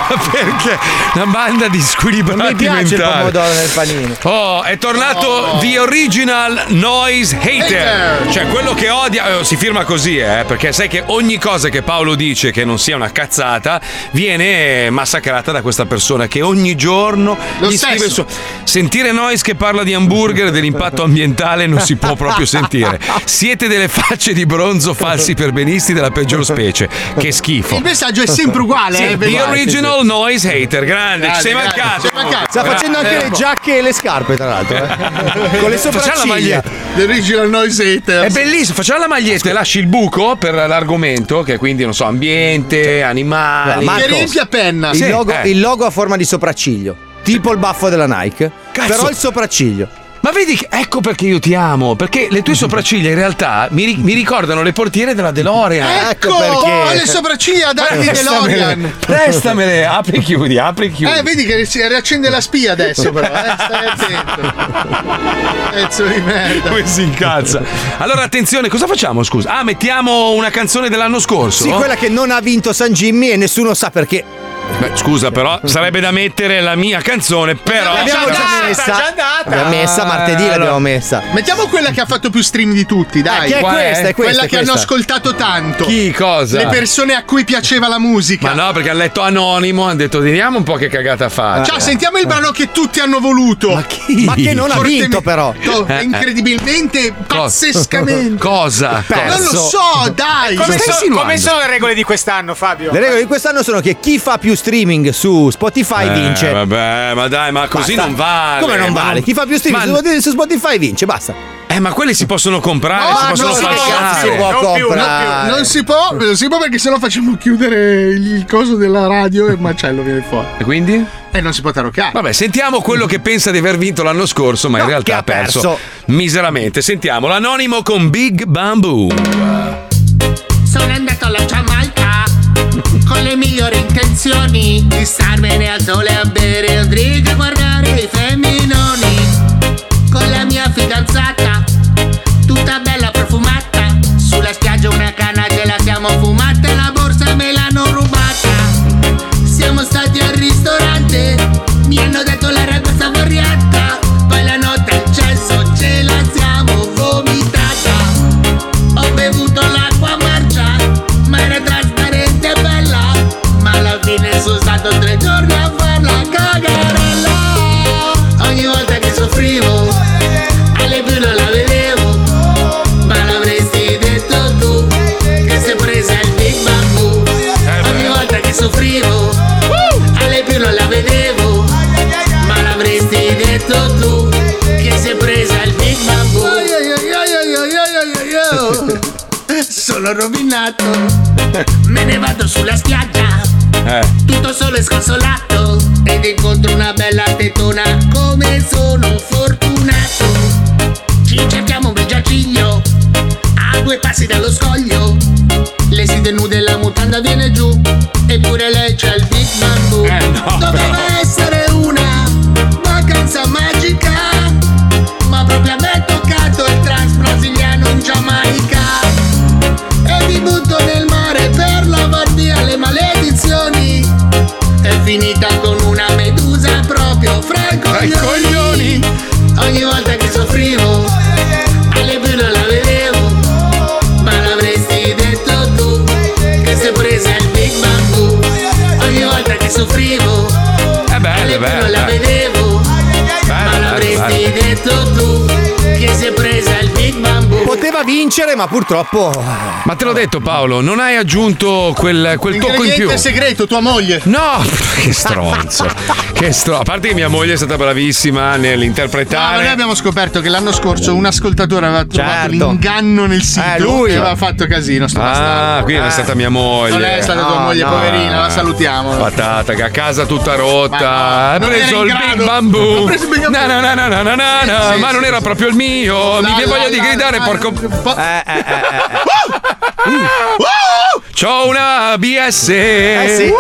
Speaker 2: Perché? Una banda di squilibrati
Speaker 5: Mi piace il
Speaker 2: mentali.
Speaker 5: pomodoro nel panino.
Speaker 2: Oh, è tornato The Original Noise Hater.
Speaker 5: Hater.
Speaker 2: Cioè, quello che odia. eh, si firma così, eh. Perché sai che ogni cosa che Paolo dice che non sia una cazzata viene massacrata da questa persona che ogni giorno
Speaker 4: Lo
Speaker 2: gli scrive
Speaker 4: stesso.
Speaker 2: su- Sentire Noise che parla di hamburger e dell'impatto ambientale non si può proprio sentire. Siete delle facce di bronzo falsi perbenisti della peggior specie. Che schifo.
Speaker 4: Il messaggio è sempre uguale,
Speaker 2: Sì,
Speaker 4: eh,
Speaker 2: The
Speaker 4: uguale, sì,
Speaker 2: Original Little Noise Hater, grande, ci sei
Speaker 5: Grande, grande,
Speaker 2: mancato. Eh,
Speaker 5: ci sei mancato. Sta facendo anche le giacche e le scarpe, tra l'altro. eh. Con le
Speaker 2: Facciamo la
Speaker 5: sopracciglia.
Speaker 2: maglietta. È bellissimo, facciamo la maglietta e lasci il buco per l'argomento, che quindi, non so, ambiente, animali.
Speaker 5: Marco, Il,
Speaker 2: Sì,
Speaker 5: logo,
Speaker 2: eh.
Speaker 5: il logo a forma di sopracciglio, tipo il baffo della Nike,
Speaker 2: Cazzo.
Speaker 5: però il sopracciglio.
Speaker 2: Ma vedi, che- ecco perché io ti amo, perché le tue sopracciglia in realtà mi, ri- mi ricordano le portiere della DeLorean.
Speaker 4: Ecco, ho le sopracciglia ad Harvey
Speaker 2: Prestamele,
Speaker 4: DeLorean.
Speaker 2: Prestamele, apri e chiudi, apri e chiudi.
Speaker 4: Eh, vedi che si riaccende la spia adesso, però. Eh, stai attento. Pezzo di merda.
Speaker 2: Come si incazza? Allora, attenzione, cosa facciamo? Scusa. Ah, mettiamo una canzone dell'anno scorso.
Speaker 5: Sì, quella che non ha vinto San Jimmy e nessuno sa perché.
Speaker 2: Beh, scusa, però, sarebbe da mettere la mia canzone, però.
Speaker 5: L'abbiamo già
Speaker 2: Però-
Speaker 5: messa. L'abbiamo messa martedì,
Speaker 2: Eh,
Speaker 5: l'abbiamo
Speaker 2: allora.
Speaker 5: messa.
Speaker 4: Mettiamo quella che ha fatto più stream di tutti, dai.
Speaker 5: Eh, che è
Speaker 4: Qual
Speaker 5: questa, è questa,
Speaker 4: Quella
Speaker 5: è
Speaker 4: che hanno
Speaker 5: questa.
Speaker 4: ascoltato tanto.
Speaker 2: Chi, cosa?
Speaker 4: Le persone a cui piaceva la musica.
Speaker 2: Ma no, perché ha letto anonimo, hanno detto vediamo un po' che cagata fa.
Speaker 5: Cioè,
Speaker 4: Ciao, sentiamo
Speaker 5: eh.
Speaker 4: il brano che tutti hanno voluto. Ma
Speaker 5: chi?
Speaker 2: Eh. Ma che non ha vinto, però. Eh, eh.
Speaker 4: Incredibilmente, pazzescamente.
Speaker 2: Cosa?
Speaker 4: Non lo so, dai.
Speaker 3: Come, so-
Speaker 5: insinuando?
Speaker 3: come sono le regole di quest'anno, Fabio?
Speaker 5: Le regole di quest'anno sono che chi fa più streaming su Spotify
Speaker 2: Eh,
Speaker 5: vince.
Speaker 2: Vabbè, ma dai, ma così
Speaker 5: Basta.
Speaker 2: non vale.
Speaker 5: Come non
Speaker 2: ma
Speaker 5: vale? Chi fa più streaming
Speaker 2: Ma-
Speaker 5: su- su Spotify vince, basta.
Speaker 2: Eh, ma quelli si possono comprare, si possono falsare.
Speaker 4: non, si può, non si può perché sennò facciamo chiudere il coso della radio e il macello viene fuori.
Speaker 2: E quindi?
Speaker 4: E non si può taroccare.
Speaker 2: Vabbè, sentiamo quello che pensa di aver vinto l'anno scorso, ma in realtà ha perso.
Speaker 4: perso.
Speaker 2: miseramente. Sentiamo l'anonimo con Big Bamboo.
Speaker 20: Sono andato alla Giamaica con le migliori intenzioni di starmene al sole a bere un drink e guardare i femminoni. Con la mia fidanzata, tutta bella profumata, sulla spiaggia una canna ce la siamo fumata e la borsa me l'hanno rubata. Siamo stati al ristorante, mi hanno detto la ragazza variata, poi la notte al cesso ce la siamo vomitata. Ho bevuto l'acqua marcia, ma era trasparente e bella. Ma alla fine sono stato tre giorni a farla cagarella. Ogni volta che soffrivo, alle più non la vedevo. Ma l'avresti detto tu, che sei presa il Big Bamboo. Ogni volta che soffrivo, alle più non la vedevo. Ma l'avresti detto tu, che sei presa il Big Bamboo.
Speaker 4: Ai, ai, ai, ai, ai, ai, ai,
Speaker 20: ai. Sono rovinato. Me ne vado sulla spiaggia,
Speaker 2: Eh.
Speaker 20: tutto solo e sconsolato. Ed incontro una bella tetona, come sono fortunato. Ci cerchiamo un bel giaciglio, a due passi dallo scoglio. Lei si denude e la mutanda viene giù, eppure lei c'ha il Big Bamboo. Doveva essere una vacanza magica ma proprio a me è toccato il trans brasiliano in Giamaica e mi butto nel mare per lavar via le maledizioni è finita con una medusa proprio fra i coglioni ogni volta che soffrivo alle più non la vedevo ma l'avresti detto tu che sei presa il Big Bamboo ogni volta che soffrivo alle
Speaker 2: Eh,
Speaker 20: più non la
Speaker 2: bello.
Speaker 20: vedevo ma l'avresti
Speaker 5: bello.
Speaker 20: detto tu che sei presa il Big Bamboo
Speaker 5: Poteva vincere, ma purtroppo. eh,
Speaker 2: Ma te l'ho detto Paolo, non hai aggiunto quel, quel tocco in più.
Speaker 4: Ingrediente segreto, tua moglie. Ah,
Speaker 2: No, che stronzo. che stronzo. A parte che mia moglie è stata bravissima
Speaker 4: Ma noi
Speaker 2: nell'interpretare.
Speaker 4: abbiamo scoperto che l'anno scorso un ascoltatore aveva trovato
Speaker 2: Certo.
Speaker 4: l'inganno nel sito
Speaker 2: lui.
Speaker 4: e aveva fatto casino. Sto
Speaker 2: Ah, qui non è stata mia moglie.
Speaker 4: Eh. Non è stata tua moglie, poverina, la salutiamo.
Speaker 2: Patata, che a casa tutta rotta. Ha
Speaker 4: non
Speaker 2: preso
Speaker 4: era in
Speaker 2: il
Speaker 4: grado.
Speaker 2: Big Bamboo.
Speaker 4: Ha preso il Big Bamboo.
Speaker 2: Na, na, na, na, na, na, na, na,
Speaker 4: Sì,
Speaker 2: ma
Speaker 4: sì,
Speaker 2: non
Speaker 4: sì,
Speaker 2: era
Speaker 4: sì.
Speaker 2: proprio il mio.
Speaker 4: La,
Speaker 2: Mi viene
Speaker 4: la,
Speaker 2: voglia di
Speaker 4: la,
Speaker 2: gridare,
Speaker 4: la,
Speaker 2: porco.
Speaker 4: Eh,
Speaker 2: eh, C'ho una BS.
Speaker 5: Eh sì.
Speaker 2: Che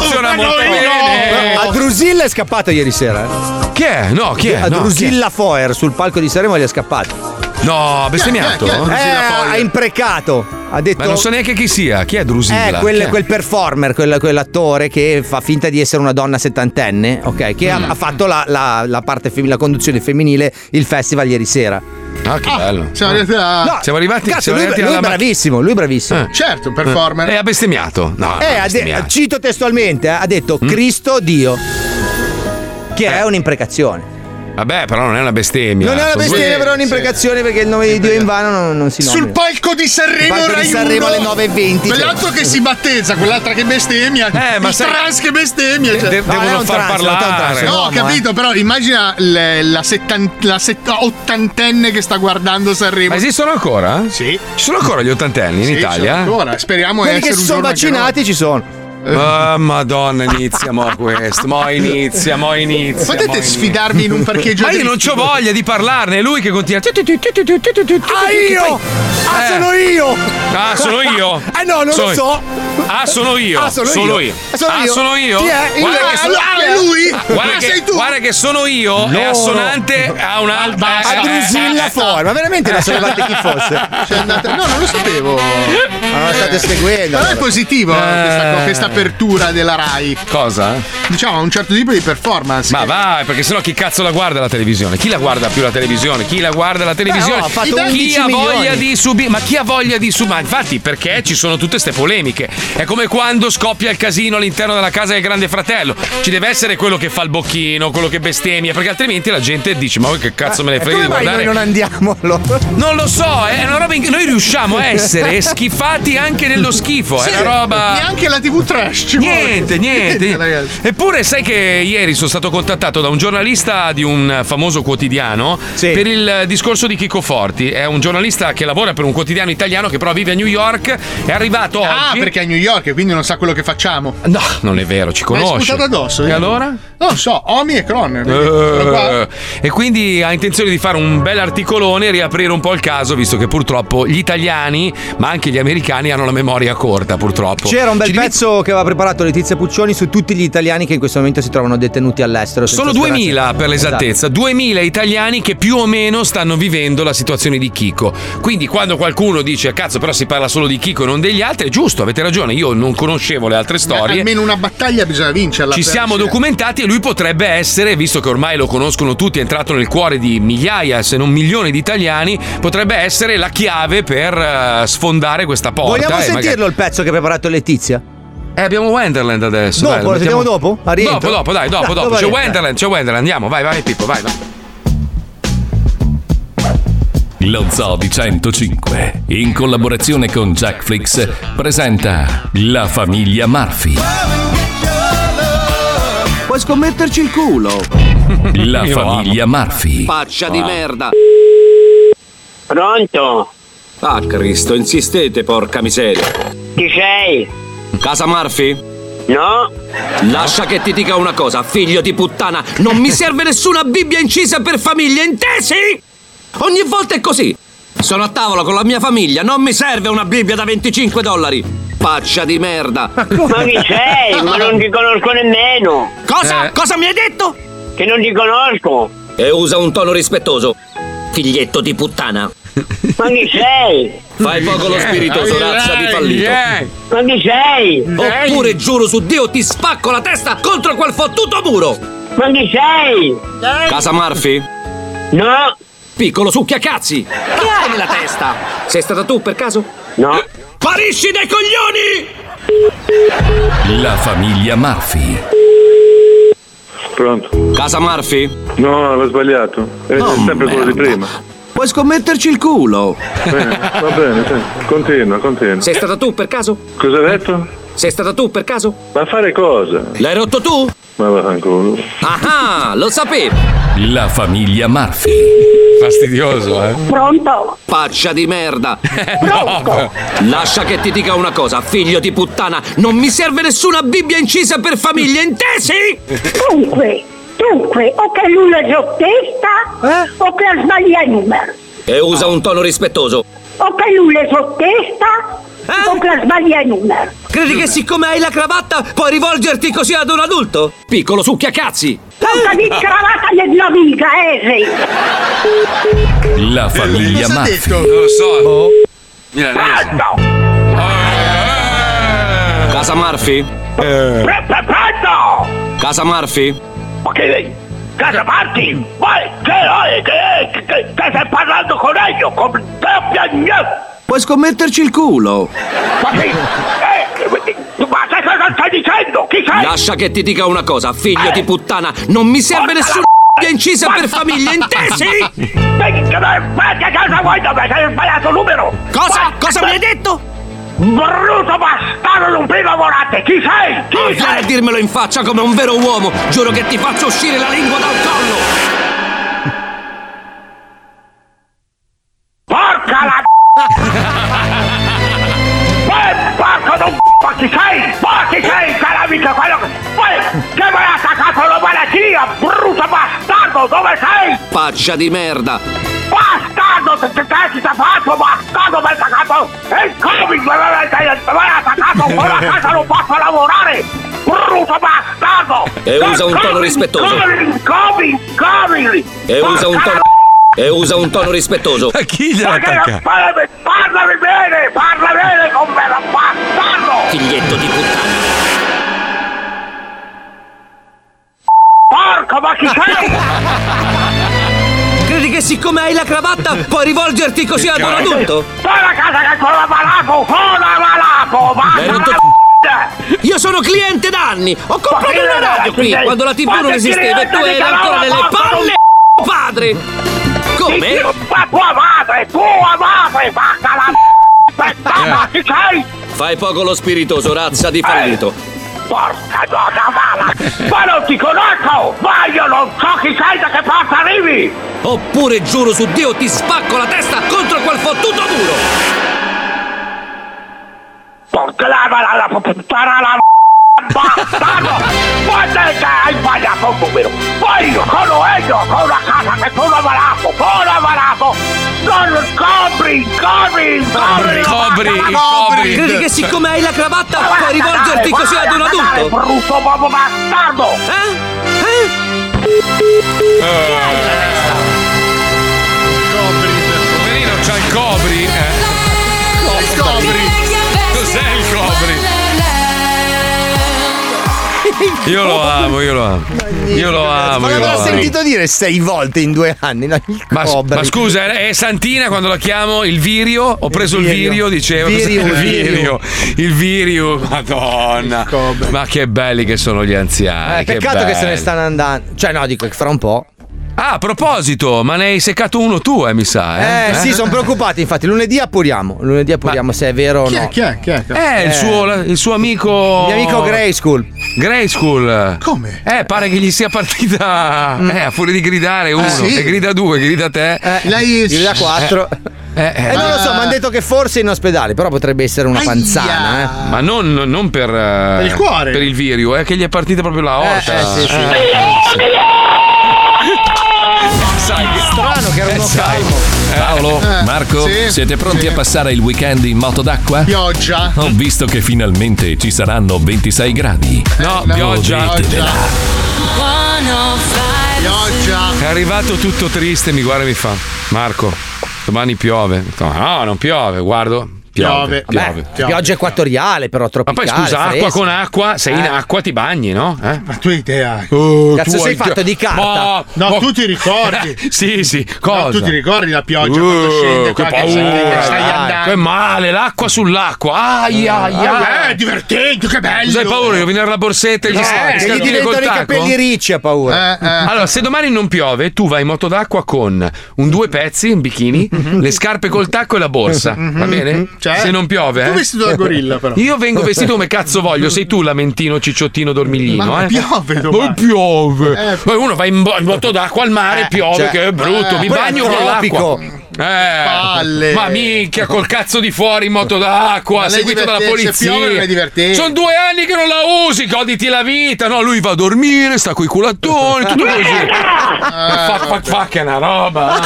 Speaker 2: funziona
Speaker 5: Ma
Speaker 2: molto
Speaker 5: noi
Speaker 2: bene.
Speaker 5: no. A Drusilla è scappata ieri sera. eh.
Speaker 2: Chi è? No, chi è?
Speaker 5: A
Speaker 2: No,
Speaker 5: Drusilla Foer sul palco di Sanremo gli è scappato.
Speaker 2: No, bestemmiato.
Speaker 5: Eh, ha imprecato. Ha detto.
Speaker 2: Ma non so neanche chi sia. Chi è Drusilla?
Speaker 5: Eh,
Speaker 2: Chi
Speaker 5: quel,
Speaker 2: è?
Speaker 5: quel performer, quel- quell'attore che fa finta di essere una donna settantenne, ok? Che
Speaker 2: Mm.
Speaker 5: ha, ha fatto la, la- la parte fem- la conduzione femminile, il festival ieri sera.
Speaker 2: Ah, che bello.
Speaker 4: siamo arrivati a- siamo arrivati-
Speaker 5: cazzo,
Speaker 4: siamo
Speaker 5: lui,
Speaker 4: arrivati
Speaker 5: lui
Speaker 4: alla
Speaker 5: è
Speaker 4: ma-
Speaker 5: bravissimo, lui è bravissimo.
Speaker 4: Certo, performer.
Speaker 2: E ha bestemmiato. No,
Speaker 5: Eh,
Speaker 2: non ha
Speaker 5: ha de-
Speaker 2: bestemmiato.
Speaker 5: cito testualmente, eh, ha detto Cristo Dio, che è un'imprecazione.
Speaker 2: Vabbè, però non è una bestemmia.
Speaker 5: Non è una
Speaker 2: Sono due-
Speaker 5: bestemmia, però è un'imprecazione perché il nome di Dio in vano non, non si nomina.
Speaker 4: Sul palco di Sanremo,
Speaker 5: Palco di
Speaker 4: Rai
Speaker 5: Sanremo
Speaker 4: 1.
Speaker 5: alle 9.20.
Speaker 4: Quell'altro che si battezza, quell'altra che bestemmia.
Speaker 2: Eh, ma
Speaker 4: il
Speaker 2: sai-
Speaker 4: trans che bestemmia.
Speaker 2: De- de-
Speaker 4: No,
Speaker 2: devono
Speaker 4: non è un
Speaker 2: far
Speaker 4: trans, non è un
Speaker 2: parlare.
Speaker 4: trans, No,
Speaker 2: Uomo,
Speaker 4: ho capito, però immagina le- la, settan- la sett- ottantenne che sta guardando Sanremo.
Speaker 2: Ma esistono ancora?
Speaker 4: Sì.
Speaker 2: Ci sono ancora gli ottantenni in
Speaker 4: Sì,
Speaker 2: Italia?
Speaker 4: c'è ancora. Speriamo
Speaker 5: Quelli
Speaker 4: essere
Speaker 5: che
Speaker 4: un
Speaker 5: sono
Speaker 4: giorno Eh. anche
Speaker 5: vaccinati ci sono.
Speaker 2: Ah, madonna, inizia mo questo. Mo inizia, mo inizia.
Speaker 4: Potete
Speaker 2: mo inizia.
Speaker 4: sfidarmi in un parcheggio
Speaker 2: Ma io
Speaker 4: del-
Speaker 2: non ho voglia di parlarne. È lui che continua.
Speaker 12: Ah, io! Ah,
Speaker 2: Eh.
Speaker 12: sono io!
Speaker 2: Ah, sono io?
Speaker 12: Ah, no, non
Speaker 2: Sono-
Speaker 12: lo so!
Speaker 2: Ah, sono io.
Speaker 12: Ah, sono
Speaker 2: sono
Speaker 12: io.
Speaker 2: io.
Speaker 12: Ah, sono
Speaker 2: Ah,
Speaker 12: io.
Speaker 2: sono io.
Speaker 12: Chi è?
Speaker 2: Guarda
Speaker 12: Il-
Speaker 2: che sono-
Speaker 12: Ah, lui?
Speaker 2: Guarda
Speaker 12: Ah,
Speaker 2: che,
Speaker 12: sei tu?
Speaker 2: guarda che sono io. È
Speaker 12: Loro.
Speaker 2: assonante a un altro.
Speaker 5: A
Speaker 2: Eh,
Speaker 5: Drusilla fuori, ma veramente la sapevate chi fosse?
Speaker 4: Cioè, andate- No, non lo sapevo.
Speaker 2: eh,
Speaker 5: Ma
Speaker 4: Boh.
Speaker 5: non la state seguendo.
Speaker 4: Però è positivo eh, questa, co-
Speaker 2: Eh.
Speaker 4: questa apertura della Rai.
Speaker 2: Cosa?
Speaker 4: Diciamo, un certo tipo di performance.
Speaker 2: Ma vai, perché sennò chi cazzo la guarda la televisione? Chi la guarda più la televisione? Chi la guarda la televisione?
Speaker 5: no, oh, ha fatto
Speaker 2: chi
Speaker 5: 11
Speaker 2: ha voglia
Speaker 5: milioni.
Speaker 2: di subire? Ma chi ha voglia di subire? Ma infatti, perché ci sono tutte ste polemiche? È come quando scoppia il casino all'interno della casa del grande fratello. Ci deve essere quello che fa il bocchino, quello che bestemmia, perché altrimenti la gente dice: Ma voi che
Speaker 4: Eh,
Speaker 2: cazzo me ne frega
Speaker 5: Come
Speaker 2: di
Speaker 5: mai
Speaker 2: guardare?
Speaker 5: noi non andiamo allora?
Speaker 2: Non lo so, è una roba in cui noi riusciamo a essere schifati anche nello schifo.
Speaker 4: Sì,
Speaker 2: è una roba.
Speaker 4: Neanche la TV trash ci vuole.
Speaker 2: Niente, niente. Eppure sai che ieri sono stato contattato da un giornalista di un famoso quotidiano per il discorso di Chico Forti. È un giornalista che lavora per un quotidiano italiano che però vive a New York. È arrivato
Speaker 4: Ah,
Speaker 2: oggi.
Speaker 4: perché è a New York e quindi non sa quello che facciamo.
Speaker 2: No, non è vero, ci
Speaker 4: Mi hai
Speaker 2: conosce.
Speaker 4: sputato addosso.
Speaker 2: E
Speaker 4: eh?
Speaker 2: allora?
Speaker 4: Non so, Omi e Croner. vedi? Eccolo qua.
Speaker 2: Eh, e quindi ha intenzione di fare un bel articolone e riaprire un po' il caso, visto che purtroppo gli italiani, ma anche gli americani, hanno la memoria corta, purtroppo.
Speaker 5: C'era un bel
Speaker 2: Ci div-
Speaker 5: pezzo che aveva preparato Letizia Puccioni su tutti gli italiani che in questo momento si trovano detenuti all'estero. senza Esatto.
Speaker 2: Sono
Speaker 5: speranza.
Speaker 2: 2000 per l'esattezza, 2000 italiani che più o meno stanno vivendo la situazione di Chico. Quindi quando qualcuno dice cazzo però si parla solo di Chico e non degli altri, è giusto, avete ragione, io non conoscevo le altre storie.
Speaker 4: Almeno una battaglia bisogna vincerla.
Speaker 2: Ci
Speaker 4: per-
Speaker 2: siamo documentati e lui potrebbe essere, visto che ormai lo conoscono tutti, è entrato nel cuore di migliaia, se non milioni di italiani, potrebbe essere la chiave per eh, sfondare questa porta.
Speaker 5: Vogliamo
Speaker 2: e magari-
Speaker 5: sentirlo il pezzo che ha preparato Letizia?
Speaker 2: Eh, abbiamo Wenderland adesso.
Speaker 5: Dopo,
Speaker 2: dai,
Speaker 5: lo sentiamo
Speaker 2: mettiamo-
Speaker 5: dopo? A rientro?
Speaker 2: Dopo, dopo, dai,
Speaker 5: Ah,
Speaker 2: dopo, dopo.
Speaker 5: dopo a
Speaker 2: C'è
Speaker 5: rientro.
Speaker 2: Wenderland, c'è Wenderland, andiamo, vai, vai Pippo, vai, vai.
Speaker 1: Lo Zoo di 105, in collaborazione con Jackflix, presenta La famiglia Murphy.
Speaker 21: Puoi scommetterci il culo.
Speaker 1: La famiglia Murphy.
Speaker 21: Faccia di
Speaker 1: Ah.
Speaker 21: merda.
Speaker 22: Pronto?
Speaker 21: Ah, Cristo, insistete, porca miseria.
Speaker 22: Chi sei?
Speaker 21: Casa Murphy?
Speaker 22: No?
Speaker 21: Lascia che ti dica una cosa, figlio di puttana. Non mi serve nessuna Bibbia incisa per famiglia, intesi? Ogni volta è così. Sono a tavola con la mia famiglia, non mi serve una Bibbia da 25 dollari. Faccia di merda.
Speaker 22: Ma chi sei? Ma non ti conosco nemmeno.
Speaker 21: Cosa? Cosa mi hai detto?
Speaker 22: Che non ti conosco.
Speaker 21: E usa un tono rispettoso. Figlietto di puttana.
Speaker 22: Ma chi sei?
Speaker 21: Fai poco lo spiritoso, razza di fallito.
Speaker 22: Ma chi sei?
Speaker 21: Oppure giuro su Dio ti spacco la testa contro quel fottuto muro!
Speaker 22: Ma chi sei?
Speaker 21: Casa Murphy?
Speaker 22: No!
Speaker 21: Piccolo succhiacazzi! Che hai nella testa? Sei stata tu per caso?
Speaker 22: No!
Speaker 21: Parisci dai coglioni!
Speaker 1: La famiglia Murphy.
Speaker 21: Pronto? Casa Murphy?
Speaker 23: No, avevo sbagliato. È
Speaker 21: Oh,
Speaker 23: sempre quello di
Speaker 21: merda.
Speaker 23: prima.
Speaker 21: Puoi scommetterci il culo!
Speaker 23: Bene, va bene, sì. continua, continua.
Speaker 21: Sei stata tu per caso?
Speaker 23: Cosa hai detto?
Speaker 21: Sei stata tu per caso?
Speaker 23: Ma a fare cosa?
Speaker 21: L'hai rotto tu?
Speaker 23: Ma vaffanculo.
Speaker 21: Ah, lo sapevo!
Speaker 1: La famiglia Murphy.
Speaker 2: Fastidioso, eh?
Speaker 21: Pronto? Faccia di merda! Pronto? Lascia che ti dica una cosa, figlio di puttana! Non mi serve nessuna Bibbia incisa per famiglia, intesi?
Speaker 11: Dunque, dunque, o che lui l'ha sottesta,
Speaker 5: Eh?
Speaker 11: o che ha sbagliato il numero.
Speaker 21: E usa un tono rispettoso.
Speaker 11: O che lui l'ha sottesta,
Speaker 5: Eh?
Speaker 11: o che ha sbagliato il numero.
Speaker 21: Credi che siccome hai la cravatta puoi rivolgerti così ad un adulto? Piccolo succhiacazzi!
Speaker 5: Eh?
Speaker 11: Tocca di cravatta del mio amica, eh, sì.
Speaker 22: Eh,
Speaker 1: La famiglia
Speaker 2: Cosa ha
Speaker 1: Murphy.
Speaker 2: detto? Non lo so. Milanese.
Speaker 21: Casa Murphy?
Speaker 22: Pronto!
Speaker 21: Casa Murphy?
Speaker 22: Ma che. Casa Marti! Ma Eh, che. che. che, che, che stai parlando con io? Con doppia mia.
Speaker 21: Puoi scommetterci il culo!
Speaker 22: Ma che. Eh, ma che cosa stai dicendo? Chi sei? Eh.
Speaker 21: Lascia che ti dica una cosa, figlio di puttana! Non mi serve nessuno è incisa per famiglia, intesi?
Speaker 22: Ma che cosa vuoi da me? Hai sbagliato numero!
Speaker 21: Cosa? Cosa mi hai
Speaker 22: detto? Brutto bastardo non prima volante! Chi sei?
Speaker 21: Non vieni a dirmelo in faccia come un vero uomo! Giuro che ti faccio uscire la lingua dal collo!
Speaker 22: Porca la... Poi porco non... Ma chi sei? Ma chi sei? Calamica quello che... Poi che mi hai attaccato la malattia, brutto bastardo! Dove sei?
Speaker 21: Faccia di merda!
Speaker 22: Bastardo, se ti cazzo ti faccio, bastardo, mi hai attaccato il Covid, mi hai mi hai attaccato, con la casa non posso lavorare, brutto bastardo!
Speaker 21: E usa un tono
Speaker 22: Covid,
Speaker 21: rispettoso.
Speaker 22: Covid, Covid, Covid!
Speaker 21: E usa un tono. E usa un tono rispettoso.
Speaker 2: A chi
Speaker 22: Ma che non parla- Parlami bene, parla bene con me, la bastardo!
Speaker 21: Figlietto di puttana!
Speaker 22: Porco, ma chi sei?
Speaker 21: Credi che siccome hai la cravatta puoi rivolgerti così al buon adulto?
Speaker 22: Sono a casa che sono malato, sono malato, ma...
Speaker 21: Hai rotto Io sono cliente da anni! Ho comprato una radio qui! Quando la TV non esisteva e tu eri ancora nelle palle! Padre! Come?
Speaker 22: Ma tua madre, tua madre, vacca la...
Speaker 21: Eh.
Speaker 22: Aspetta, ma chi sei?
Speaker 21: Fai poco lo spiritoso, razza di fallito!
Speaker 22: Eh, Porca donna mala! Ma non ti conosco! Ma io non so chi sei da che parte arrivi!
Speaker 21: Oppure giuro su Dio ti spacco la testa contro quel fottuto muro!
Speaker 22: Porca la mala, la puttana la... Bastardo! Ma te che hai sbagliato un numero! Ma io sono Elio, con una casa che sono malato, sono malato! Non copri, copri, copri!
Speaker 2: Copri,
Speaker 22: copri,
Speaker 21: Credi che siccome hai la cravatta
Speaker 22: Ma
Speaker 21: puoi
Speaker 22: guarda,
Speaker 21: rivolgerti
Speaker 22: dai,
Speaker 21: così ad un
Speaker 22: guarda, dai,
Speaker 21: adulto?
Speaker 22: Brutto proprio bastardo!
Speaker 2: Poverino, c'ha il cobri. Eh. Il cobri. Cos'è il cobri? Io lo amo, io lo amo. Io lo amo,
Speaker 5: Ma
Speaker 2: io lo
Speaker 5: l'avrà
Speaker 2: amo.
Speaker 5: sentito dire sei volte in due anni, no? Il
Speaker 2: Ma,
Speaker 5: Cobra.
Speaker 2: ma scusa, eh, è Santina quando la chiamo il Virio? Ho preso il
Speaker 5: Virio.
Speaker 2: Virio, diceva.
Speaker 5: Virio,
Speaker 2: cos'è? il
Speaker 5: Virio.
Speaker 2: Virio. Il Virio, madonna. Ma che belli che sono gli anziani.
Speaker 5: Eh, peccato che, se ne
Speaker 2: belli.
Speaker 5: stanno andando. Cioè, no, dico che fra un po'.
Speaker 2: Ah, a proposito, ma ne hai seccato uno tu, eh, mi sa.
Speaker 5: Eh,
Speaker 2: Eh,
Speaker 5: sì, sono preoccupati. Infatti, lunedì appuriamo. Lunedì appuriamo se è vero o
Speaker 2: Chi è-
Speaker 5: no.
Speaker 2: chi è- Eh, il suo, il suo amico.
Speaker 5: Il mio amico Grey School.
Speaker 2: Grey School. Come? Eh, pare che gli sia partita. Eh, a fuori di gridare uno.
Speaker 5: Mm. Eh, sì?
Speaker 2: E grida due, grida te. Eh,
Speaker 5: Lei da 4.
Speaker 2: Eh, eh, eh.
Speaker 5: Eh, non lo so, mi hanno detto che forse in ospedale, però potrebbe essere una panzana.
Speaker 2: Ma non, non per, eh,
Speaker 5: Per il cuore.
Speaker 2: Per il virio, eh, che gli è partita proprio la orta.
Speaker 5: eh, sì, sì.
Speaker 2: Sai che strano che era uno calmo.
Speaker 1: Paolo,
Speaker 4: Eh,
Speaker 1: Marco,
Speaker 4: sì,
Speaker 1: siete pronti
Speaker 4: sì.
Speaker 1: a passare il weekend in moto d'acqua?
Speaker 4: Pioggia.
Speaker 1: Ho visto che finalmente ci saranno 26 gradi.
Speaker 4: Eh,
Speaker 2: No, pioggia.
Speaker 1: Godetela.
Speaker 4: Pioggia.
Speaker 2: È arrivato tutto triste, mi guarda e mi fa: Marco, domani piove. Ho detto, No, non piove, guardo. Piove,
Speaker 5: Vabbè,
Speaker 2: piove.
Speaker 5: Pioggia equatoriale, però
Speaker 2: Ma
Speaker 5: tropicale.
Speaker 2: poi scusa, acqua
Speaker 5: fresca.
Speaker 2: con acqua, sei in
Speaker 5: Eh.
Speaker 2: acqua, ti bagni, no? Eh? Oh,
Speaker 4: Ma tu hai idea?
Speaker 5: Cazzo, sei fatto di carta?
Speaker 4: No, tu ti ricordi.
Speaker 2: Eh, sì, sì.
Speaker 4: No,
Speaker 2: Cosa?
Speaker 4: tu ti ricordi la pioggia
Speaker 2: Uh,
Speaker 4: quando scende
Speaker 2: che
Speaker 4: qua che sai-
Speaker 2: paura,
Speaker 4: che stai
Speaker 2: dai,
Speaker 4: andando.
Speaker 2: che male, l'acqua sull'acqua. Ai, ai,
Speaker 4: Ah,
Speaker 2: ai.
Speaker 4: eh, divertente, che bello.
Speaker 2: Cosa hai paura di rovinare la borsetta e gli,
Speaker 4: No,
Speaker 2: sta-
Speaker 4: che gli
Speaker 2: scarpini
Speaker 4: diventano
Speaker 2: col
Speaker 4: i
Speaker 2: tacco?
Speaker 4: capelli ricci,
Speaker 5: ha paura.
Speaker 4: Eh, eh.
Speaker 2: Allora, se domani non piove, tu vai in moto d'acqua con un due pezzi, un bikini, le scarpe col tacco e la borsa.
Speaker 4: Mhm.
Speaker 2: Va bene?
Speaker 4: Mm-hmm. Cioè?
Speaker 2: se non piove,
Speaker 4: Tu
Speaker 2: eh.
Speaker 4: vestito da gorilla, però.
Speaker 2: Io vengo vestito come cazzo voglio, sei tu lamentino, cicciottino, dormiglino.
Speaker 4: Ma
Speaker 2: eh.
Speaker 4: piove domani. Eh.
Speaker 2: Ma piove. Poi uno va in, bo- in moto d'acqua al mare, piove,
Speaker 4: cioè,
Speaker 2: che è brutto.
Speaker 4: eh,
Speaker 2: Mi
Speaker 4: quello
Speaker 2: bagno
Speaker 4: è
Speaker 2: con l'acqua.
Speaker 4: tropico.
Speaker 2: Eh,
Speaker 4: Palle.
Speaker 2: ma minchia, col cazzo di fuori in moto d'acqua,
Speaker 4: Non è
Speaker 2: seguito dalla
Speaker 4: divertente, se
Speaker 2: polizia.
Speaker 4: cioè, piove non è divertente.
Speaker 2: Sono due anni che non la usi, goditi la vita. No, lui va a dormire, sta coi culattoni, tutto così. Ma fa, fa, fa che è una roba.
Speaker 4: Ah.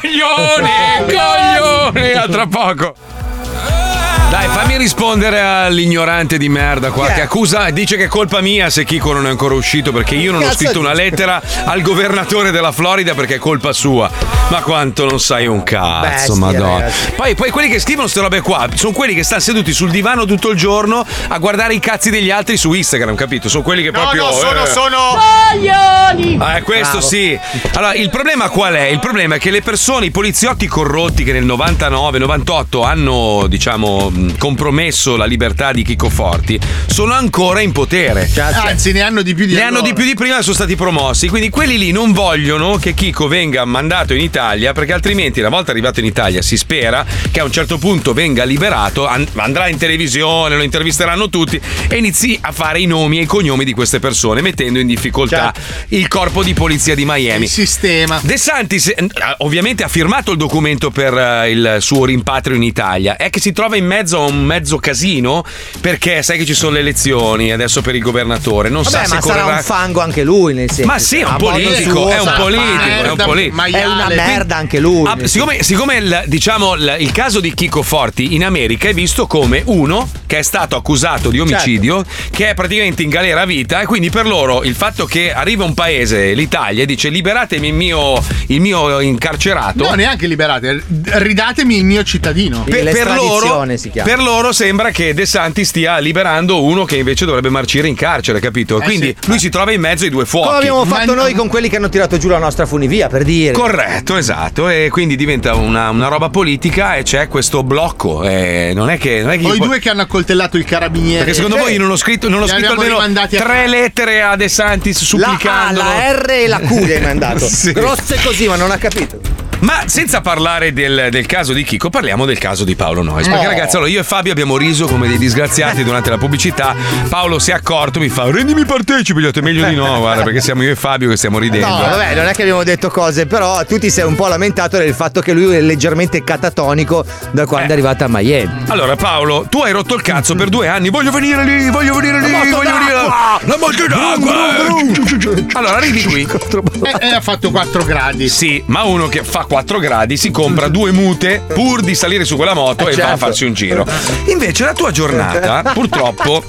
Speaker 4: Coglione!
Speaker 2: Coglione! Coglione! A tra poco. Dai, fammi rispondere all'ignorante di merda qua che accusa, dice che è colpa mia se Chico non è ancora uscito perché io non ho
Speaker 16: Cazzo
Speaker 2: scritto
Speaker 16: di-
Speaker 2: una lettera al governatore della Florida perché è colpa sua. Ma quanto non sai un
Speaker 16: Bestie,
Speaker 2: cazzo, madonna.
Speaker 16: ragazzi.
Speaker 2: Poi, poi quelli che scrivono queste robe qua sono quelli che stanno seduti sul divano tutto il giorno a guardare i cazzi degli altri su Instagram, capito? Sono quelli che
Speaker 3: No,
Speaker 2: proprio
Speaker 3: no, sono,
Speaker 2: eh.
Speaker 3: sono.
Speaker 10: Coglioni!
Speaker 2: Ah, eh, questo sì. Allora, il problema qual è? Il problema è che le persone, i poliziotti corrotti che nel 99-98 hanno, diciamo, mh, mh, compromesso la libertà di Chico Forti, sono ancora in potere.
Speaker 3: Ah,
Speaker 4: Anzi, ne hanno di più di
Speaker 2: Ne hanno
Speaker 4: allora.
Speaker 2: di più di prima e sono stati promossi. Quindi quelli lì non vogliono che Chico venga mandato in Italia, perché altrimenti, una volta arrivato in Italia, si spera che a un certo punto venga liberato, an- andrà in televisione, lo intervisteranno tutti e inizi a fare i nomi e i cognomi di queste persone, mettendo in difficoltà il corpo di polizia di Miami.
Speaker 4: Certo. Il sistema.
Speaker 2: De Santis eh, ovviamente ha firmato il documento per eh, il suo rimpatrio in Italia. È che si trova in mezzo a un mezzo casino perché sai che ci sono le elezioni adesso per il governatore. Non
Speaker 5: Vabbè,
Speaker 2: sa se
Speaker 5: ma sarà
Speaker 2: correrà-
Speaker 5: un fango anche lui, nel senso.
Speaker 2: Ma sì, è un
Speaker 5: a modo
Speaker 2: politico,
Speaker 5: suo
Speaker 2: è un
Speaker 5: sarà
Speaker 2: politico, è un
Speaker 5: merda,
Speaker 2: politico.
Speaker 5: È una
Speaker 2: maiale.
Speaker 5: merda anche lui.
Speaker 2: Ah,
Speaker 5: nel
Speaker 2: siccome siccome il, diciamo, il, il caso di Chico Forti in America è visto come uno che è stato accusato di omicidio,
Speaker 5: Certo.
Speaker 2: che è praticamente in galera a vita, e quindi per loro il fatto che arriva un paese, l'Italia, e dice liberatemi il mio, il mio incarcerato.
Speaker 4: No, neanche liberate, ridatemi il mio cittadino.
Speaker 2: Per, per loro, per loro sembra che De Santi stia liberando uno che invece dovrebbe marcire in carcere, capito? Quindi lui si trova in mezzo ai due fuochi.
Speaker 5: Eh Come abbiamo fatto noi con quelli che hanno tirato giù la nostra funivia, per dire.
Speaker 2: Corretto, esatto, e quindi diventa una, una roba politica e c'è questo blocco. eh, non è che. Non è che
Speaker 4: O
Speaker 2: io
Speaker 4: i
Speaker 2: po-
Speaker 4: due che hanno accoltellato il carabiniere.
Speaker 2: Perché secondo voi io non ho scritto, non ho
Speaker 4: Li
Speaker 2: scritto
Speaker 4: abbiamo
Speaker 2: almeno
Speaker 4: rimandati a-
Speaker 2: tre lettere a De Santis supplicando.
Speaker 5: La A, la R e la Q gli hai mandato.
Speaker 2: Sì.
Speaker 5: Grosse così, ma non ha capito.
Speaker 2: Ma senza parlare del, del caso di Chico, parliamo del caso di Paolo Noyes. Perché,
Speaker 5: No.
Speaker 2: ragazzi, allora io e Fabio abbiamo riso come dei disgraziati durante la pubblicità. Paolo si è accorto, mi fa: rendimi partecipi. Gli ho detto meglio di no, guarda, perché siamo io e Fabio che stiamo ridendo.
Speaker 5: No, vabbè, non è che abbiamo detto cose, però tu ti sei un po' lamentato del fatto che lui è leggermente catatonico da
Speaker 2: Eh.
Speaker 5: quando è arrivato a Miami.
Speaker 2: Allora, Paolo, tu hai rotto il cazzo per due anni. Voglio venire lì, voglio venire lì,
Speaker 4: moto
Speaker 2: voglio venire là.
Speaker 4: d'acqua!
Speaker 2: La moto d'acqua. Allora arrivi qui.
Speaker 4: E, e Eh, ha fatto 4 gradi. Mm.
Speaker 2: Sì, ma uno che fa 4 gradi si compra due mute pur di salire su quella moto
Speaker 4: Eh,
Speaker 2: e va a
Speaker 4: certo.
Speaker 2: farsi un giro. Invece la tua giornata, purtroppo,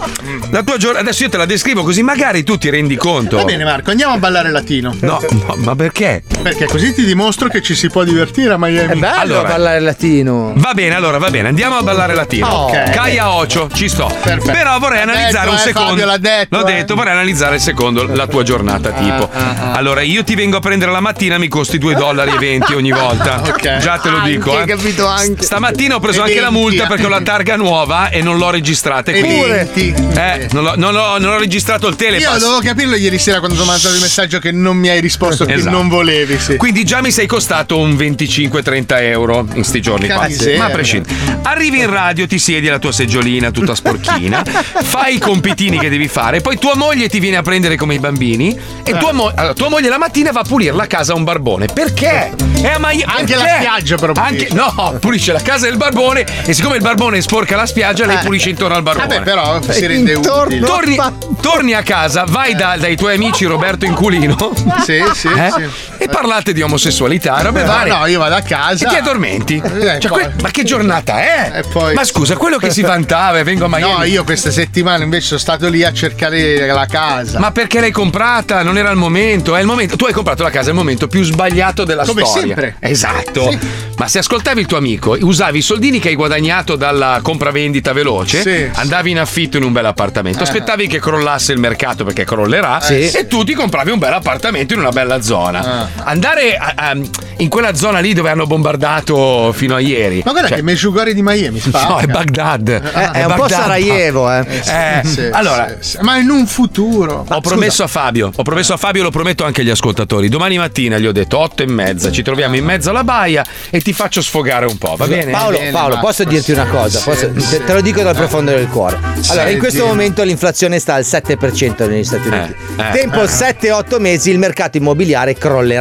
Speaker 2: la tua giornata. Adesso io te la descrivo così magari tu ti rendi conto.
Speaker 4: Va bene Marco, andiamo a ballare latino.
Speaker 2: Certo. No, no, ma perché?
Speaker 4: Perché così ti dimostro che ci si può divertire a Miami.
Speaker 2: È bello Allora. ballare
Speaker 5: latino.
Speaker 2: Va bene, allora va bene, andiamo a ballare latino.
Speaker 4: Ok.
Speaker 2: Caia Ocio, ci sto. Però vorrei
Speaker 4: L'ha
Speaker 2: analizzare
Speaker 4: detto,
Speaker 2: un
Speaker 4: eh,
Speaker 2: secondo.
Speaker 4: Fabio, l'ha detto,
Speaker 2: L'ho
Speaker 4: eh. Ah,
Speaker 2: detto, vorrei analizzare il secondo, la tua giornata tipo. Allora, io ti vengo a prendere la mattina, mi costi 2,20 dollari ogni volta.
Speaker 4: Ok. Ah,
Speaker 2: Già te lo
Speaker 4: Anche,
Speaker 2: dico. eh.
Speaker 4: capito, anche.
Speaker 2: Stamattina ho preso
Speaker 4: E
Speaker 2: anche la
Speaker 4: 20,
Speaker 2: multa
Speaker 4: eh.
Speaker 2: perché ho la targa nuova e non l'ho registrata.
Speaker 4: E
Speaker 2: e quindi-
Speaker 4: venti.
Speaker 2: Eh, non, l'ho- non ho, non ho registrato il telepass.
Speaker 4: Io dovevo capirlo ieri sera quando ti ho mandato il messaggio che non mi hai risposto, che
Speaker 2: Esatto.
Speaker 4: non volevi, sì.
Speaker 2: Quindi già mi sei costato un 25-30 euro in sti giorni qua.
Speaker 4: Cazzo, sì.
Speaker 2: Ma a prescindere. Arrivi in radio, ti siedi alla tua seggiolina tutta sporchina, fai i compitini che devi fare, poi tua moglie ti viene a prendere come i bambini e
Speaker 4: Certo.
Speaker 2: tua, mo- allora, tua moglie la mattina va a pulire la casa a un barbone. Perché? È a Mai-
Speaker 4: Anche la
Speaker 2: perché?
Speaker 4: spiaggia, però,
Speaker 2: Eh, Anche- No, pulisce la casa del barbone e siccome il barbone sporca la spiaggia, lei
Speaker 4: Eh.
Speaker 2: pulisce intorno al barbone.
Speaker 4: Vabbè, però si rende
Speaker 2: Intorno-
Speaker 4: utile.
Speaker 2: Torni, torni a casa, vai da- dai tuoi amici Roberto Inculino. Eh?
Speaker 4: Sì, sì, sì. Eh,
Speaker 2: E parlate di omosessualità, robe
Speaker 4: No,
Speaker 2: varie.
Speaker 4: no, io vado a casa.
Speaker 2: E ti addormenti.
Speaker 4: Eh,
Speaker 2: Cioè,
Speaker 4: poi-
Speaker 2: que- ma che giornata è?
Speaker 4: E poi-
Speaker 2: Ma scusa, quello che si vantava e vengo a Miami.
Speaker 4: No, io questa settimana invece sono stato lì a cercare la casa.
Speaker 2: Ma perché l'hai comprata? Non era il momento, è il momento. Tu hai comprato la casa, è il momento più sbagliato della
Speaker 4: Come
Speaker 2: storia.
Speaker 4: sempre.
Speaker 2: Esatto. Ma se ascoltavi il tuo amico, usavi i soldini che hai guadagnato dalla compravendita veloce,
Speaker 4: Sì.
Speaker 2: andavi in affitto in un bel appartamento,
Speaker 4: Eh.
Speaker 2: aspettavi che crollasse il mercato perché crollerà
Speaker 4: Sì. Ah.
Speaker 2: e tu ti compravi un bel appartamento in una bella zona. Andare a- a- in quella zona lì dove hanno bombardato fino a ieri.
Speaker 4: Ma guarda
Speaker 2: Cioè,
Speaker 4: che Meggiugorje di Miami spacca.
Speaker 2: No, è Baghdad.
Speaker 5: Eh,
Speaker 4: è un po' Sarajevo, eh.
Speaker 2: Eh,
Speaker 4: Sì, sì,
Speaker 2: allora,
Speaker 4: sì, sì. ma in un futuro.
Speaker 2: ho promesso a Fabio, ho promesso a Fabio, lo prometto anche agli ascoltatori. Domani mattina gli ho detto otto e mezza, ci troviamo in mezzo alla baia e ti faccio sfogare un po', va bene?
Speaker 5: Paolo,
Speaker 2: Bene,
Speaker 5: Paolo,
Speaker 2: ma-
Speaker 5: posso dirti una cosa? Posso- te- te, lo dico dal profondo del cuore. Allora,
Speaker 2: Sì,
Speaker 5: in questo
Speaker 2: sì.
Speaker 5: momento l'inflazione sta al 7% negli Stati Uniti.
Speaker 2: eh.
Speaker 5: Tempo
Speaker 2: Eh.
Speaker 5: 7-8 mesi il mercato immobiliare crollerà.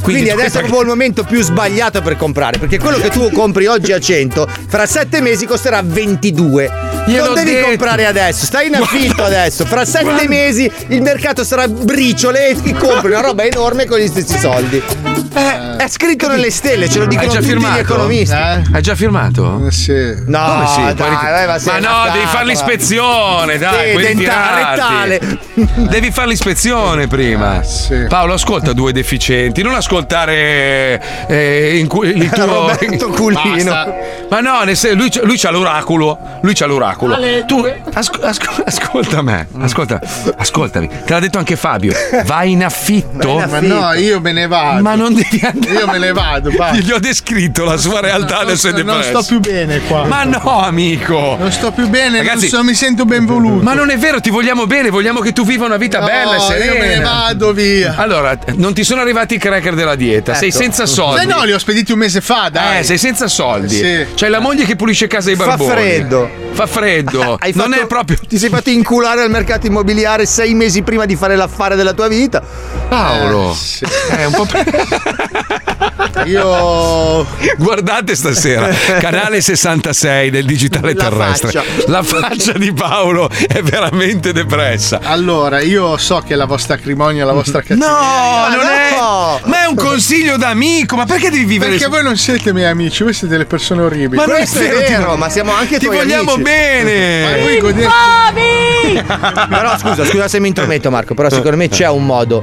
Speaker 5: Quindi,
Speaker 2: tu
Speaker 5: adesso è
Speaker 2: pensa
Speaker 5: proprio il momento più sbagliato per comprare, perché quello che tu compri oggi a 100, fra 7 mesi costerà 22.
Speaker 2: Gliel'ho
Speaker 5: non devi
Speaker 2: detto.
Speaker 5: comprare adesso, stai in affitto adesso. Fra 7
Speaker 2: Guarda.
Speaker 5: mesi il mercato sarà briciole e ti compri una roba enorme con gli stessi soldi. Eh, è scritto nelle stelle, ce lo dicono
Speaker 2: Hai già
Speaker 5: tutti
Speaker 2: firmato? Eh?
Speaker 5: gli economisti.
Speaker 2: Hai già firmato?
Speaker 4: Eh? Sì.
Speaker 5: No,
Speaker 2: Come sì?
Speaker 5: dai,
Speaker 2: Guardi-
Speaker 5: vai, ma sei
Speaker 2: ma
Speaker 5: una
Speaker 2: no, devi
Speaker 5: capra.
Speaker 2: fare l'ispezione, dai,
Speaker 5: Sì,
Speaker 2: quelli
Speaker 5: dentale,
Speaker 2: tirati. Devi fare l'ispezione prima. Paolo, ascolta due deficienti, non ascoltare eh, in cu- il tuo
Speaker 5: Roberto Culino.
Speaker 2: Basta. Ma no, nel senso, lui, c'ha- lui c'ha l'oracolo, lui c'ha l'oracolo. Tu asco- asco- ascolta me,
Speaker 4: Mm.
Speaker 2: ascolta, ascoltami. Te l'ha detto anche Fabio. Vai in affitto.
Speaker 4: Ma no, io me ne vado.
Speaker 2: Ma non devi andare.
Speaker 4: Io me ne vado. basta.
Speaker 2: Gli ho descritto la sua realtà, adesso è
Speaker 4: Non sto
Speaker 2: depresso.
Speaker 4: più bene qua.
Speaker 2: Ma no, amico.
Speaker 4: Non sto più bene, non
Speaker 2: Ragazzi-
Speaker 4: so- mi sento benvoluto.
Speaker 2: Ma non è vero, ti vogliamo bene, vogliamo che tu viva una vita
Speaker 4: No,
Speaker 2: bella e
Speaker 4: io
Speaker 2: serena.
Speaker 4: me ne vado
Speaker 2: via. Allora, non ti sono arrivati i cracker della dieta, sei
Speaker 4: Ecco.
Speaker 2: senza soldi.
Speaker 4: Eh no, li ho spediti un mese fa, dai.
Speaker 2: Eh, sei senza soldi.
Speaker 4: Sì.
Speaker 2: C'hai la moglie che pulisce casa ai
Speaker 4: Fa
Speaker 2: barboni.
Speaker 4: freddo.
Speaker 2: Fa freddo.
Speaker 5: Hai
Speaker 2: non
Speaker 5: fatto-
Speaker 2: è proprio.
Speaker 5: Ti sei fatto inculare al mercato immobiliare sei mesi prima di fare l'affare della tua vita.
Speaker 4: Eh,
Speaker 5: Eh,
Speaker 2: Paolo. È un po'
Speaker 4: Io.
Speaker 2: Guardate stasera, canale 66 del digitale
Speaker 4: La
Speaker 2: terrestre.
Speaker 4: faccia.
Speaker 2: La faccia di Paolo è veramente depressa.
Speaker 4: Allora, io so che la vostra acrimonia, la vostra cattiveria.
Speaker 2: No, non è. Ma è un consiglio d'amico, ma perché devi vivere?
Speaker 4: Perché voi non siete miei amici, voi siete delle persone orribili.
Speaker 2: Ma non è Questo è vero, vero, ti- ma siamo anche ti tuoi vogliamo amici. bene.
Speaker 4: Ma voi godete-
Speaker 5: Però scusa, scusa se mi intrometto Marco, però secondo me c'è un modo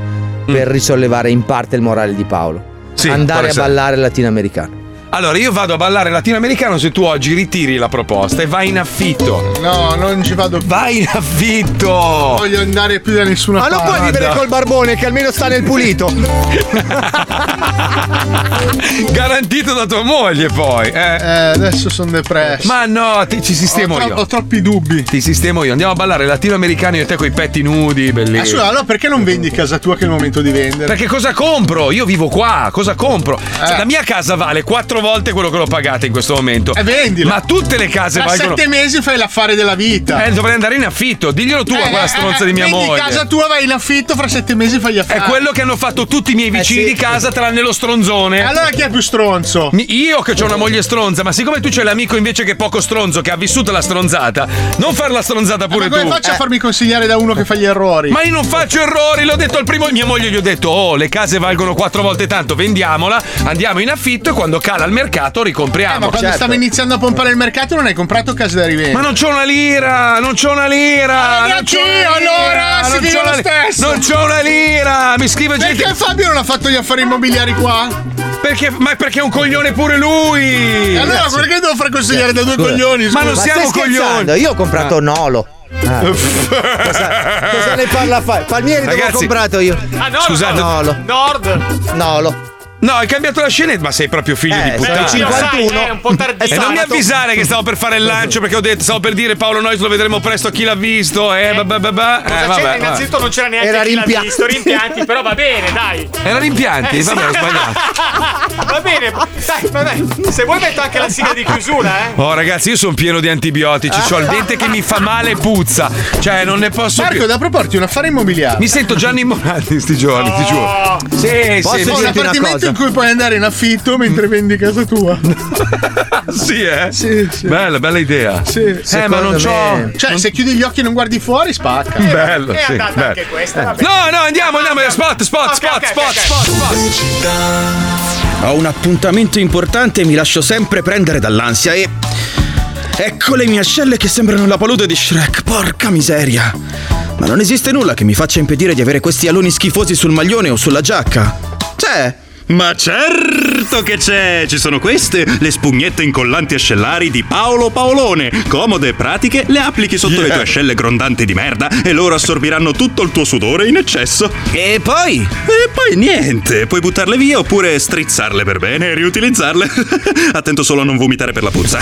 Speaker 2: Mm.
Speaker 5: per risollevare in parte il morale di Paolo. Andare
Speaker 2: quale
Speaker 5: a
Speaker 2: sarà?
Speaker 5: ballare latinoamericano.
Speaker 2: Allora, io vado a ballare latinoamericano se tu oggi ritiri la proposta e vai in affitto.
Speaker 4: No, non ci vado più.
Speaker 2: Vai in affitto!
Speaker 4: Voglio andare più da nessuna
Speaker 5: Ma non
Speaker 4: parte.
Speaker 5: puoi vivere col barbone che almeno sta nel pulito.
Speaker 2: Garantito da tua moglie, poi. Eh.
Speaker 4: adesso sono depresso.
Speaker 2: Ma no, ti- ci sistemo
Speaker 4: Ho tro-
Speaker 2: io.
Speaker 4: ho troppi dubbi.
Speaker 2: Ti sistemo io. Andiamo a ballare latinoamericano io e te coi petti nudi, bellissimo.
Speaker 4: Ah, scusa, allora perché non vendi casa tua che è il momento di vendere?
Speaker 2: Perché cosa compro? Io vivo qua, cosa compro?
Speaker 4: Eh.
Speaker 2: Cioè, la mia casa vale quattro volte quello che l'ho pagata in questo momento.
Speaker 4: Eh, vendila.
Speaker 2: Ma tutte le case
Speaker 4: Tra
Speaker 2: valgono.
Speaker 4: sette mesi fai l'affare della vita.
Speaker 2: Eh, dovrei andare in affitto. Diglielo tu a quella stronza di mia
Speaker 4: Eh, vendi
Speaker 2: moglie.
Speaker 4: casa tua, vai in affitto, fra sette mesi fai gli affari.
Speaker 2: È quello che hanno fatto tutti i miei vicini di casa, tranne lo stronzone.
Speaker 4: Eh, Allora chi è più stronzo?
Speaker 2: Mi- Io che ho una moglie stronza, ma siccome tu c'hai l'amico invece che è poco stronzo, che ha vissuto la stronzata, non far la stronzata pure
Speaker 4: Ma come
Speaker 2: tu.
Speaker 4: faccio
Speaker 2: Eh.
Speaker 4: a farmi consigliare da uno che fa gli errori?
Speaker 2: Ma io non faccio errori, l'ho detto al primo. Mia moglie gli ho detto: Oh, le case valgono quattro volte tanto, vendiamola, andiamo in affitto e quando cala il mercato ricompriamo. Certo.
Speaker 4: Eh, ma quando
Speaker 5: certo.
Speaker 4: stavo iniziando a pompare il mercato non hai comprato case da rivendere.
Speaker 2: Ma non c'ho una lira, non c'ho una lira.
Speaker 4: Ma
Speaker 2: non c'ho una
Speaker 4: neanch'io,
Speaker 2: lira,
Speaker 4: allora, si
Speaker 2: non
Speaker 4: vive
Speaker 2: c'ho
Speaker 4: lo
Speaker 2: una lira,
Speaker 4: stesso.
Speaker 2: Non c'ho una lira, mi scrive gente.
Speaker 4: Perché Fabio non ha fatto gli affari immobiliari qua?
Speaker 2: Perché, ma perché è un coglione pure lui!
Speaker 4: E allora, perché devo far consigliare da due
Speaker 5: Scusa.
Speaker 4: coglioni?
Speaker 2: Ma non
Speaker 4: scusa?
Speaker 2: siamo
Speaker 5: stai scherzando?
Speaker 2: coglioni.
Speaker 5: Io ho comprato
Speaker 2: Ah.
Speaker 5: Nolo. Ah. cosa, cosa ne parla fare? Palmieri dove ho
Speaker 2: Ragazzi.
Speaker 5: comprato io.
Speaker 3: Ah, Nolo,
Speaker 2: Scusate.
Speaker 5: Nolo.
Speaker 3: Nord.
Speaker 5: Nolo.
Speaker 2: No, hai cambiato la scenetta, ma sei proprio figlio
Speaker 5: Eh,
Speaker 2: di puttana.
Speaker 5: sono 51.
Speaker 3: È un po'
Speaker 2: E
Speaker 3: tardissimo.
Speaker 2: non mi avvisare che stavo per fare il lancio perché ho detto, stavo per dire Paolo Nois lo vedremo presto a chi l'ha visto. Eh, bah, bah, bah, bah. Eh,
Speaker 3: Cosa
Speaker 2: vabbè,
Speaker 3: c'era?
Speaker 2: vabbè.
Speaker 3: Innanzitutto non c'era neanche
Speaker 5: Era
Speaker 3: chi l'ha
Speaker 5: rimpianti.
Speaker 3: visto, rimpianti, però va bene, dai.
Speaker 2: Era rimpianti?
Speaker 3: Eh, sì.
Speaker 2: Vabbè, ho sbagliato.
Speaker 3: va bene, dai, va bene. Se vuoi metto anche la sigla di chiusura, eh.
Speaker 2: Oh ragazzi, io sono pieno di antibiotici, ho il dente che mi fa male e puzza. Cioè, non ne posso
Speaker 4: Marco,
Speaker 2: più.
Speaker 4: da proporti un affare immobiliare.
Speaker 2: Mi sento Gianni Morandi in sti giorni, ti giuro.
Speaker 4: Oh.
Speaker 2: Sì,
Speaker 4: Posso
Speaker 2: sì, mi
Speaker 4: un
Speaker 2: sento-
Speaker 4: appartamento in cui puoi andare in affitto mentre vendi casa tua.
Speaker 2: Sì, eh? Bella, bella idea.
Speaker 4: Sì.
Speaker 2: eh, ma non c'ho.
Speaker 4: Cioè, se chiudi gli occhi e non guardi fuori, spacca. Eh.
Speaker 2: Bello, sì, bello. No, no, andiamo, andiamo. Spot, spot, spot, spot, spot,
Speaker 6: Ho un appuntamento importante e mi lascio sempre prendere dall'ansia e. Ecco le mie ascelle che sembrano la palude di Shrek, porca miseria! Ma non esiste nulla che mi faccia impedire di avere questi aloni schifosi sul maglione o sulla giacca. C'è!
Speaker 7: Ma certo che c'è! Ci sono queste, le spugnette incollanti ascellari di Paolo Paolone. Comode e pratiche, le applichi sotto le tue ascelle grondanti di merda e loro assorbiranno tutto il tuo sudore in eccesso.
Speaker 6: E poi?
Speaker 7: E poi niente, puoi buttarle via oppure strizzarle per bene e riutilizzarle. Attento solo a non vomitare per la puzza.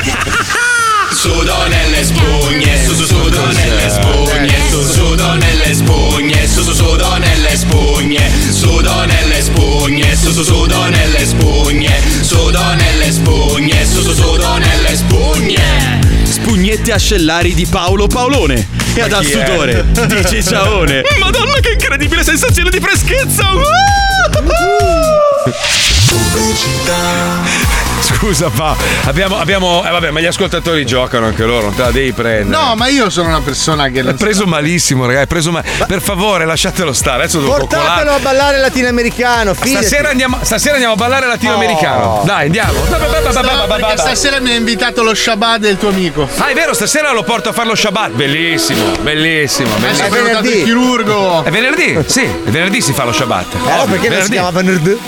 Speaker 8: Sudo nelle spugne, su su sudo
Speaker 20: Cioè,
Speaker 8: nelle spugne, su sudo nelle spugne, su su sudo nelle spugne, sudo nelle spugne, su su sudo nelle spugne, sudo nelle spugne, su su sudo nelle spugne.
Speaker 6: Spugnette ascellari di Paolo Paolone. E ad al
Speaker 7: chi è?
Speaker 6: sudore di Cicciaone.
Speaker 2: Eh,
Speaker 7: Madonna che incredibile sensazione di freschezza!
Speaker 2: Scusa, fa. Abbiamo. abbiamo eh, vabbè, ma gli ascoltatori giocano anche loro, non te la devi prendere.
Speaker 4: No, ma io sono una persona che.
Speaker 2: L'hai
Speaker 4: Non...
Speaker 2: preso malissimo, ragazzi. Hai preso ma- Per favore, lasciatelo stare. Adesso devo
Speaker 5: Portatelo
Speaker 2: coccolare.
Speaker 5: a ballare latinoamericano. fidati.
Speaker 2: Stasera andiamo, stasera andiamo a ballare latinoamericano.
Speaker 5: Oh.
Speaker 2: Dai, andiamo.
Speaker 4: No, perché stasera mi ha invitato lo Shabbat del tuo amico.
Speaker 2: Ah, è vero, stasera lo porto a fare lo Shabbat. Bellissimo, bellissimo. bellissimo.
Speaker 4: Adesso è venuto il chirurgo.
Speaker 2: È venerdì? Sì, è venerdì si fa lo Shabbat.
Speaker 5: Eh,
Speaker 2: Ovvio,
Speaker 5: perché non si
Speaker 2: venerdì.
Speaker 5: chiama venerdì?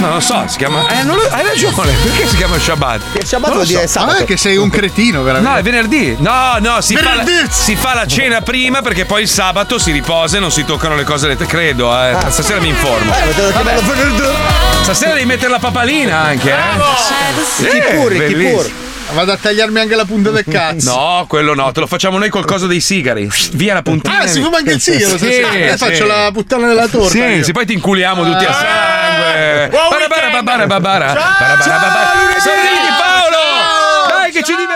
Speaker 2: No, non so, si chiama. Eh, non lo- hai ragione, perché si chiama Shabbat?
Speaker 5: Shabbat
Speaker 2: Non lo
Speaker 5: vuol dire
Speaker 2: so.
Speaker 5: sabato.
Speaker 4: Ma Ah, è che sei un cretino, veramente.
Speaker 2: No, è venerdì. No, no, si fa, la,
Speaker 4: Venerdì!
Speaker 2: si fa la cena prima perché poi il sabato si riposa e non si toccano le cose, credo. eh. Stasera mi informo.
Speaker 5: Eh, potevano chiamarlo venerdì.
Speaker 2: Stasera devi mettere la papalina anche. Eh?
Speaker 4: Chi
Speaker 2: Eh,
Speaker 4: pure, chi
Speaker 2: bellissimo.
Speaker 4: pure. Vado a tagliarmi anche la punta del cazzo.
Speaker 2: No, quello no, te lo facciamo noi col coso dei sigari. Via la puntina.
Speaker 4: Ah, si fuma anche il sigaro.
Speaker 2: Sì,
Speaker 4: stasera. Eh,
Speaker 2: sì.
Speaker 4: Faccio la puttana della torta.
Speaker 2: Sì,
Speaker 4: io. Eh.
Speaker 2: sì, poi ti inculiamo tutti a sangue. Bara bara bara bara bara bara bara bara. Sorridi Paolo! Dai che ci divertiamo!